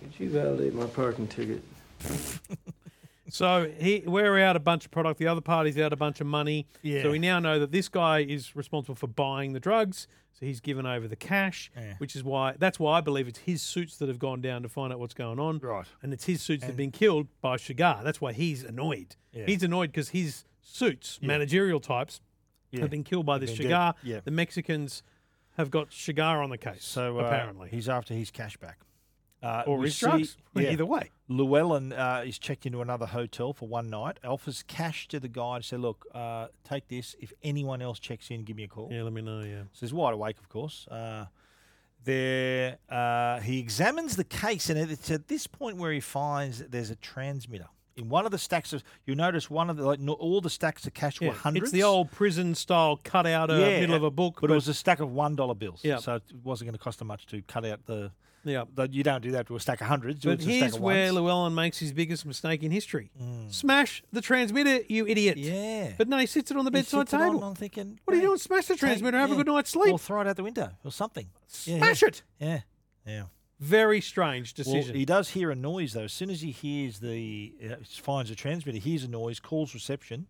P: Could you validate my parking ticket?
H: So he, we're out a bunch of product. The other party's out a bunch of money.
P: Yeah.
H: So we now know that this guy is responsible for buying the drugs. So he's given over the cash,
G: Yeah.
H: which is why that's why I believe it's his suits that have gone down to find out what's going on. Right. And it's his suits that have
G: And-
H: been killed by Shigar. That's why he's annoyed.
G: Yeah.
H: He's annoyed because his suits,
G: Yeah.
H: managerial types,
G: Yeah.
H: have been killed by
G: Have
H: this
G: been dead.
H: Shigar.
G: Yeah.
H: The Mexicans have got Shigar on the case.
G: So uh,
H: apparently.
G: he's after his cash back. Uh,
H: Or
G: we
H: his drugs. Either way.
G: Llewellyn uh, is checked into another hotel for one night. Alpha's cash to the guy to say, "Look, uh, take this. If anyone else checks in, give me a call."
H: Yeah, let me know. Yeah.
G: So he's wide awake, of course. Uh, there, uh, he examines the case, and it's at this point where he finds that there's a transmitter in one of the stacks of. You notice one of the like no, all the stacks of cash
H: Yeah,
G: were hundreds.
H: It's the old prison style cut out of middle of a book.
G: but, it was a stack of one dollar bills.
H: Yeah.
G: so it wasn't going to cost them much to cut out the.
H: Yeah.
G: the- you don't do that to a stack of hundreds.
H: But
G: it's a stack
H: here's
G: of
H: where
G: ones.
H: Llewellyn makes his biggest mistake in history. Smash the transmitter, you idiot.
G: Mm. Yeah.
H: But no, he sits it on the
G: He
H: bedside
G: sits it on,
H: table.
G: I'm thinking,
H: what are you
G: mate,
H: doing? Smash the
G: take-
H: transmitter, have
G: yeah,
H: a good night's sleep.
G: or throw it out the window or something. Yeah,
H: Smash
G: yeah.
H: it.
G: Yeah, yeah.
H: Very strange
G: Well,
H: decision.
G: he does hear a noise though. As soon as he hears the uh, finds the transmitter, hears a noise, calls reception,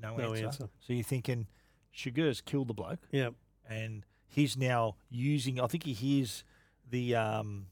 G: no,
H: No
G: answer.
H: answer.
G: So you're thinking, Sugar's killed the bloke.
H: Yeah.
G: and he's now using. I think he hears the um,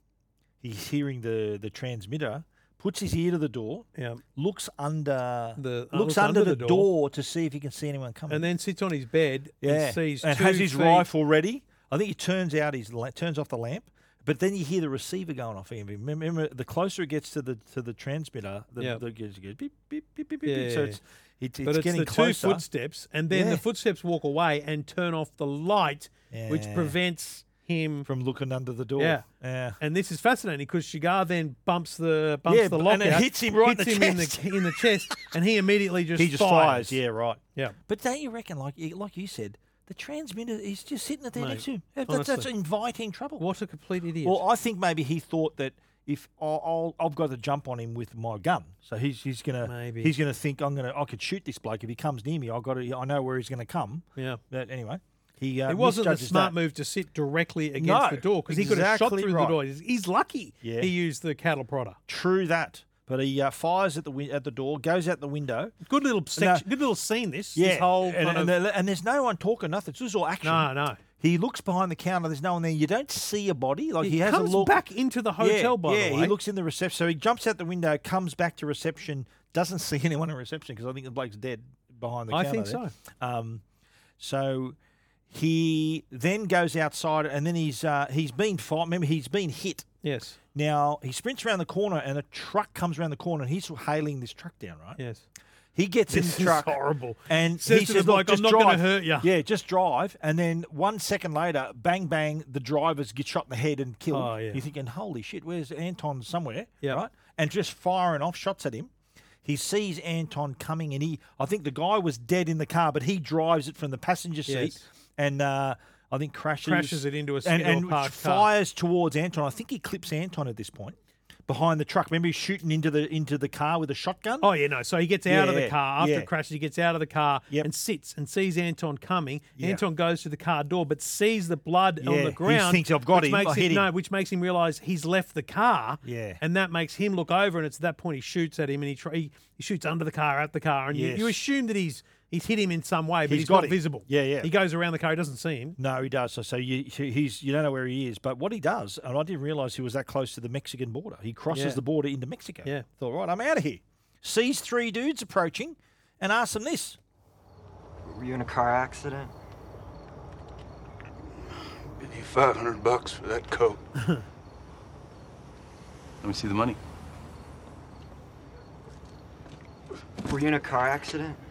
G: he's hearing the the transmitter. Puts his ear to the door.
H: Yeah.
G: Looks under
H: The- uh,
G: looks under, the door. to see if he can see anyone coming.
H: and then sits on his bed
G: yeah,
H: and sees
G: and
H: two
G: has his
H: feet-
G: rifle ready. I think he turns out his la- turns off the lamp, but then you hear the receiver going off. EMV. Remember, remember, the closer it gets to the to the transmitter, the,
H: Yeah.
G: the goes, goes beep beep beep beep beep.
H: Yeah,
G: beep. So
H: yeah,
G: it's it's, it's
H: but it's
G: getting
H: the
G: closer.
H: two footsteps, and then
G: Yeah.
H: the footsteps walk away and turn off the light, which
G: Yeah.
H: prevents him
G: from looking under the door.
H: Yeah,
G: yeah.
H: And this is fascinating because Shigar then bumps the bumps
G: Yeah,
H: the
G: b-
H: lock
G: and it
H: out,
G: hits him right in
H: hits
G: the
H: him
G: chest.
H: in the in the chest, and he immediately just
G: he just fires.
H: fires.
G: Yeah, right.
H: Yeah.
G: But don't you reckon, like you- like you said, the transmitter is just sitting there
H: Mate,
G: next to him. That- That's, that's
H: honestly.
G: inviting trouble.
H: What a complete idiot.
G: Well, I think maybe he thought that if I'll, I'll I've got to jump on him with my gun, so he's he's gonna
H: Maybe.
G: he's gonna think I'm gonna I could shoot this bloke if he comes near me. I got to I know where he's gonna come.
H: Yeah.
G: But anyway, he uh,
H: it wasn't a
G: misjudges
H: smart
G: that.
H: move to sit directly against
G: No,
H: the door because he could have shot
G: exactly
H: through
G: right.
H: the door. He's, he's lucky
G: Yeah.
H: he used the cattle prodder.
G: True that. But he uh, fires at the win- at the door, goes out the window.
H: Good little section, good little scene. This,
G: Yeah,
H: this whole
G: and,
H: kind
G: and
H: of
G: there- and there's no one talking, nothing. It's just all action.
H: no, no.
G: He looks behind the counter. There's no one there. You don't see a body. Like he,
H: He
G: has
H: comes
G: a look
H: back into the hotel,
G: Yeah,
H: by the
G: yeah,
H: way.
G: he looks in the reception. So he jumps out the window, comes back to reception, doesn't see anyone in reception because I think the bloke's dead behind the
H: I
G: counter.
H: think
G: so. Um, so he then goes outside, and then he's uh, he's been fight. Remember, he's been hit.
H: Yes.
G: Now he sprints around the corner, and a truck comes around the corner, and he's hailing this truck down. Right.
H: Yes.
G: He gets
H: This
G: in
H: is
G: the truck.
H: horrible.
G: And
H: Says
G: he
H: to
G: says,
H: the
G: "Look,
H: bloke,
G: just
H: "I'm not gonna
G: drive."
H: hurt ya."
G: Yeah, just drive. And then one second later, bang bang, the drivers get shot in the head and killed.
H: Oh, yeah.
G: You're thinking, holy shit, where's Anton somewhere?
H: Yeah.
G: Right? And just firing off shots at him. He sees Anton coming and he I think the guy was dead in the car, but he drives it from the passenger seat
H: Yes.
G: and uh, I think crashes
H: Crashes it into a-
G: and,
H: into a
G: and
H: parked car.
G: fires towards Anton. I think he clips Anton at this point behind the truck. Remember he's shooting into the into the car with a shotgun?
H: Oh yeah, no. So he gets out of
G: Yeah,
H: the car after
G: yeah.
H: it crashes. He gets out of the car and sits and sees Anton coming.
G: Yeah.
H: Anton goes to the car door, but sees the blood
G: Yeah,
H: on the
G: he
H: ground.
G: thinks, "I've got him,
H: which Makes
G: I hit him."
H: No, which makes him realize he's left the car.
G: Yeah.
H: and that makes him look over, and it's at that point he shoots at him, and he try, he, he shoots under the car, at the car, and
G: Yes.
H: you, you assume that he's he's hit him in some way, but
G: He's
H: he's,
G: got
H: not
G: him.
H: visible.
G: Yeah, yeah.
H: He goes around the car. He doesn't see him.
G: No, he does. So, so you, he- he's you don't know where he is, but what he does, and I didn't realise he was that close to the Mexican border. He crosses
H: Yeah.
G: the border into Mexico.
H: Yeah.
G: Thought, right, I'm out of here. Sees three dudes approaching, and asks them this.
B: Were you in a car accident?
K: Give you 500 bucks for that coat.
E: Let me see the money.
B: Were you in a car accident?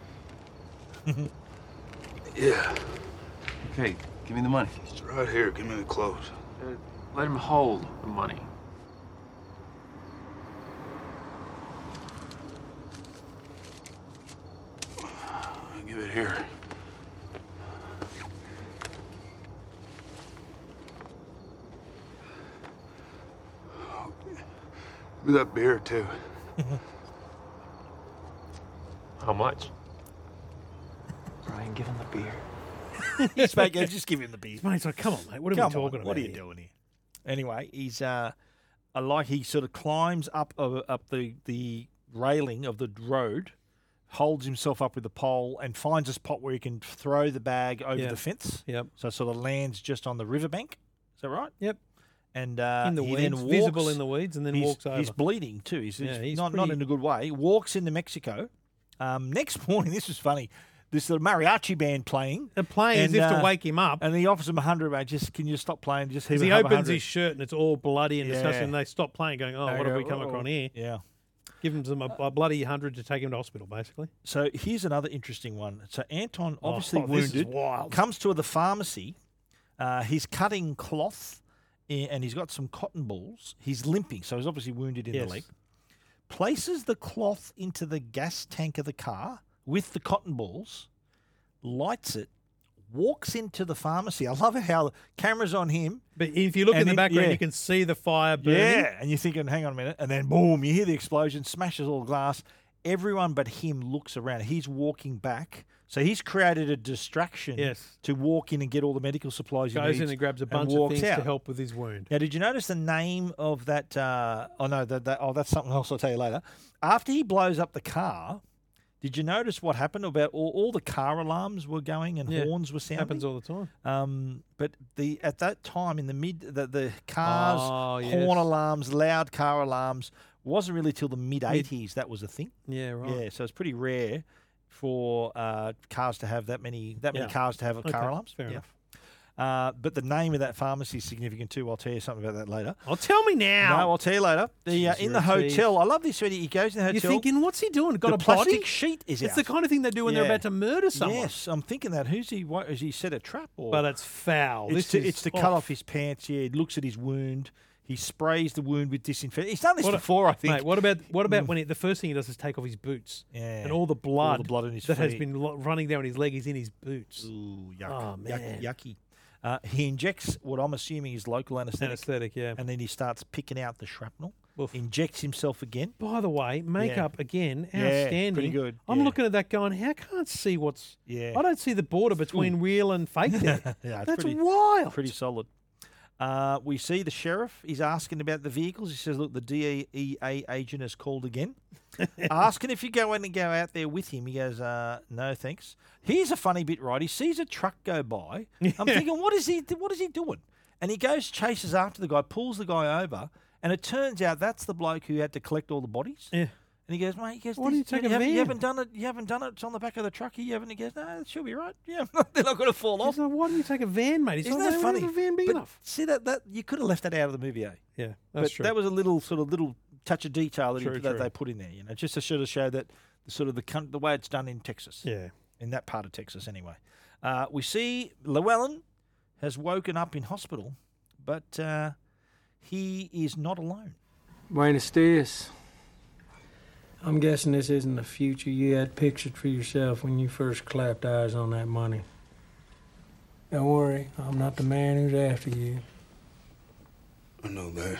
K: Yeah,
E: Okay, give me the money.
K: it's right here. Give me the clothes.
B: Uh,
E: Let him hold the money.
K: I'll give it here. Give me that beer, too.
E: How much?
B: Brian, give him the beer.
G: His mate goes, just give him the beer.
H: His mate's like, "Come on, mate, what are we
G: Come on,
H: talking about
G: What are you
H: here?"
G: doing here? Anyway, he's uh, I like he sort of climbs up uh, up the the railing of the road, holds himself up with a pole, and finds a spot where he can throw the bag over
H: Yeah.
G: the fence.
H: Yep.
G: So it sort of lands just on the riverbank. Is that right?
H: Yep.
G: And uh,
H: In the
G: he
H: weeds,
G: then walks,
H: visible in the weeds, and then
G: he's-
H: walks
G: He's
H: over.
G: bleeding too. He's, he's
H: Yeah, he's
G: not not
H: pretty-
G: in a good way. Walks into Mexico. Um, next morning, this was funny. This the mariachi band playing.
H: They're playing as
G: uh,
H: if to wake him up.
G: And he offers him a hundred. Mate, just can you stop playing? Just
H: 'Cause
G: heave
H: he
G: a hub a
H: opens
G: 100."
H: his shirt and it's all bloody and disgusting.
G: Yeah.
H: And they stop playing, going, "Oh,
G: They
H: what have
G: go,
H: we come
G: "Oh."
H: across here?"
G: Yeah.
H: Give him a, a bloody hundred to take him to hospital, basically.
G: So here's another interesting one. So Anton
H: Oh,
G: obviously
H: this is
G: wounded,
H: wild.
G: comes to the pharmacy. Uh, he's cutting cloth, i- and he's got some cotton balls. He's limping, so he's obviously wounded in
H: Yes.
G: the leg. Places the cloth into the gas tank of the car with the cotton balls, lights it, walks into the pharmacy. I love how the cameras on him.
H: But if you look in
G: And
H: the
G: it-
H: background,
G: yeah.
H: you can see the fire burning.
G: Yeah, and you're thinking, hang on a minute, and then boom, you hear the explosion, smashes all the glass. Everyone but him looks around. He's walking back, so he's created a distraction.
H: Yes.
G: to walk in and get all the medical supplies. he
H: Goes in
G: needs
H: and grabs a bunch of
G: walks
H: things to
G: out.
H: help with his wound.
G: Now, did you notice the name of that? Uh, oh no, that, that oh that's something else. I'll tell you later. After he blows up the car, did you notice what happened about all, all the car alarms were going and
H: Yeah,
G: horns were sounding?
H: Happens all the time.
G: Um, but the at that time in the mid the, the cars
H: Oh, yes.
G: horn alarms, loud car alarms wasn't really till the mid eighties that was a thing.
H: Yeah, right.
G: Yeah, so it's pretty rare for uh, cars to have that many that many
H: Yeah.
G: cars to have a
H: Okay,
G: car alarms.
H: fair
G: Yeah.
H: enough.
G: Uh, but the name of that pharmacy is significant too. I'll tell you something about that later.
H: Oh, tell me now.
G: No, I'll tell you later. The, uh,
H: Jeez,
G: in
H: you're
G: the
H: a tease.
G: hotel, I love this. When he goes in the hotel.
H: You're thinking, what's he doing? Got
G: the
H: a
G: plastic
H: body?
G: sheet is
H: It's
G: out.
H: the kind of thing they do when they're about to murder someone.
G: Yes, I'm thinking that. Who's he? What, has he set a trap? Or
H: But it's foul.
G: It's
H: Oh, This
G: to,
H: is
G: it's to
H: off.
G: cut off his pants. Yeah, he looks at his wound. He sprays the wound with disinfectant. He's done this
H: What a-
G: before, I think. Mm.
H: Mate, what about what about when he, the first thing he does is take off his boots?
G: Yeah.
H: And all the blood,
G: blood in his
H: that has
G: feet.
H: been lo- running down his leg is in his boots.
G: Ooh, yuck.
H: Oh,
G: Yuck-
H: man.
G: yucky. Uh, he injects what I'm assuming is local anesthetic.
H: Anesthetic, yeah.
G: And then he starts picking out the shrapnel. Injects himself again.
H: By the way, makeup again,
G: Yeah, pretty
H: outstanding.
G: good,
H: I'm
G: yeah.
H: looking at that going, how can't see what's.
G: Yeah.
H: I don't see the border between real and fake there.
G: Yeah, it's
H: That's
G: pretty,
H: wild.
G: Pretty solid. Uh, we see the sheriff. He's asking about the vehicles. He says, "Look, the DEA agent has called again, asking if you go in and go out there with him." He goes, uh, "No, thanks." Here's a funny bit, right? He sees a truck go by. I'm thinking, "What is he? What is he doing?" And he goes, chases after the guy, pulls the guy over, and it turns out that's the bloke who had to collect all the bodies. Yeah. And he goes, "Mate, he goes,
H: Why do you
G: "This-
H: take a
G: haven't, you
H: van?"
G: haven't done it. You haven't done it. It's on the back of the truck. You haven't." He goes, "No, it should be right. Yeah, they're not going to fall off."
H: Why do you take a van, mate? He's
G: Oh. Isn't
H: like,
G: that
H: "Why would
G: funny?
H: a van be
G: But
H: enough?"
G: See that that you could have left that out of the movie, eh?
H: Yeah,
G: but
H: that's true.
G: That was a little sort of little touch of detail that, he-
H: True,
G: that
H: true.
G: they put in there, you know, just to sort of show that the sort of the coun- the way it's done in Texas.
H: Yeah.
G: in that part of Texas, anyway. Uh, we see Llewellyn has woken up in hospital, but uh, he is not alone.
P: Buenos dias. I'm guessing this isn't the future you had pictured for yourself when you first clapped eyes on that money. Don't worry, I'm not the man who's after you.
K: I know that.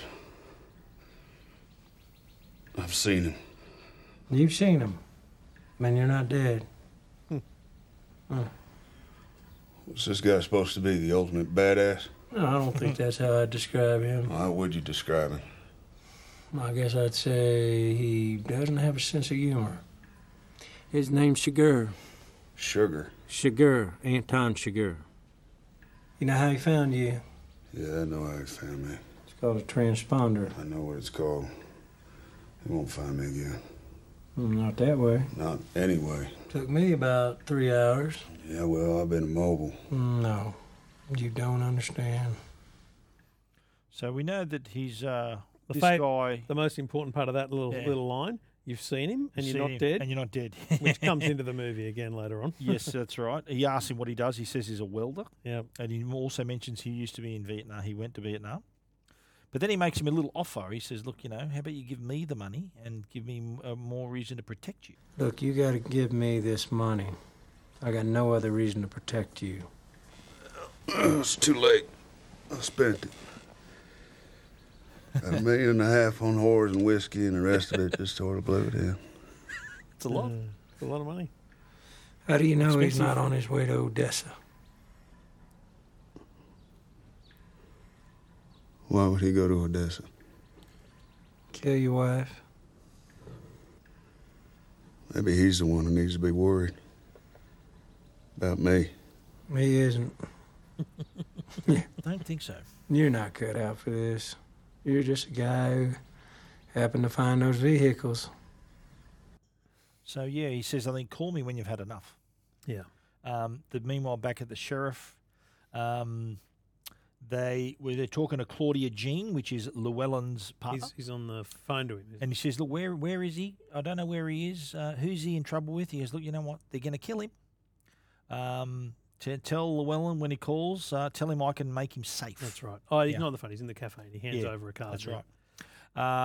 K: I've seen him.
P: You've seen him. Man, you're not dead.
K: Was this guy supposed to be the ultimate badass?
P: No, I don't think that's how I'd describe him.
K: How would you describe him?
P: I guess I'd say he doesn't have a sense of humor. His name's Shiger.
K: Sugar.
P: Shiger, Anton Shiger. You know how he found you?
K: Yeah, I know how he found me.
P: It's called a transponder.
K: I know what it's called. He won't find me again.
P: Mm, Not that way.
K: Not anyway.
P: Took me about three hours.
K: Yeah, well, I've been immobile.
P: No, you don't understand.
G: So we know that he's uh,
H: The
G: this
H: fa-
G: guy.
H: The most important part of that little
G: Yeah.
H: little line, you've seen him and
G: You've
H: you're not
G: seen him
H: dead.
G: and you're not dead.
H: which comes into the movie again later on.
G: yes, that's right. He asks him what he does. He says he's a welder.
H: Yeah.
G: And he also mentions he used to be in Vietnam. He went to Vietnam. But then he makes him a little offer. He says, Look, you know, how about you give me the money and give me m- a more reason to protect you?
P: Look, you gotta give me this money. I got no other reason to protect you.
K: it's too late. I spent it. Got a million and a half on whores and whiskey, and the rest of it just sort of blew it in.
H: It's a lot. It's a lot of money.
P: How do you know he's
H: Expensive.
P: not on his way to Odessa?
K: Why would he go to Odessa?
P: Kill your wife?
K: Maybe he's the one who needs to be worried about me.
P: He isn't.
G: I don't think so.
P: You're not cut out for this. You're just a guy who happened to find those vehicles.
G: So, yeah, he says, I think call me when you've had enough.
H: Yeah.
G: Um, the, meanwhile, back at the sheriff, um, they were they're talking to Claudia Jean, which is Llewellyn's partner.
H: He's, he's on the phone to him. isn't
G: and he says, "Look, where where is he? I don't know where he is. Uh, who's he in trouble with?" He goes, "Look, you know what? They're going to kill him. Um, t- tell Llewellyn when he calls. Uh, tell him I can make him safe."
H: That's right. Oh, he's
G: Yeah.
H: not on the phone. He's in the cafe. And he hands
G: Yeah,
H: over a card.
G: That's
H: yeah.
G: right.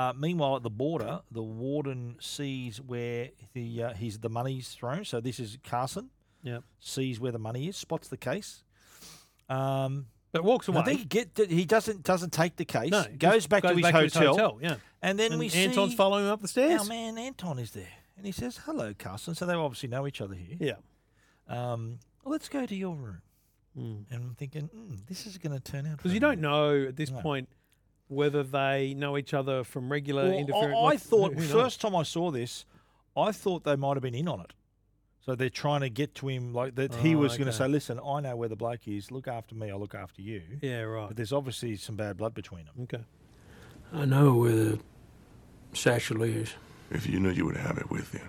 G: Uh, meanwhile, at the border, the warden sees where the uh, his the money's thrown. So this is Carson.
H: Yep.
G: Sees where the money is, spots the case. Um,
H: but walks
G: I
H: away.
G: think he get he doesn't doesn't take the case.
H: No, he just
G: goes back, to, his
H: hotel, yeah.
G: And then
H: And
G: we see
H: Anton's following him up the stairs.
G: Our man Anton is there, and he says, "Hello, Carson." So they obviously know each other here.
H: Yeah.
G: Um, let's go to your room. And I'm thinking, mm, this is going to turn out
H: Because
G: very
H: you don't know at this
G: No.
H: point whether they know each other from regular
G: Well,
H: interference.
G: I, I
H: like,
G: thought
H: who knows?
G: first time I saw this, I thought they might have been in on it. So they're trying to get to him like that. he
H: Oh,
G: was going to
H: okay.
G: say, "Listen, I know where the bloke is. Look after me. I'll look after you."
H: Yeah, right.
G: But there's obviously some bad blood between them.
H: Okay.
P: I know where the satchel is.
L: If you knew you would have it with you.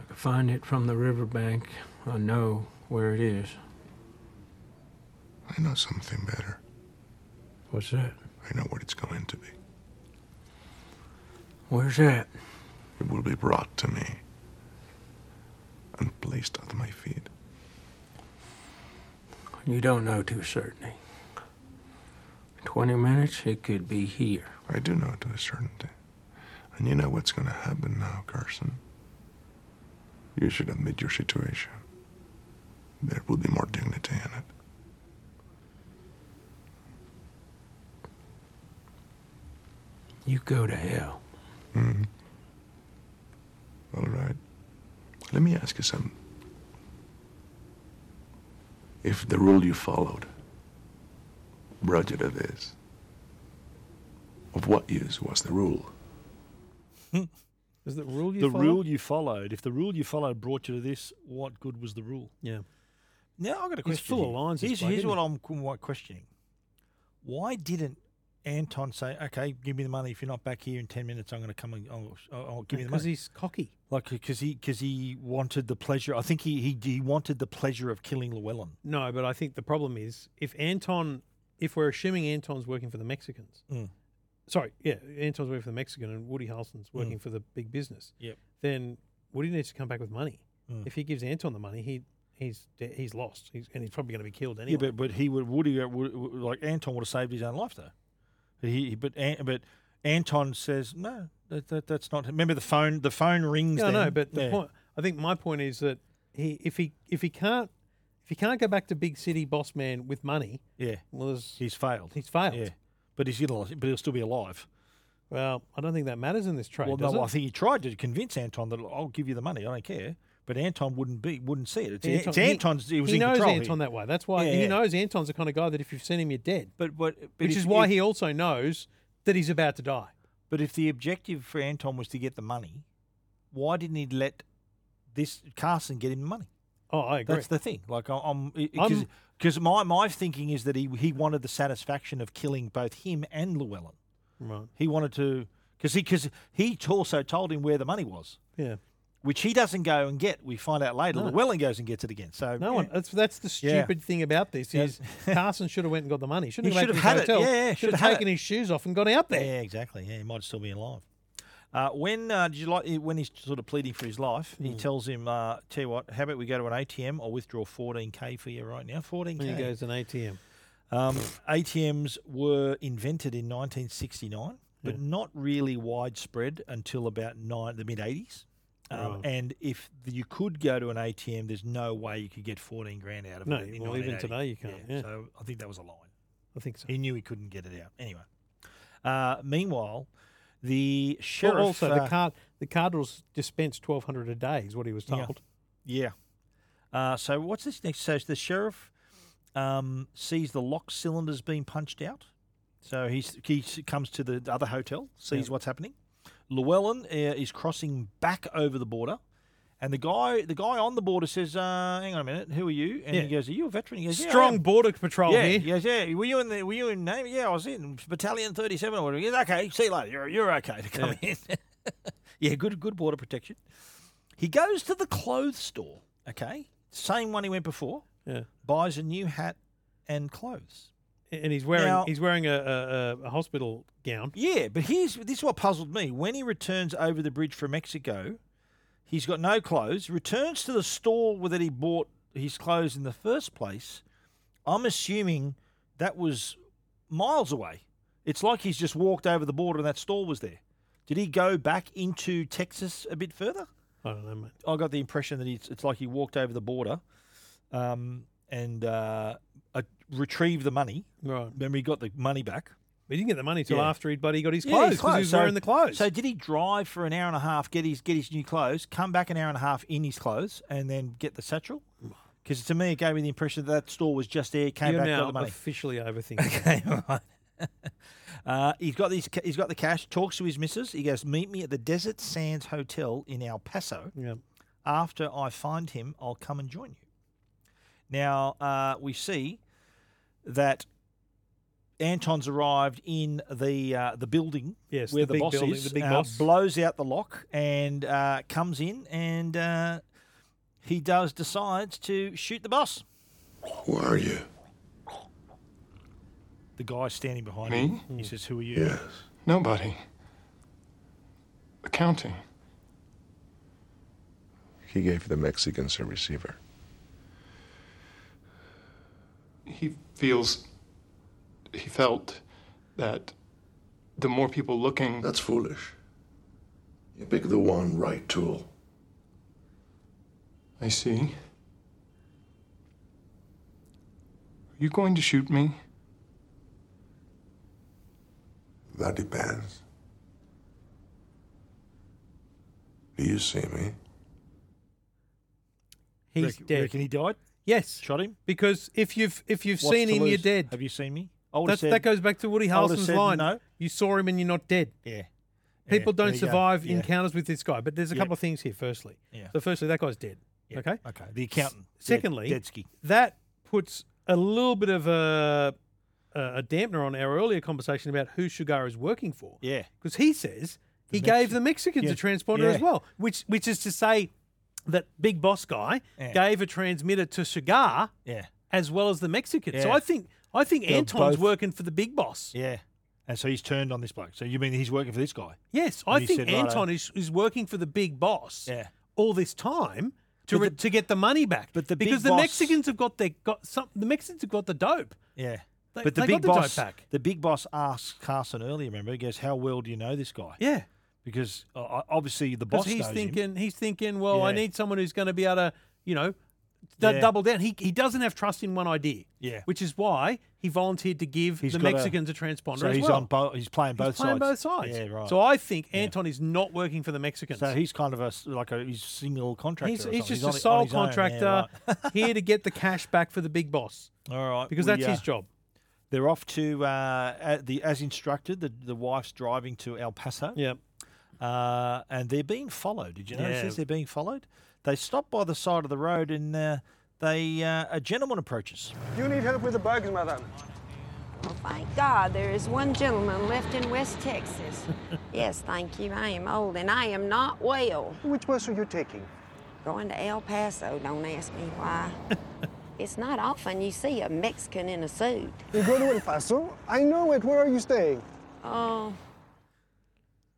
P: I could find it from the riverbank. I know where it is.
L: I know something better.
P: What's that?
L: I know what it's going to be.
P: Where's that?
L: It will be brought to me and placed at my feet.
P: You don't know to a certainty. Twenty minutes, it could be here.
L: I do know to a certainty. And you know what's going to happen now, Carson. You should admit your situation. There will be more dignity in it.
P: You go to hell.
L: Mhm. All right. Let me ask you something. If the rule you followed budget of his. Of what use was the rule?
H: Is the rule you
G: the
H: follow?
G: rule you followed. If the rule you followed brought you to this, what good was the rule?
H: Yeah. Now I've got a
G: He's
H: question.
G: full of
H: here.
G: lines, this
H: Here's,
G: bloke,
H: here's
G: isn't
H: what
G: he?
H: I'm qu- what questioning. Why didn't Anton say, "Okay, give me the money. If you're not back here in ten minutes, I'm going to come and I'll, I'll, I'll give you the money."
G: Because he's
H: cocky. Like because he because he wanted the pleasure. I think he, he he wanted the pleasure of killing Llewellyn.
G: No,
H: but
G: I
H: think
G: the
H: problem is if Anton, if we're assuming Anton's working for the Mexicans,
G: Mm.
H: sorry, yeah, Anton's working for the Mexican and Woody Harrelson's working
G: Mm.
H: for the big business.
G: Yep.
H: Then Woody needs to come back with money.
G: Mm.
H: If he gives Anton the money, he he's de- he's lost. He's, and he's probably going to be killed anyway.
G: Yeah, but, but he would Woody uh, would, would- like Anton would have saved his own life though. He he- but An- but Anton says no. That, that, that's not. Remember the phone. The phone rings.
H: Yeah, I
G: then.
H: know, but the
G: Yeah.
H: point. I think my point is that he, if he, if he can't, if he can't go back to big city boss man with money,
G: Yeah,
H: well,
G: he's failed.
H: He's failed.
G: Yeah, but he's gonna, but he'll still be alive.
H: Well, I don't think that matters in this trade.
G: well,
H: does
G: no,
H: it?
G: I think he tried to convince Anton that I'll give you the money. I don't care. But Anton wouldn't be, wouldn't see it. It's,
H: Anton-
G: it's Anton's. He, was
H: he
G: in
H: knows
G: control
H: Anton
G: here.
H: that way. That's why
G: Yeah,
H: he
G: yeah.
H: knows Anton's the kind of guy that if you've seen him, you're dead.
G: But what? but
H: which
G: if-
H: is why
G: if-
H: he also knows that he's about to die.
G: But if the objective for Anton was to get the money, why didn't he let this Carson get him the money?
H: Oh, I agree.
G: That's the thing. Like I- I'm,
H: I'm-
G: because my my thinking is that he he wanted the satisfaction of killing both him and Llewellyn.
H: Right.
G: He wanted to because he because he t- also told him where the money was,
H: Yeah.
G: which he doesn't go and get. We find out later.
H: No.
G: Llewellyn goes and gets it again. So
H: No one. That's that's the
G: Yeah.
H: stupid thing about this is Carson should have went and got the money. Shouldn't
G: He
H: have,
G: should
H: gone
G: have
H: back
G: had
H: to
G: it.
H: his hotel.
G: Yeah,
H: should
G: should
H: have
G: have had
H: taken
G: it.
H: his shoes off and gone out there.
G: Yeah, exactly. Yeah, he might still be alive. Uh, when uh, did you like when he's sort of pleading for his life? He
H: Mm.
G: tells him, uh, "Tell you what, how about we go to an ATM? I'll withdraw 14k for you right now. 14k."
H: And he goes an ATM.
G: Um, ATMs were invented in 1969, but
H: Yeah.
G: not really widespread until about nine, the mid 80s. Um,
H: Right.
G: And if you could go to an ATM, there's no way you could get 14 grand out of
H: No,
G: it. in
H: well, even
G: 1980.
H: today you can't, yeah.
G: So I think that was a line.
H: I think so.
G: He knew he couldn't get it out. Anyway, uh, meanwhile, the sheriff
H: well, also the
G: uh,
H: card the Cardinals dispensed twelve hundred a day is what he was
G: Yeah.
H: told.
G: Yeah. Uh, so what's this next? So the sheriff um, sees the lock cylinders being punched out. So he's, he s- comes to the other hotel, sees
H: Yeah.
G: what's happening. Llewellyn uh, is crossing back over the border, and the guy the guy on the border says, uh, "Hang on a minute, who are you?" And
H: Yeah.
G: he goes, "Are you a veteran?" He goes, "Yeah, I
H: Strong
G: am."
H: border patrol
G: yeah,
H: here.
G: He goes, "Yeah, were you in the were you in name? Yeah, I was in Battalion Thirty Seven or whatever." He goes, "Okay, see you later. You're, you're okay to come in." yeah, good good border protection. He goes to the clothes store, okay? Same one he went before.
H: Yeah.
G: Buys a new hat and clothes.
H: And he's wearing
G: Now-
H: he's wearing a, a, a- a hospital gown.
G: Yeah, but here's this is what puzzled me. When he returns over the bridge from Mexico, he's got no clothes, returns to the store where that he bought his clothes in the first place. I'm assuming that was miles away. It's like he's just walked over the border and that store was there. Did he go back into Texas a bit further?
H: I don't know, mate.
G: I got the impression that he's, it's like he walked over the border um, and uh, uh, retrieved the money.
H: Right.
G: Then we got the money back.
H: But he didn't get the money till
G: Yeah.
H: after he'd but he got his
G: Yeah,
H: clothes because he was
G: So-
H: wearing the clothes.
G: So did he drive for an hour and a half, get his get his new clothes, come back an hour and a half in his clothes, and then get the satchel? Because to me, it gave me the impression that that store was just there, came
H: You're
G: back, got
H: now
G: the money.
H: officially overthinking.
G: Okay, all right. Uh, he's got these. He's got the cash. Talks to his missus. He goes, "Meet me at the Desert Sands Hotel in El Paso.
H: Yeah.
G: After I find him, I'll come and join you." Now uh, we see that Anton's arrived in the uh, the building
H: Yes,
G: where the,
H: the big
G: boss
H: building,
G: is.
H: the big
G: uh,
H: boss.
G: blows out the lock and uh, comes in, and uh, he does decides to shoot the boss.
L: Who are you?
G: The guy standing behind
Q: Me?
G: him.
H: Hmm.
G: He says, "Who are you?"
L: Yes.
Q: Nobody. Accounting.
L: He gave the Mexicans a receiver.
Q: He feels. He felt that the more people looking.
L: That's foolish. You pick the one right tool.
Q: I see. Are you going to shoot me?
L: That depends. Do you see me?
H: He's
G: Reckon-
H: dead.
G: reckon he died?
H: Yes.
G: Shot him?
H: Because if you've if you've
G: What's
H: seen
G: to
H: him, you're
G: lose?
H: dead.
G: Have you seen me? I would've
H: That's,
G: said-
H: that goes back to Woody
G: I would've
H: Harrelson's
G: said
H: line.
G: no.
H: You saw him and you're not dead.
G: Yeah.
H: People
G: Yeah, there
H: don't
G: you go.
H: survive
G: Yeah.
H: encounters with this guy. But there's a
G: Yeah.
H: couple of things here. Firstly,
G: Yeah.
H: so firstly, that guy's dead.
G: Yeah.
H: Okay.
G: Okay. The accountant.
H: S- Secondly,
G: Dead- Deadsky.
H: that puts a little bit of a a dampener on our earlier conversation about who Sugar is working for.
G: Yeah.
H: because he says
G: The
H: he gave
G: Mexi-
H: the Mexicans
G: Yeah.
H: a transponder
G: Yeah.
H: as well, which which is to say that Big Boss guy
G: Yeah.
H: gave a transmitter to Sugar
G: Yeah.
H: as well as the Mexicans. So
G: Yeah.
H: I think I think
G: They're
H: Anton's
G: both-
H: working for the Big Boss.
G: Yeah. And so he's turned on this bloke. So you mean he's working for this guy?
H: Yes,
G: And
H: I
G: he
H: think
G: said, "Righto."
H: Anton is, is working for the big boss
G: Yeah.
H: all this time to
G: But
H: re-
G: the-
H: to get the money back. But the
G: big
H: because the
G: boss-
H: Mexicans have got their got some the Mexicans have got the dope.
G: Yeah.
H: They-
G: but the
H: they
G: big
H: got the dope
G: boss,
H: back.
G: the big boss asks Carson earlier. Remember, he goes, "How well do you know this guy?"
H: Yeah.
G: Because uh, uh, obviously the boss
H: Because he's
G: knows him.
H: thinking he's thinking, well, I
G: Yeah.
H: need someone who's going to be able to, you know, d-
G: Yeah.
H: double down. He he doesn't have trust in one idea.
G: Yeah.
H: which is why he volunteered to give
G: He's
H: the
G: got a-
H: Mexicans a, transponder
G: so
H: as
G: he's
H: well.
G: on both. He's playing both
H: playing both
G: sides.
H: sides.
G: Yeah, right.
H: So I think Anton is not working for the Mexicans.
G: So he's kind of a s- like a he's single contractor.
H: He's,
G: or
H: he's
G: something.
H: just
G: on
H: a
G: it- on
H: sole
G: his own.
H: contractor
G: Yeah, right.
H: here to get the cash back for the big boss.
G: All right,
H: Because
G: we,
H: that's his
G: uh,
H: job.
G: They're off to uh, at the as instructed. The the wife's driving to El Paso.
H: Yep.
G: Uh, and they're being followed. Did you notice
H: Yeah.
G: this? They're being followed. They stop by the side of the road and uh, they uh, a gentleman approaches.
R: You need help with the bags, madam.
S: Oh, thank God, there is one gentleman left in West Texas. yes, thank you. I am old and I am not well.
R: Which bus are you taking?
S: Going to El Paso, don't ask me why. it's not often you see a Mexican in a suit.
R: You go to El Paso? I know it. Where are you staying?
S: Oh,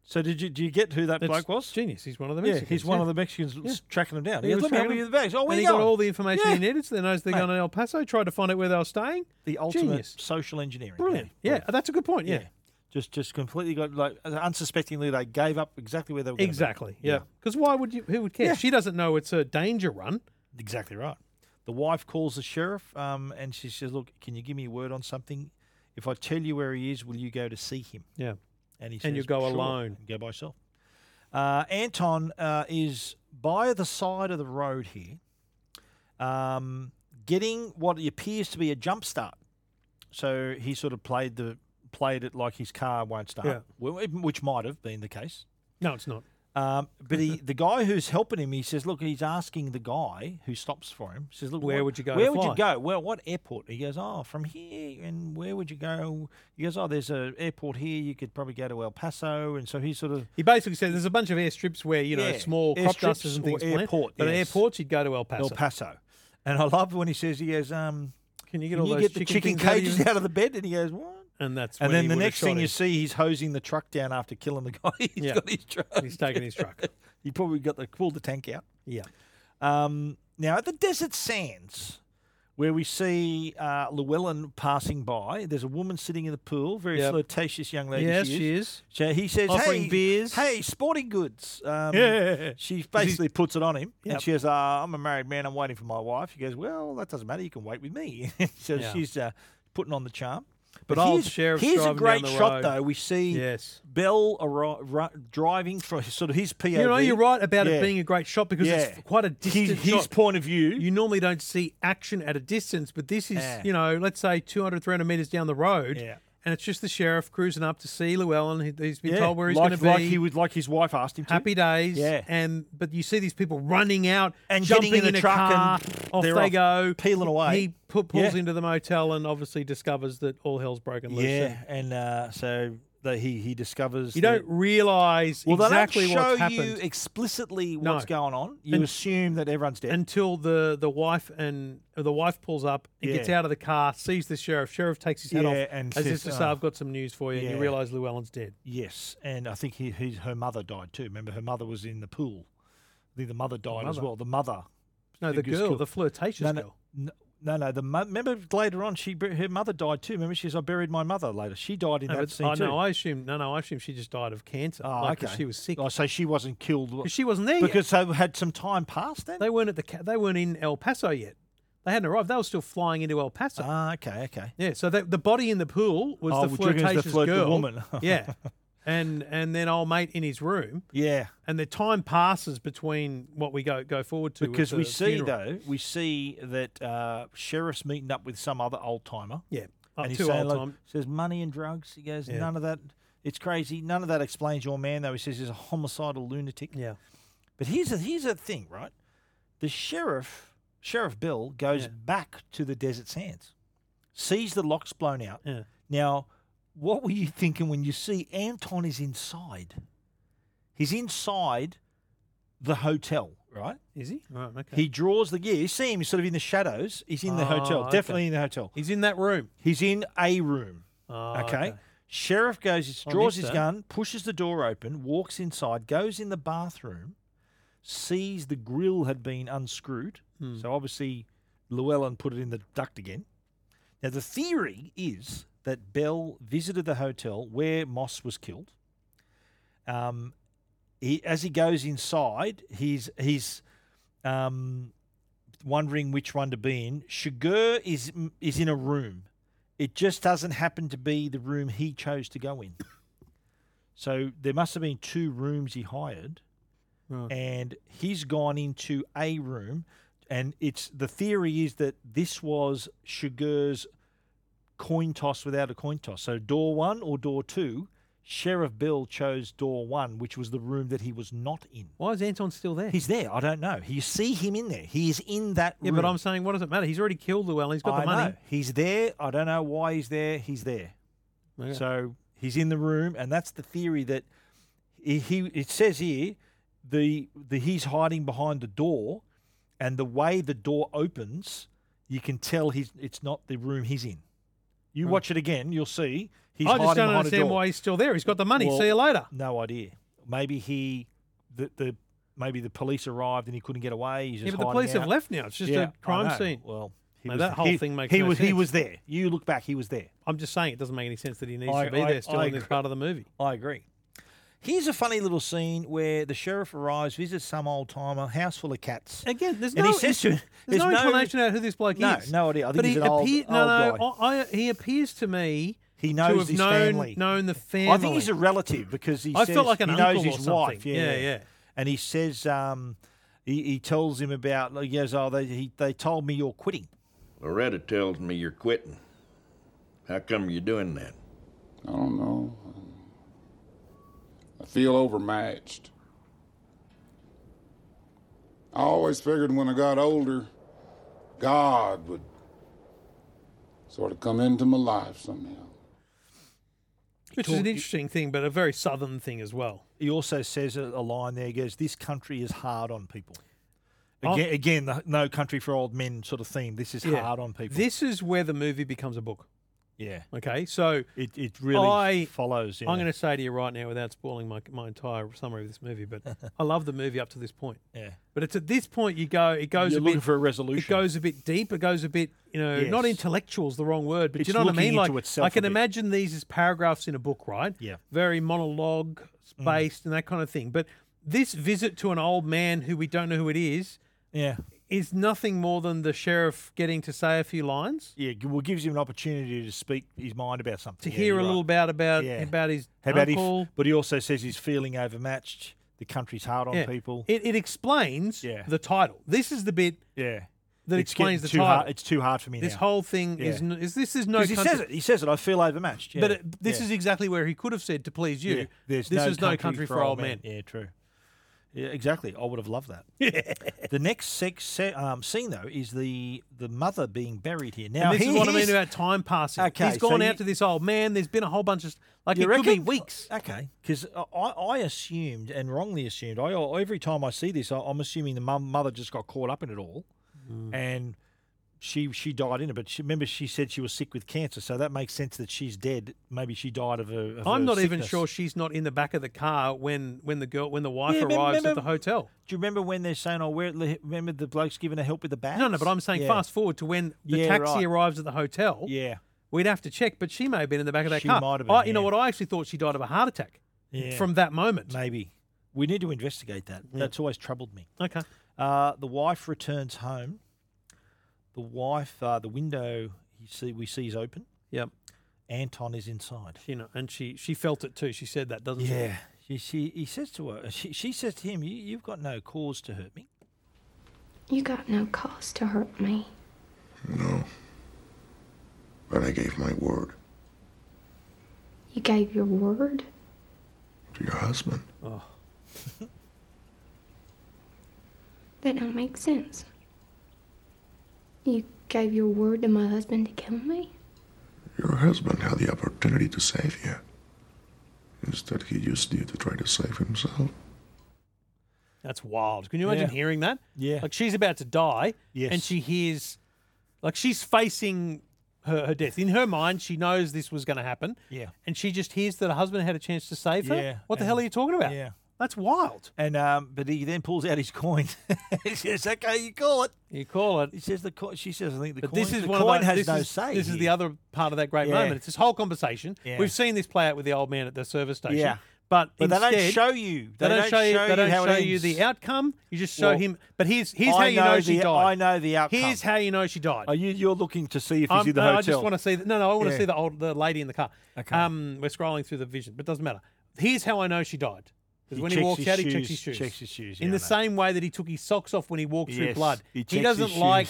G: So did you do you get who that
H: That's
G: bloke was?
H: Genius. He's one of the
G: Yeah,
H: Mexicans.
G: he's one of the Mexicans
H: Yeah.
G: tracking them down. He
H: He
G: goes, "Let
H: was
G: me help
H: tracking
G: you
H: them.
G: with the bags." Oh,
H: And
G: where
H: he
G: you
H: got
G: going?"
H: all the information
G: Yeah.
H: he needed, so they knows they're
G: Mate.
H: going to El Paso, tried to find out where they were staying.
G: The ultimate
H: Genius.
G: social engineering.
H: Brilliant.
G: really.
H: Yeah, that's a good point. Yeah.
G: Just just completely got like unsuspectingly they gave up exactly where they were. gonna be.
H: Exactly. Yeah. Because why would you? Who would care?
G: Yeah.
H: She doesn't know it's a danger run.
G: Exactly right. The wife calls the sheriff um, and she says, "Look, can you give me a word on something? If I tell you where he is, will you go to see him?"
H: Yeah.
G: And he
H: And you
G: says,
H: go
G: "Sure,"
H: alone.
G: and go by yourself. Uh, Anton uh, is by the side of the road here, um, getting what appears to be a jump start. So he sort of played the played it like his car won't start,
H: Yeah.
G: wh- which might have been the case.
H: No, it's not.
G: Um, but he, the guy who's helping him, he says, "Look, he's asking the guy who stops for him. Says, look,
H: Where
G: what-
H: would you go to
G: Where would you
H: fly?"
G: go? Well, what airport?" He goes, "Oh, from here. And where would you go?" He goes, "Oh, there's a airport here. You could probably go to El Paso." And so he sort of
H: He basically said there's a bunch of airstrips where you know
G: Yeah,
H: small crop
G: airstrips
H: dusters and
G: or
H: things. plant,
G: airport,
H: but
G: yes.
H: airports you'd go to El Paso.
G: El Paso, and I love when he says, "He goes, um,
H: Can you get
G: can
H: all
G: you
H: those
G: get the
H: chicken
G: chicken
H: things out of
G: cages
H: you?
G: out of the bed?" And he goes, "What?"
H: And that's
G: and
H: when
G: then
H: he
G: the
H: would've
G: next
H: shot
G: thing you
H: him.
G: see, he's hosing the truck down after killing the guy. He's
H: Yeah.
G: got his truck.
H: He's taking his truck.
G: he probably got the pulled the tank out.
H: Yeah.
G: Um, now at the desert sands, where we see uh, Llewellyn passing by, there's a woman sitting in the pool, very
H: Yep.
G: flirtatious young lady.
H: Yes,
G: she is.
H: she is.
G: So he says,
H: Offering
G: "Hey,
H: beers."
G: hey, sporting goods." Um,
H: Yeah.
G: She
H: 'Cause he's-
G: basically puts it on him, and
H: Yep.
G: she goes, uh, "I'm a married man. I'm waiting for my wife." He goes, "Well, that doesn't matter. You can wait with me." so
H: Yeah.
G: she's uh, putting on the charm.
H: But old
G: here's,
H: sheriff's
G: here's a
H: driving
G: great
H: down the
G: shot
H: road.
G: though. We see
H: Yes.
G: Bell arri- ru- driving for sort of his POV.
H: You know, you're right about
G: Yeah.
H: it being a great shot because
G: Yeah.
H: it's f- quite a distant
G: his
H: shot.
G: point of view.
H: You normally don't see action at a distance, but this is,
G: Yeah.
H: you know, let's say 200, 300 metres down the road.
G: Yeah.
H: And it's just the sheriff cruising up to see Llewellyn. He- He's been
G: Yeah,
H: told where he's
G: like-
H: going to be.
G: like he would- like his wife asked him to.
H: Happy days.
G: Yeah.
H: And but you see these people running out
G: And getting
H: jumping
G: in a
H: a
G: truck
H: car,
G: and
H: off
G: they're
H: they
G: off,
H: go,
G: peeling away.
H: He pu- pulls
G: Yeah.
H: into the motel and obviously discovers that all hell's broken loose.
G: Yeah, and uh, so that he he discovers
H: You
G: that-
H: don't realise
G: well,
H: exactly
G: they don't show
H: what's happened.
G: you explicitly
H: No.
G: what's going on. You
H: And-
G: assume that everyone's dead.
H: until the the wife and uh, the wife pulls up and gets
G: Yeah.
H: out of the car, sees the sheriff. Sheriff takes his hat
G: Yeah,
H: off
G: and
H: as
G: says,
H: if to say,
G: "Oh."
H: "I've got some news for you." And
G: Yeah.
H: you realise Llewellyn's dead.
G: yes, and I think he, he her mother died too. Remember, her mother was in the pool. I think the mother died as
H: mother.
G: well. The mother.
H: No, the
G: figures
H: girl,
G: killed-
H: the flirtatious
G: no, no,
H: girl.
G: No, no, no, the mo- remember later on she bur- her mother died too. Remember she says I buried my mother later. She died in
H: No,
G: that
H: but,
G: scene
H: oh,
G: too.
H: no, I assume no, no, I assume she just died of cancer.
G: Oh,
H: like, 'cause
G: okay.
H: she was sick.
G: Oh, so she wasn't killed.
H: 'Cause she wasn't there yet.
G: because they had some time passed then.
H: They weren't at the ca- they weren't in El Paso yet. They hadn't arrived. They were still flying into El Paso.
G: Ah, okay, okay.
H: yeah, so that, the body in the pool was
G: Oh,
H: the
G: we're drinking as the
H: flirtatious
G: flirt- the
H: girl,
G: woman.
H: yeah, and and then old mate in his room.
G: Yeah.
H: and the time passes between what we go go forward to with
G: Because we
H: the
G: see
H: funeral.
G: though, we see that uh, sheriff's meeting up with some other old timer.
H: Yeah. Up
G: and he's
H: to
G: saying,
H: old
G: like,
H: time.
G: says money and drugs. He goes,
H: Yeah.
G: none of that. It's crazy. None of that explains your man, though. He says he's a homicidal lunatic.
H: Yeah.
G: But here's a, here's the thing, right? The sheriff, Sheriff Bill, goes back to the desert sands, sees the locks blown out.
H: Yeah.
G: Now, what were you thinking when you see Anton is inside? He's inside the hotel, right?
H: Is he? Right, okay.
G: He draws the yeah. You see him. He's sort of in the shadows. He's in the
H: Oh,
G: hotel.
H: okay.
G: Definitely in the hotel.
H: He's in that room.
G: He's in a room.
H: Oh,
G: okay.
H: okay.
G: Sheriff goes,
H: I
G: draws
H: missed
G: his
H: that.
G: gun, pushes the door open, walks inside, goes in the bathroom, sees the grill had been unscrewed.
H: Hmm.
G: So obviously Llewellyn put it in the duct again. Now the theory is that Bell visited the hotel where Moss was killed. Um, he, as he goes inside, he's he's um, wondering which one to be in. Sugar is is in a room. It just doesn't happen to be the room he chose to go in. So there must have been two rooms he hired,
H: Right.
G: and he's gone into a room, and it's the theory is that this was Sugar's coin toss without a coin toss. So door one or door two. Sheriff Bill chose door one, which was the room that he was not in.
H: Why is Anton still there?
G: He's there. I don't know. You see him in there. He is in that
H: Yeah,
G: room.
H: but I'm saying, what does it matter? He's already killed Llewellyn. He's got the
G: I
H: money.
G: Know. He's there. I don't know why he's there. He's there.
H: Okay.
G: So he's in the room, and that's the theory that he, he it says here the the he's hiding behind the door, and the way the door opens, you can tell he's it's not the room he's in. You
H: Right.
G: watch it again, you'll see he's
H: Hmm. I just
G: hiding
H: don't
G: behind a
H: understand
G: door.
H: why he's still there. He's got the money.
G: Well,
H: See you later.
G: No idea. Maybe he the the maybe the police arrived and he couldn't get away. He's
H: Yeah,
G: just
H: but the
G: hiding
H: police have
G: out.
H: left now. It's just a
G: Yeah, I
H: crime
G: know.
H: scene.
G: Well, he
H: Now,
G: was-
H: that whole
G: he-
H: thing makes
G: he
H: no
G: was- he
H: sense.
G: was there. You look back, he was there.
H: I'm just saying it doesn't make any sense that he needs
G: I-
H: to be
G: I-
H: there still
G: I
H: in this
G: agree.
H: part of the movie.
G: I agree. Here's a funny little scene where the sheriff arrives, visits some old timer, house full of cats.
H: Again, there's
G: and
H: no
G: he says to-
H: there's, no, explanation about who this bloke
G: No,
H: is.
G: no idea. I think
H: but
G: he's
H: he
G: an old-
H: appear-
G: old
H: no, no,
G: guy.
H: I, I- he appears to me
G: He knows
H: to have
G: his
H: known,
G: family.
H: known the family.
G: I think he's a relative because he
H: I
G: says
H: felt like an
G: he
H: uncle
G: knows
H: or
G: his wife.
H: something.
G: Yeah,
H: Yeah, yeah.
G: And he says, um, he, he tells him about, like, he goes, oh, they, he, they told me you're quitting.
T: Loretta tells me you're quitting. How come you're doing that?
A: I don't know. I feel overmatched. I always figured when I got older, God would sort of come into my life somehow.
H: which is an
G: Talk-
H: interesting thing, but a very southern thing as well.
G: He also says a, a line there, he goes, this country is hard on people.
H: Oh.
G: Again, again the no country for old men sort of theme. This is
H: Yeah.
G: hard on people.
H: This is where the movie becomes a book.
G: yeah.
H: Okay, so
G: it, it really
H: I,
G: follows. Yeah.
H: I'm going to say to you right now, without spoiling my, my entire summary of this movie, but I love the movie up to this point.
G: Yeah.
H: But it's at this point you go, it goes
G: You're
H: a
G: looking
H: bit
G: for a resolution.
H: It goes a bit deep. It goes a bit, you know, not
G: Yes.
H: intellectual's the wrong word, but
G: It's
H: you know what I
G: looking
H: mean.
G: into
H: Like
G: itself
H: I
G: a
H: can
G: bit.
H: imagine these as paragraphs in a book, right?
G: Yeah. Mm.
H: very monologue based and that kind of thing. But this visit to an old man who we don't know who it is,
G: Yeah.
H: is nothing more than the sheriff getting to say a few lines.
G: Yeah, g- well, gives him an opportunity to speak his mind about something.
H: To
G: Yeah,
H: hear
G: you're
H: a little
G: right.
H: about about
G: Yeah.
H: about his
G: How about he f-
H: uncle.
G: but he also says he's feeling overmatched. The country's hard on
H: Yeah.
G: people.
H: It, it explains
G: Yeah.
H: the title. This is the bit
G: yeah,
H: that
G: It's getting
H: explains the
G: too
H: title.
G: Hard, it's too hard for me.
H: this
G: now.
H: whole thing
G: Yeah.
H: is, n- is this is no.
G: 'Cause he says
H: country-
G: it. He says it. I feel overmatched. Yeah.
H: But it, this
G: Yeah.
H: is exactly where he could have said to please you.
G: Yeah. There's
H: this is no country for old men.
G: Yeah, true. Yeah, exactly. I would have loved that. the next sex se- um, scene though is the the mother being buried here. Now
H: and this is
G: he-
H: what I mean
G: he's-
H: about time passing.
G: Okay,
H: he's gone
G: so
H: out
G: you-
H: to this old man. There's been a whole bunch of like
G: You
H: it could be
G: reckon?
H: weeks.
G: Okay, because I, I assumed and wrongly assumed. I every time I see this, I, I'm assuming the mum, mother just got caught up in it all,
H: Mm.
G: and she she died in it. But she, remember, she said she was sick with cancer, so that makes sense that she's dead. Maybe she died of a. Of
H: I'm
G: a
H: not even
G: sickness.
H: sure she's not in the back of the car when when the girl when the wife
G: Yeah, remem-
H: arrives at
G: remember-
H: the hotel.
G: Do you remember when they're saying, "Oh, where?" Remember the bloke's giving her help with the bags?
H: No, no, but I'm saying
G: Yeah.
H: fast forward to when the
G: Yeah,
H: taxi
G: right.
H: arrives at the hotel.
G: Yeah.
H: We'd have to check, but she may have been in the back of that
G: She
H: car.
G: might have
H: I,
G: been,
H: you know
G: yeah.
H: what? I actually thought she died of a heart attack
G: Yeah.
H: from that moment.
G: Maybe. We need to investigate that. That's always troubled me.
H: Okay.
G: Uh, the wife returns home. The wife, uh, the window you see, we see is open.
H: Yep.
G: Anton is inside.
H: You know, and she she felt it too. She said that, doesn't she?
G: Yeah. She, she, he says to her, she, she says to him, you, You've got no cause to hurt me.
J: You got no cause to hurt me.
L: No. But I gave my word
J: You gave your word?
L: to your husband.
J: Oh. that don't make sense. You gave your word to my husband to kill me?
L: Your husband had the opportunity to save you. Instead, he used you to try to save himself.
H: That's wild. Can you imagine
G: Yeah.
H: hearing that?
G: Yeah.
H: Like she's about to die.
G: Yes.
H: And she hears, like she's facing her, her death. In her mind, she knows this was going to happen.
G: Yeah.
H: And she just hears that her husband had a chance to save her.
G: Yeah,
H: What the hell
G: and-
H: are you talking about?
G: yeah.
H: That's wild.
G: And um, but he then pulls out his coin. he says, "Okay, you call it."
H: You call it.
G: He says the co- she says, "I think the
H: But
G: coin."
H: this is
G: the
H: one
G: coin
H: of those,
G: has
H: this
G: no
H: is,
G: say.
H: This is the
G: here.
H: other part of that great
G: Yeah.
H: moment. It's this whole conversation.
G: Yeah.
H: We've seen this play out with the old man at the service station.
G: Yeah.
H: But,
G: But they don't
H: instead-
G: show you.
H: They, don't, show you. They don't
G: how it
H: show you
G: ends.
H: the outcome. You just show
G: Well,
H: him. But here's here's how
G: I
H: you know,
G: know
H: she
G: the-
H: died.
G: I know the outcome.
H: Here's how you know she died.
G: Are you? You're looking to see if he's
H: I'm-
G: in the
H: no,
G: hotel.
H: I just want to see. The, no, no, I want to
G: Yeah.
H: see the old the lady in the car.
G: Okay.
H: Um, we're scrolling through the vision, but it doesn't matter. Here's how I know she died. Because
G: He
H: when he
G: checks
H: walks
G: his
H: out, he checks
G: shoes-
H: his shoes.
G: checks his shoes,
H: In
G: yeah,
H: the
G: I know.
H: same way that he took his socks off when he walked through
G: Yes,
H: blood.
G: he checks
H: he
G: his
H: doesn't
G: shoes.
H: like.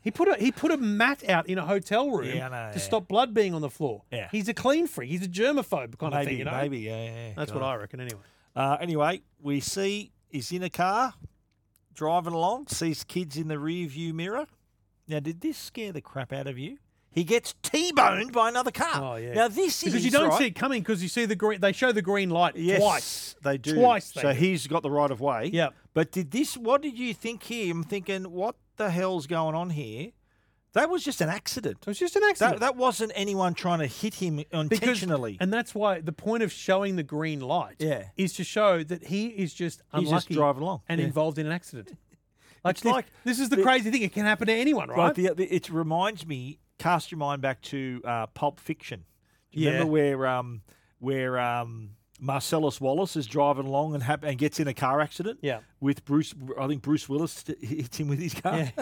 H: he put a he put a mat out in a hotel room
G: Yeah, I know,
H: to
G: yeah.
H: stop blood being on the floor.
G: Yeah.
H: He's a clean freak. He's a germaphobe kind
G: maybe,
H: of thing. You know.
G: maybe, yeah, yeah, yeah.
H: That's
G: God.
H: what I reckon. Anyway.
G: Uh, anyway, we see he's in a car, driving along, sees kids in the rear view mirror. Now, did this scare the crap out of you? He gets T-boned by another car.
H: Oh yeah.
G: Ah, Now this
H: because
G: is
H: you don't
G: right?
H: see it coming because you see the green. They show the green light
G: Yes,
H: twice.
G: They do
H: Twice. They
G: So
H: do.
G: he's got the right of way.
H: Yep.
G: But did this? What did you think here? I'm thinking, what the hell's going on here? That was just an accident. It
H: was just an
G: That,
H: accident.
G: that wasn't anyone trying to hit him intentionally.
H: and that's why the point of showing the green light
G: Yeah.
H: is to show that he is just
G: He's
H: unlucky
G: just driving along.
H: and
G: Yeah.
H: involved in an accident. Like
G: It's
H: this,
G: like
H: this is the,
G: the-
H: crazy thing. It can happen to anyone, right?
G: Like the, the, it reminds me. Cast your mind back to uh, Pulp Fiction. Do you
H: Yeah.
G: remember where um, where um, Marcellus Wallace is driving along and hap- and gets in a car accident?
H: Yeah.
G: With Bruce, I think Bruce Willis t- hits him with his car.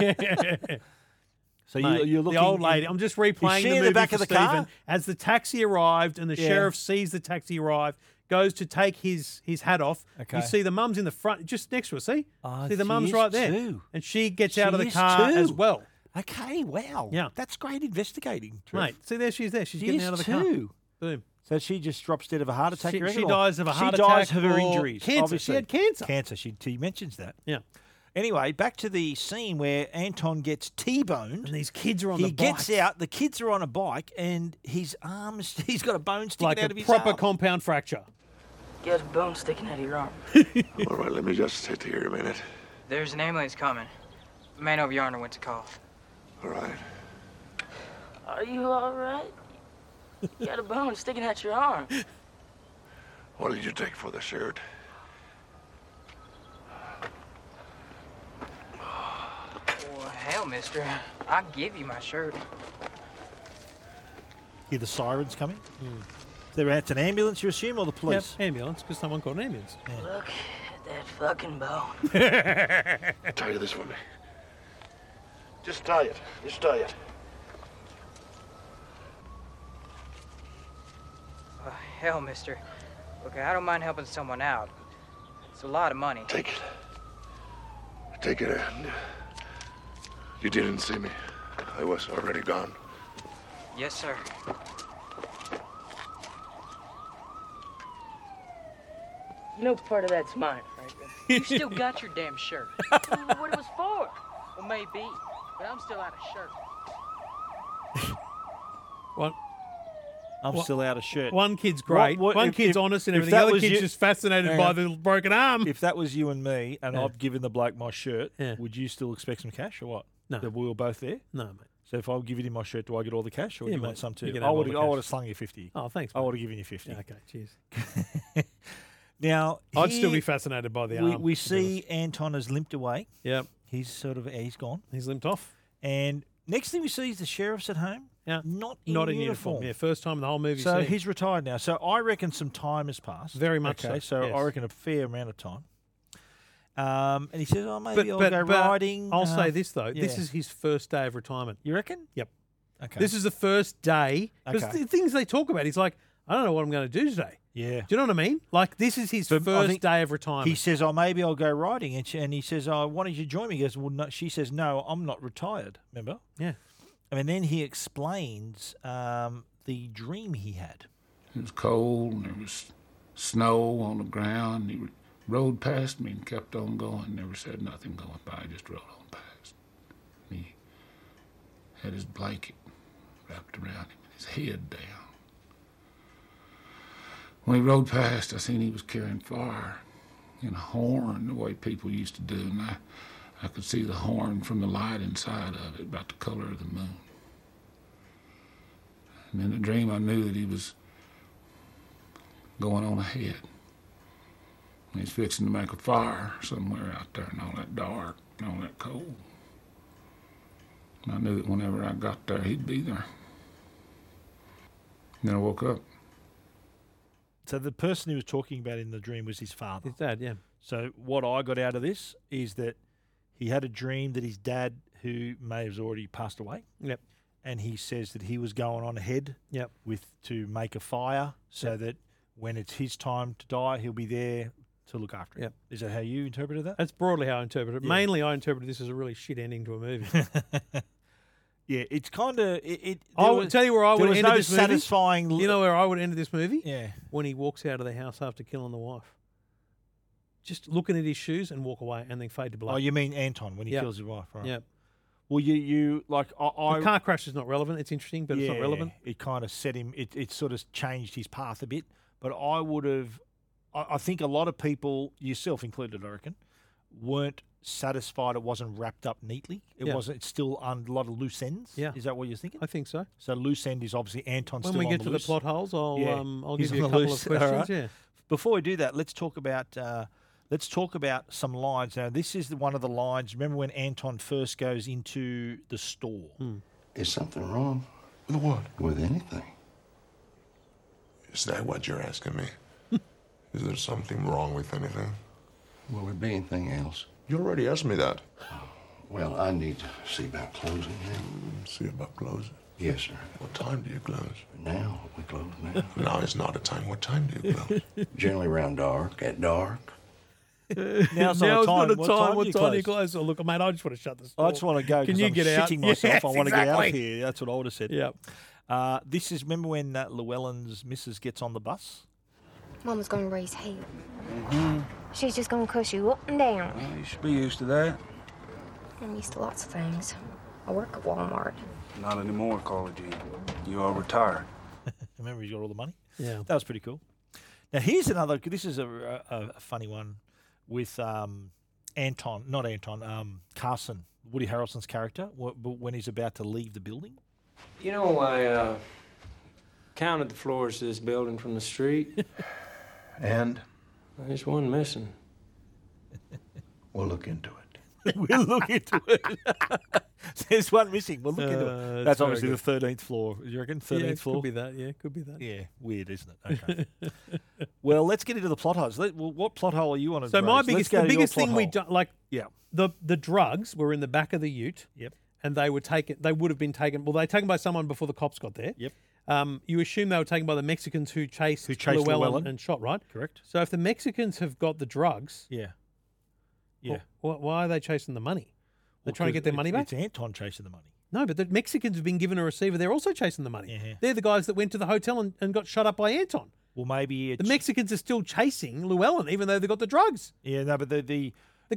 G: so you,
H: Mate,
G: you're looking
H: the old lady.
G: in-
H: I'm just
G: Is
H: replaying
G: she
H: the
G: in
H: movie
G: the back
H: for
G: of the
H: Stephen.
G: car.
H: As the taxi arrived and the
G: Yeah.
H: sheriff sees the taxi arrive, goes to take his his hat off.
G: Okay.
H: You see the mum's in the front, just next to her. See,
G: Oh,
H: see the
G: she
H: mum's
G: is
H: right there,
G: too.
H: and she gets out of
G: She
H: the
G: is
H: car as
G: too.
H: well.
G: Okay, wow.
H: Yeah.
G: That's great investigating, Trev.
H: Mate, see there she is. There she's
G: She
H: getting
G: is
H: out of the
G: too.
H: car. Boom.
G: So she just drops dead of a heart attack.
H: She-
G: you reckon,
H: she
G: or-
H: dies of a heart
G: She dies
H: attack
G: of her
H: or
G: injuries.
H: cancer. She
G: obviously.
H: had cancer.
G: Cancer. She, she mentions that.
H: Yeah.
G: Anyway, back to the scene where Anton gets T-boned.
H: And these kids are on
G: he
H: the
G: gets
H: bikes.
G: out. The kids are on a bike, and his arms. He's got a bone sticking
H: like
G: out
H: a
G: of his
H: proper
G: arm.
H: compound fracture.
D: Got a bone sticking out of your arm.
L: All right, let me just sit here a minute.
D: There's an ambulance coming. The man over yonder went to call.
L: All right.
D: Are you all right? You got a bone sticking out your arm.
L: What did you take for the shirt?
D: Well, hell, mister. I'll give you my shirt.
G: Hear the sirens coming.
H: Hmm.
G: They're out. It's an ambulance, you assume, or the police.
H: Yep, ambulance, because someone called an ambulance.
D: Look at that fucking bone.
L: tie you this one. Just tie it. Just tie it.
D: Oh, hell, mister. Look, I don't mind helping someone out. It's a lot of money.
L: Take it. Take it. And uh, you didn't see me. I was already gone.
D: Yes, sir. You know part of that's mine, right? You still got your damn shirt. I don't know what it was for. Well, maybe, but I'm still out of shirt.
H: What?
G: I'm
H: What-
G: still out of shirt.
H: One kid's great. One kid's honest and everything. The other kid's just fascinated by the broken arm.
G: If that was you and me, and
H: Yeah.
G: I've given the bloke my shirt, would you still expect some cash or what?
H: No.
G: That we were both there.
H: No, mate.
G: So if I've given him my shirt, do I get all the cash, or do
H: Yeah,
G: you want
H: mate,
G: some
H: you
G: too?
H: can
G: I
H: have all
G: would.
H: the
G: I would have
H: cash.
G: slung you fifty.
H: Oh, thanks,
G: I
H: mate.
G: would have given you fifty.
H: Yeah, okay, cheers.
G: Now
H: I'd still be
G: here
H: fascinated by the
G: we,
H: arm,
G: We
H: to be
G: see
H: honest.
G: Anton has limped away.
H: Yep.
G: He's sort of he's gone.
H: He's limped off.
G: And next thing we see is the sheriff's at home.
H: Yeah.
G: Not in
H: Not in
G: uniform.
H: uniform. Yeah, first time in the whole movie.
G: So
H: seen.
G: he's retired now. So I reckon some time has passed.
H: Very much
G: Okay, so,
H: so,
G: I
H: yes.
G: reckon a fair amount of time. Um, and he says, "Oh, maybe I'll go riding."
H: I'll
G: uh,
H: say this though: this
G: yeah.
H: is his first day of retirement.
G: You reckon?
H: Yep.
G: Okay.
H: This is the first day because
G: Okay.
H: the things they talk about. He's like, I don't know what I'm going to do today.
G: Yeah.
H: Do you know what I mean? Like this is his
G: I
H: first
G: think
H: day of retirement.
G: He says, "Oh, maybe I'll go riding," and, she, and he says, "Oh, why don't you join me?" He goes, "Well, no." She says, "No, I'm not retired." Remember?
H: Yeah.
G: And then he explains um, the dream he had.
C: It was cold and there was snow on the ground. He rode past me and kept on going, never said nothing going by, just rode on past. And he had his blanket wrapped around him and his head down. When he rode past, I seen he was carrying fire and a horn, the way people used to do, and I, I could see the horn from the light inside of it, about the color of the moon. And in the dream, I knew that he was going on ahead. He's fixing to make a fire somewhere out there in all that dark and all that cold. And I knew that whenever I got there, he'd be there. And then I woke up.
G: So the person he was talking about in the dream was his father.
H: His dad, yeah.
G: So what I got out of this is that he had a dream that his dad, who may have already passed away,
H: Yep.
G: and he says that he was going on ahead
H: Yep.
G: with to make a fire so
H: Yep.
G: that when it's his time to die, he'll be there to look after him.
H: Yep.
G: Is that how you interpreted that?
H: That's broadly how I interpret it.
G: Yeah.
H: Mainly, I interpreted this as a really shit ending to a movie.
G: Yeah, it's kind of it. it
H: I
G: there
H: would
G: was-
H: tell you where I
G: there
H: would
G: was
H: end
G: no
H: this movie.
G: satisfying.
H: You know where I would end this movie?
G: Yeah.
H: When he walks out of the house after killing the wife. Just looking at his shoes and walk away, and then fade to black.
G: oh, you mean Anton when he
H: Yeah.
G: kills his wife, right?
H: Yeah.
G: Well, you you like I, I
H: The car crash is not relevant. It's interesting, but it's not
G: Yeah,
H: relevant.
G: It kind of set him. It, it sort of changed his path a bit. But I would have. I, I think a lot of people, yourself included, I reckon, weren't satisfied. It wasn't wrapped up neatly. It
H: Yeah.
G: wasn't. It's still on a lot of loose ends.
H: Yeah.
G: Is that what you're thinking?
H: I think so.
G: So loose end is obviously Anton.
H: When
G: still
H: we
G: on
H: get
G: the
H: to the
G: loose.
H: plot holes, I'll, um, I'll
G: he's
H: give you
G: on the
H: a couple of
G: all
H: questions, yeah.
G: Before we do that, let's talk about uh, let's talk about some lines. Now, this is the, one of the lines. Remember when Anton first goes into the store?
H: Hmm.
M: Is something wrong
L: With what?
M: with anything?
L: Is that what you're asking me? Is there something wrong with anything?
M: Will there be anything else?
L: You already asked me that.
M: Well, I need to see about closing now.
L: See about closing?
M: Yes, sir.
L: What time do you close?
M: Now we close now.
L: Now is not a time. What time do you close?
M: Generally around dark, at dark.
G: Now's not a
H: it's
G: time.
H: not a
G: What
H: time.
G: time do
H: What
G: you
H: time do you close? Oh, look, mate, I just want to shut this.
G: I just want to go
H: Can
G: because
H: you
G: I'm
H: get out?
G: shitting myself.
H: Yes,
G: I want to get out of
H: exactly.
G: here. That's what I would have said.
H: Yep.
G: Uh, this is remember when uh, Llewellyn's missus gets on the bus.
J: Mama's gonna raise hell. She's just gonna cuss you up and down.
U: You should be used to that.
J: I'm used to lots of things. I work at Walmart.
U: Not anymore, Carla Jean. You are retired.
G: Remember he's got all the money.
U: Yeah.
G: that was pretty cool. Now here's another. This is a, a, a funny one with um, Anton, not Anton, um, Carson, Woody Harrelson's character, wh- wh- when he's about to leave the building.
P: You know, I uh, counted the floors to this building from the street.
N: And
P: There's one missing.
N: we'll look into it.
G: we'll look into it. There's one missing. We'll look into
H: Uh,
G: it.
H: it's
G: That's
H: very
G: obviously
H: good.
G: the thirteenth floor. You reckon
H: Yeah,
G: thirteenth
H: it
G: floor?
H: could be that. Yeah, could be that.
G: Yeah, weird, isn't it? Okay. well, let's get into the plot holes. Let, well, what plot hole are you on?
H: So my biggest, the biggest thing we
G: do.
H: done, like,
G: Yeah.
H: the the drugs were in the back of the Ute.
G: Yep.
H: And they were taken. They would have been taken. Well, they were taken by someone before the cops got there.
G: Yep.
H: Um, you assume they were taken by the Mexicans who chased,
G: Who chased
H: Llewellyn,
G: Llewellyn.
H: and shot, right?
G: Correct.
H: So if the Mexicans have got the drugs,
G: Yeah. Yeah.
H: wh- wh- why are they chasing the money? They're
G: Well,
H: trying to
G: 'cause
H: get their money
G: it's-
H: back.
G: It's Anton chasing the money.
H: No, but the Mexicans have been given a receiver. They're also chasing the money. They're the guys that went to the hotel and, and got shut up by Anton.
G: Well, maybe it's
H: The Mexicans are still chasing Llewellyn, even though they got the drugs.
G: yeah, no, but the the
H: The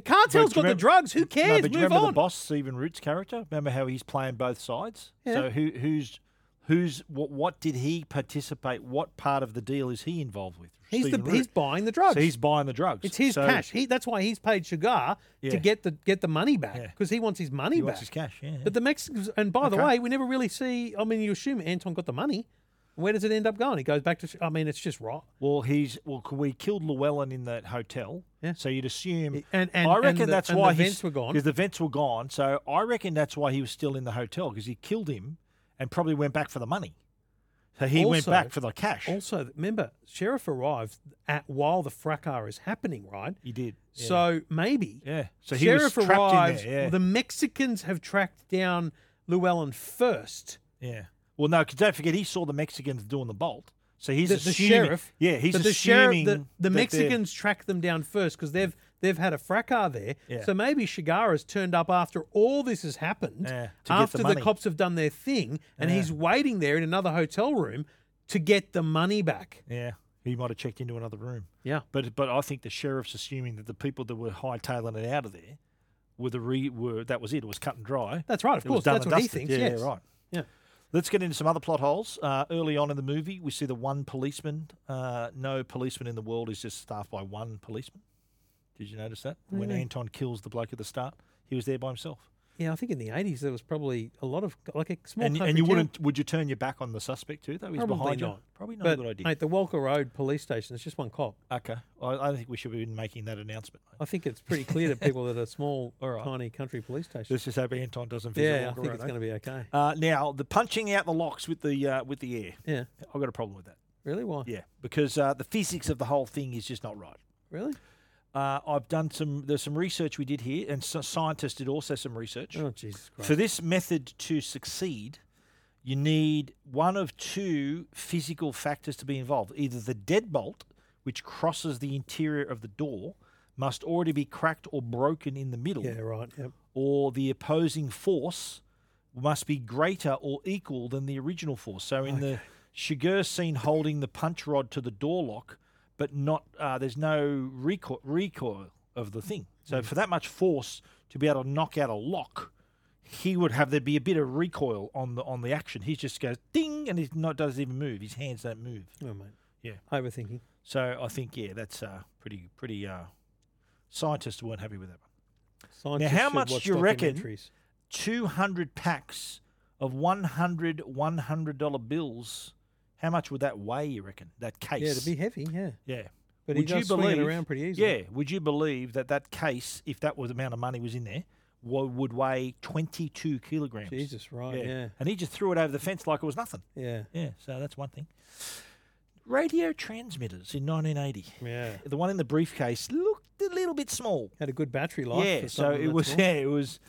G: But do you
H: cartel's got the
G: remember-
H: drugs. Who
G: No,
H: cares?
G: but do you
H: Move
G: remember
H: on.
G: the boss, Stephen Root's character. Remember how he's playing both sides.
H: Yeah.
G: So who who's who's what? What did he participate? What part of the deal is he involved with?
H: He's the-
G: Stephen Root.
H: he's buying the drugs.
G: So he's buying the drugs.
H: It's his
G: So
H: cash. He, that's why he's paid Sugar
G: Yeah.
H: to get the get the money back because he wants his money
G: He
H: back.
G: wants his cash, yeah, yeah.
H: But the Mexicans, and by the
G: Okay.
H: way, we never really see. I mean, you assume Anton got the money. Where does it end up going? He goes back to. I mean, it's just right.
G: Well, he's well. c- We killed Llewellyn in that hotel. Yeah. So you'd assume,
H: and- and-
G: I
H: and
G: reckon
H: the-
G: that's
H: and
G: why
H: the
G: he's-
H: vents were gone.
G: 'cause the vents were gone. So I reckon that's why he was still in the hotel because he killed him and probably went back for the money. So he went
H: Also-
G: back for the cash.
H: Also, remember, sheriff arrived at while the fracas is happening, right?
G: He did. yeah.
H: So maybe.
G: Yeah. So he was
H: sheriff
G: trapped in there,
H: arrives.
G: yeah.
H: The Mexicans have tracked down Llewellyn first.
G: yeah. Well, no, because don't forget he saw the Mexicans doing the bolt. So he's
H: the, the
G: assuming,
H: sheriff.
G: Yeah, he's
H: but the
G: assuming
H: sheriff. The, the
G: that they're-
H: Mexicans track them down first because they've They've had a fracas there.
G: Yeah.
H: So maybe Shigara's turned up after all this has happened,
G: to get the
H: after
G: money.
H: cops have done their thing, and
G: Yeah.
H: he's waiting there in another hotel room to get the money back.
G: Yeah. He might have checked into another room.
H: Yeah.
G: But but I think the sheriff's assuming that the people that were hightailing it out of there were the re were that was it. It was cut and dry.
H: That's right, of
G: It was
H: course.
G: done
H: That's
G: and
H: what he
G: dusted.
H: thinks,
G: Yeah, yeah,
H: yes.
G: right.
H: Yeah.
G: Let's get into some other plot holes. Uh, early on in the movie, we see the one policeman. Uh, no policeman in the world is just staffed by one policeman. Did you notice that? When
H: Really?
G: Anton kills the bloke at the start, he was there by himself.
H: Yeah, I think in the 80s there was probably a lot of, like a small
G: and,
H: country
G: and you
H: town.
G: wouldn't? Would you turn your back on the suspect too? Though he's
H: Probably
G: behind
H: not.
G: you. Probably not
H: but,
G: a good idea.
H: Mate, the Walker Road police station, it's just one cop.
G: Okay, I, I don't think we should be making that announcement.
H: I think it's pretty clear to people that are small,
G: All right.
H: tiny country police stations.
G: Let's just hope Anton doesn't visit.
H: yeah, I
G: Walker
H: think
G: Road,
H: it's
G: eh?
H: going to be okay.
G: Uh, now the punching out the locks with the uh, with the air.
H: Yeah.
G: I've got a problem with that.
H: Really? Why?
G: Yeah, because uh, the physics of the whole thing is just not right.
H: Really?
G: Uh, I've done some. There's some research we did here, and so scientists did also some research.
H: Oh, Jesus Christ.
G: For this method to succeed, you need one of two physical factors to be involved. Either the deadbolt, which crosses the interior of the door, must already be cracked or broken in the middle.
H: Yeah, right. Yep.
G: Or the opposing force must be greater or equal than the original force. So in the Shiger scene, holding the punch rod to the door lock, but not uh, there's no recoil, recoil of the thing. So for that much force to be able to knock out a lock, he would have there be a bit of recoil on the on the action. He just goes ding, and he not doesn't even move. His hands don't move.
H: Oh, mate.
G: Yeah.
H: Overthinking.
G: So I think yeah, that's uh, pretty pretty. Uh, scientists weren't happy with that one.
H: Scientists
G: now, how
H: should
G: much
H: watch
G: do you reckon?
H: documentaries.
G: Two hundred packs of 100 100 dollar bills. How much would that weigh? You reckon that case?
H: Yeah, it'd be heavy, yeah.
G: Yeah.
H: But he does swing it around pretty easily.
G: Yeah. Would you believe that that case, if that was the amount of money was in there, wa- would weigh 22 kilograms?
H: Jesus, right, yeah.
G: And he just threw it over the fence like it was nothing.
H: Yeah.
G: Yeah. So that's one thing. Radio transmitters in 1980.
H: Yeah.
G: The one in the briefcase looked a little bit small.
H: Had a good battery life.
G: Yeah,
H: for
G: so
H: something
G: it
H: that
G: was
H: small.
G: yeah, it was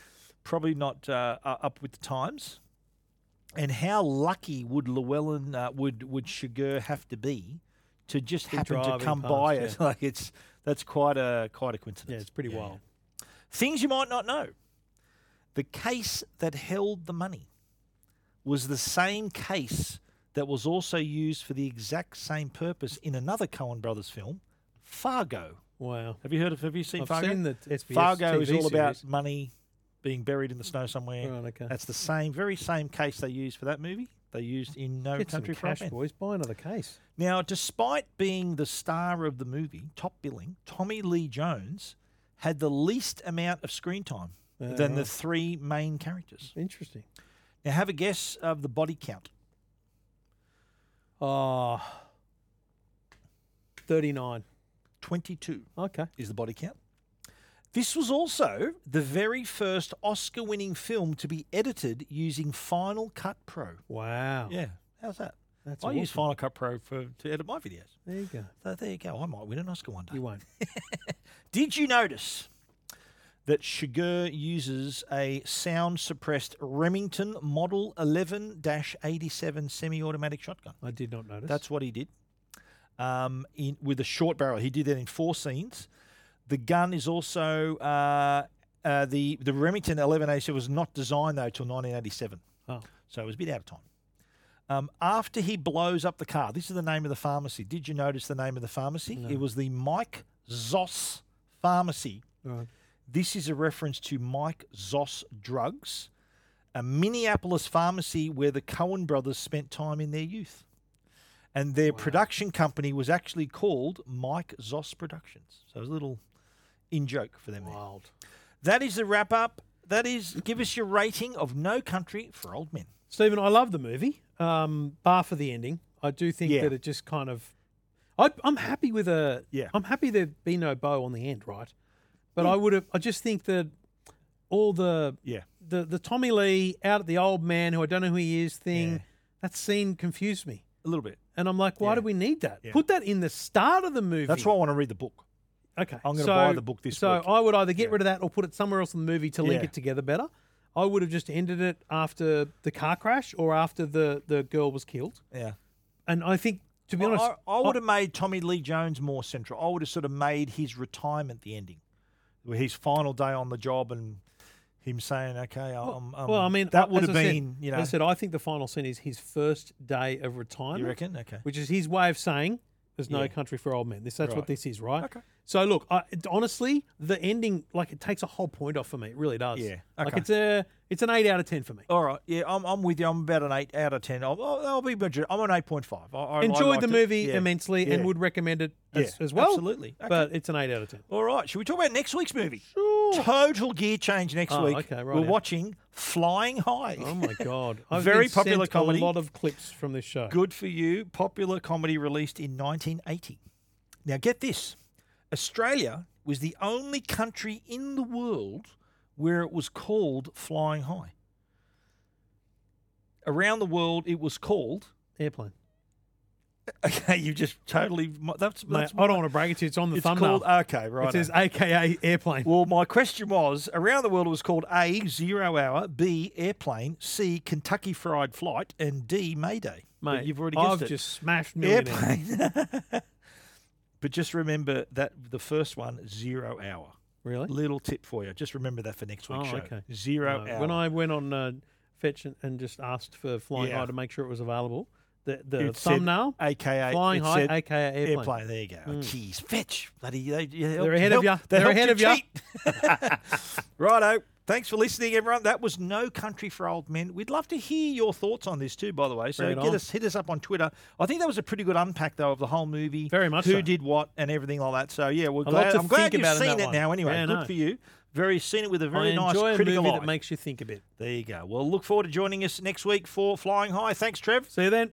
G: probably not uh, uh, up with the times. And how lucky would Llewellyn uh, would would Shiger have to be to just
H: Be
G: happen to
H: driving
G: come
H: past,
G: by
H: yeah.
G: it? Like it's that's quite a quite a coincidence.
H: Yeah, it's pretty wild.
G: Things you might not know. The case that held the money was the same case that was also used for the exact same purpose in another Coen Brothers film, Fargo.
H: Wow.
G: Have you heard of? Have you seen
H: I've
G: Fargo?
H: seen the SBS
G: Fargo is
H: TV
G: all about
H: series.
G: money being buried in the snow somewhere.
H: Right, okay.
G: That's the same, very same case they used for that movie. They used in No
H: Get some
G: Country for Old
H: cash,
G: Men.
H: boys. Buy another case.
G: Now, despite being the star of the movie, top billing, Tommy Lee Jones had the least amount of screen time
H: Yeah,
G: than the
H: right.
G: three main characters.
H: Interesting.
G: Now, have a guess of the body count.
H: Oh, 39.
G: 22.
H: Okay.
G: Is the body count. This was also the very first Oscar winning film to be edited using Final Cut Pro.
H: Wow.
G: Yeah. How's that?
H: Oh. That's
G: I use
H: awesome.
G: Final Cut Pro for, to edit my videos.
H: There you go.
G: So there you go. I might win an Oscar one day.
H: You won't.
G: Did you notice that Shiger uses a sound suppressed Remington Model 11 87 semi automatic shotgun?
H: I did not notice.
G: That's what he did. Um, in, with a short barrel, he did that in four scenes. The gun is also uh, uh, the the Remington 1187 was not designed though till 1987,
H: Oh.
G: so it was a bit out of time. Um, after he blows up the car, this is the name of the pharmacy. Did you notice the name of the pharmacy? It was the Mike Zoss Pharmacy.
H: Right.
G: This is a reference to Mike Zoss Drugs, a Minneapolis pharmacy where the Cohen brothers spent time in their youth. And their production company was actually called Mike Zoss Productions. So it was a little in joke for them. there.
H: Wild.
G: That is the wrap up. That is, give us your rating of No Country for Old Men.
H: Stephen, I love the movie, um, bar for the ending. I do think
G: Yeah.
H: that it just kind of. I, I'm happy with a.
G: Yeah.
H: I'm happy there'd be no bow on the end, right? But I would have. I just think that all the.
G: Yeah.
H: The the Tommy Lee out at the old man who I don't know who he is thing.
G: Yeah.
H: That scene confused me,
G: A little bit.
H: and I'm like, why do we need that?
G: Yeah.
H: Put that in the start of the movie.
G: That's why I want to read the book.
H: Okay.
G: I'm gonna
H: so-
G: buy the book this
H: so
G: week.
H: I would either get rid of that or put it somewhere else in the movie to link
G: Yeah.
H: it together better. I would have just ended it after the car crash or after the, the girl was killed.
G: Yeah.
H: And I think, to be honest,
G: I, I would have made Tommy Lee Jones more central. I would have sort of made his retirement the ending. his final day on the job and him saying, "Okay, I'm." I'm
H: well, I mean,
G: um, that
H: I-
G: would
H: as
G: have
H: I said-
G: been, you know,
H: As I said, I think the final scene is his first day of retirement.
G: You reckon? Okay.
H: Which is his way of saying there's no
G: Yeah.
H: country for old men. This that's what
G: Right.
H: this is, right?
G: Okay.
H: So look, I, it- honestly, the ending like it takes a whole point off for me. It really does.
G: Yeah.
H: Like
G: Okay.
H: it's a it's an eight out of ten for me.
G: All right, yeah, I'm, I'm with you. I'm about an eight out of ten. I'll, I'll, I'll be budget. I'm an eight point five. I, I- I
H: Enjoyed the
G: liked it.
H: movie
G: Yeah.
H: immensely and
G: Yeah.
H: would recommend it as,
G: Yeah,
H: as well.
G: absolutely. Okay.
H: But it's an eight out of ten.
G: All right, should we talk about next week's movie? Total gear change next
H: Oh,
G: week.
H: okay, right,
G: We're
H: yeah.
G: watching Flying High.
H: Oh my god! I've
G: Very
H: been
G: popular
H: sent
G: comedy.
H: A lot of clips from this show.
G: Good for you. Popular comedy released in 1980. Now, get this Australia was the only country in the world where it was called Flying High. Around the world, it was called.
H: Airplane.
G: Okay, you just totally. That's,
H: Mate,
G: that's
H: I don't want to break it to you. It's on the
G: it's
H: thumbnail.
G: called. Okay, right.
H: It says AKA airplane.
G: Well, my question was around the world it was called A, zero hour, B, airplane, C, Kentucky fried flight, and D, Mayday. But
H: Mate,
G: you've already guessed
H: I've
G: it.
H: just smashed millionaire.
G: Airplane. but just remember that the first one, zero hour.
H: Really?
G: Little tip for you. Just remember that for next week's
H: Oh,
G: show.
H: okay.
G: Zero
H: No,
G: hour.
H: When I went on uh, Fetch and, and just asked for Flying
G: Yeah.
H: High to make sure it was available, the, the
G: It said
H: thumbnail,
G: AKA
H: Flying
G: it
H: High,
G: said
H: AKA airplane.
G: airplane. There you go. Oh,
H: Mm.
G: Jeez, fetch. Bloody, they, you helped-
H: They're ahead of
G: helped-
H: ya.
G: they
H: They're
G: helped
H: ahead of ya.
G: cheat. Righto. Thanks for listening, everyone. That was No Country for Old Men. We'd love to hear your thoughts on this too, by the way. So
H: Bring it
G: get
H: on.
G: us hit us up on Twitter. I think that was a pretty good unpack though of the whole movie.
H: Very much
G: Who
H: so.
G: did what and everything like that. So yeah, we're
H: A lot
G: glad,
H: to
G: I'm glad
H: think
G: you've
H: about in
G: seen
H: that
G: it
H: one.
G: now anyway.
H: Yeah, I
G: good
H: know.
G: for you. Very seen it with a very
H: I
G: nice
H: enjoy a
G: critical
H: movie
G: eye.
H: that makes you think a bit.
G: there you go. Well, look forward to joining us next week for Flying High. Thanks, Trev.
H: See you then.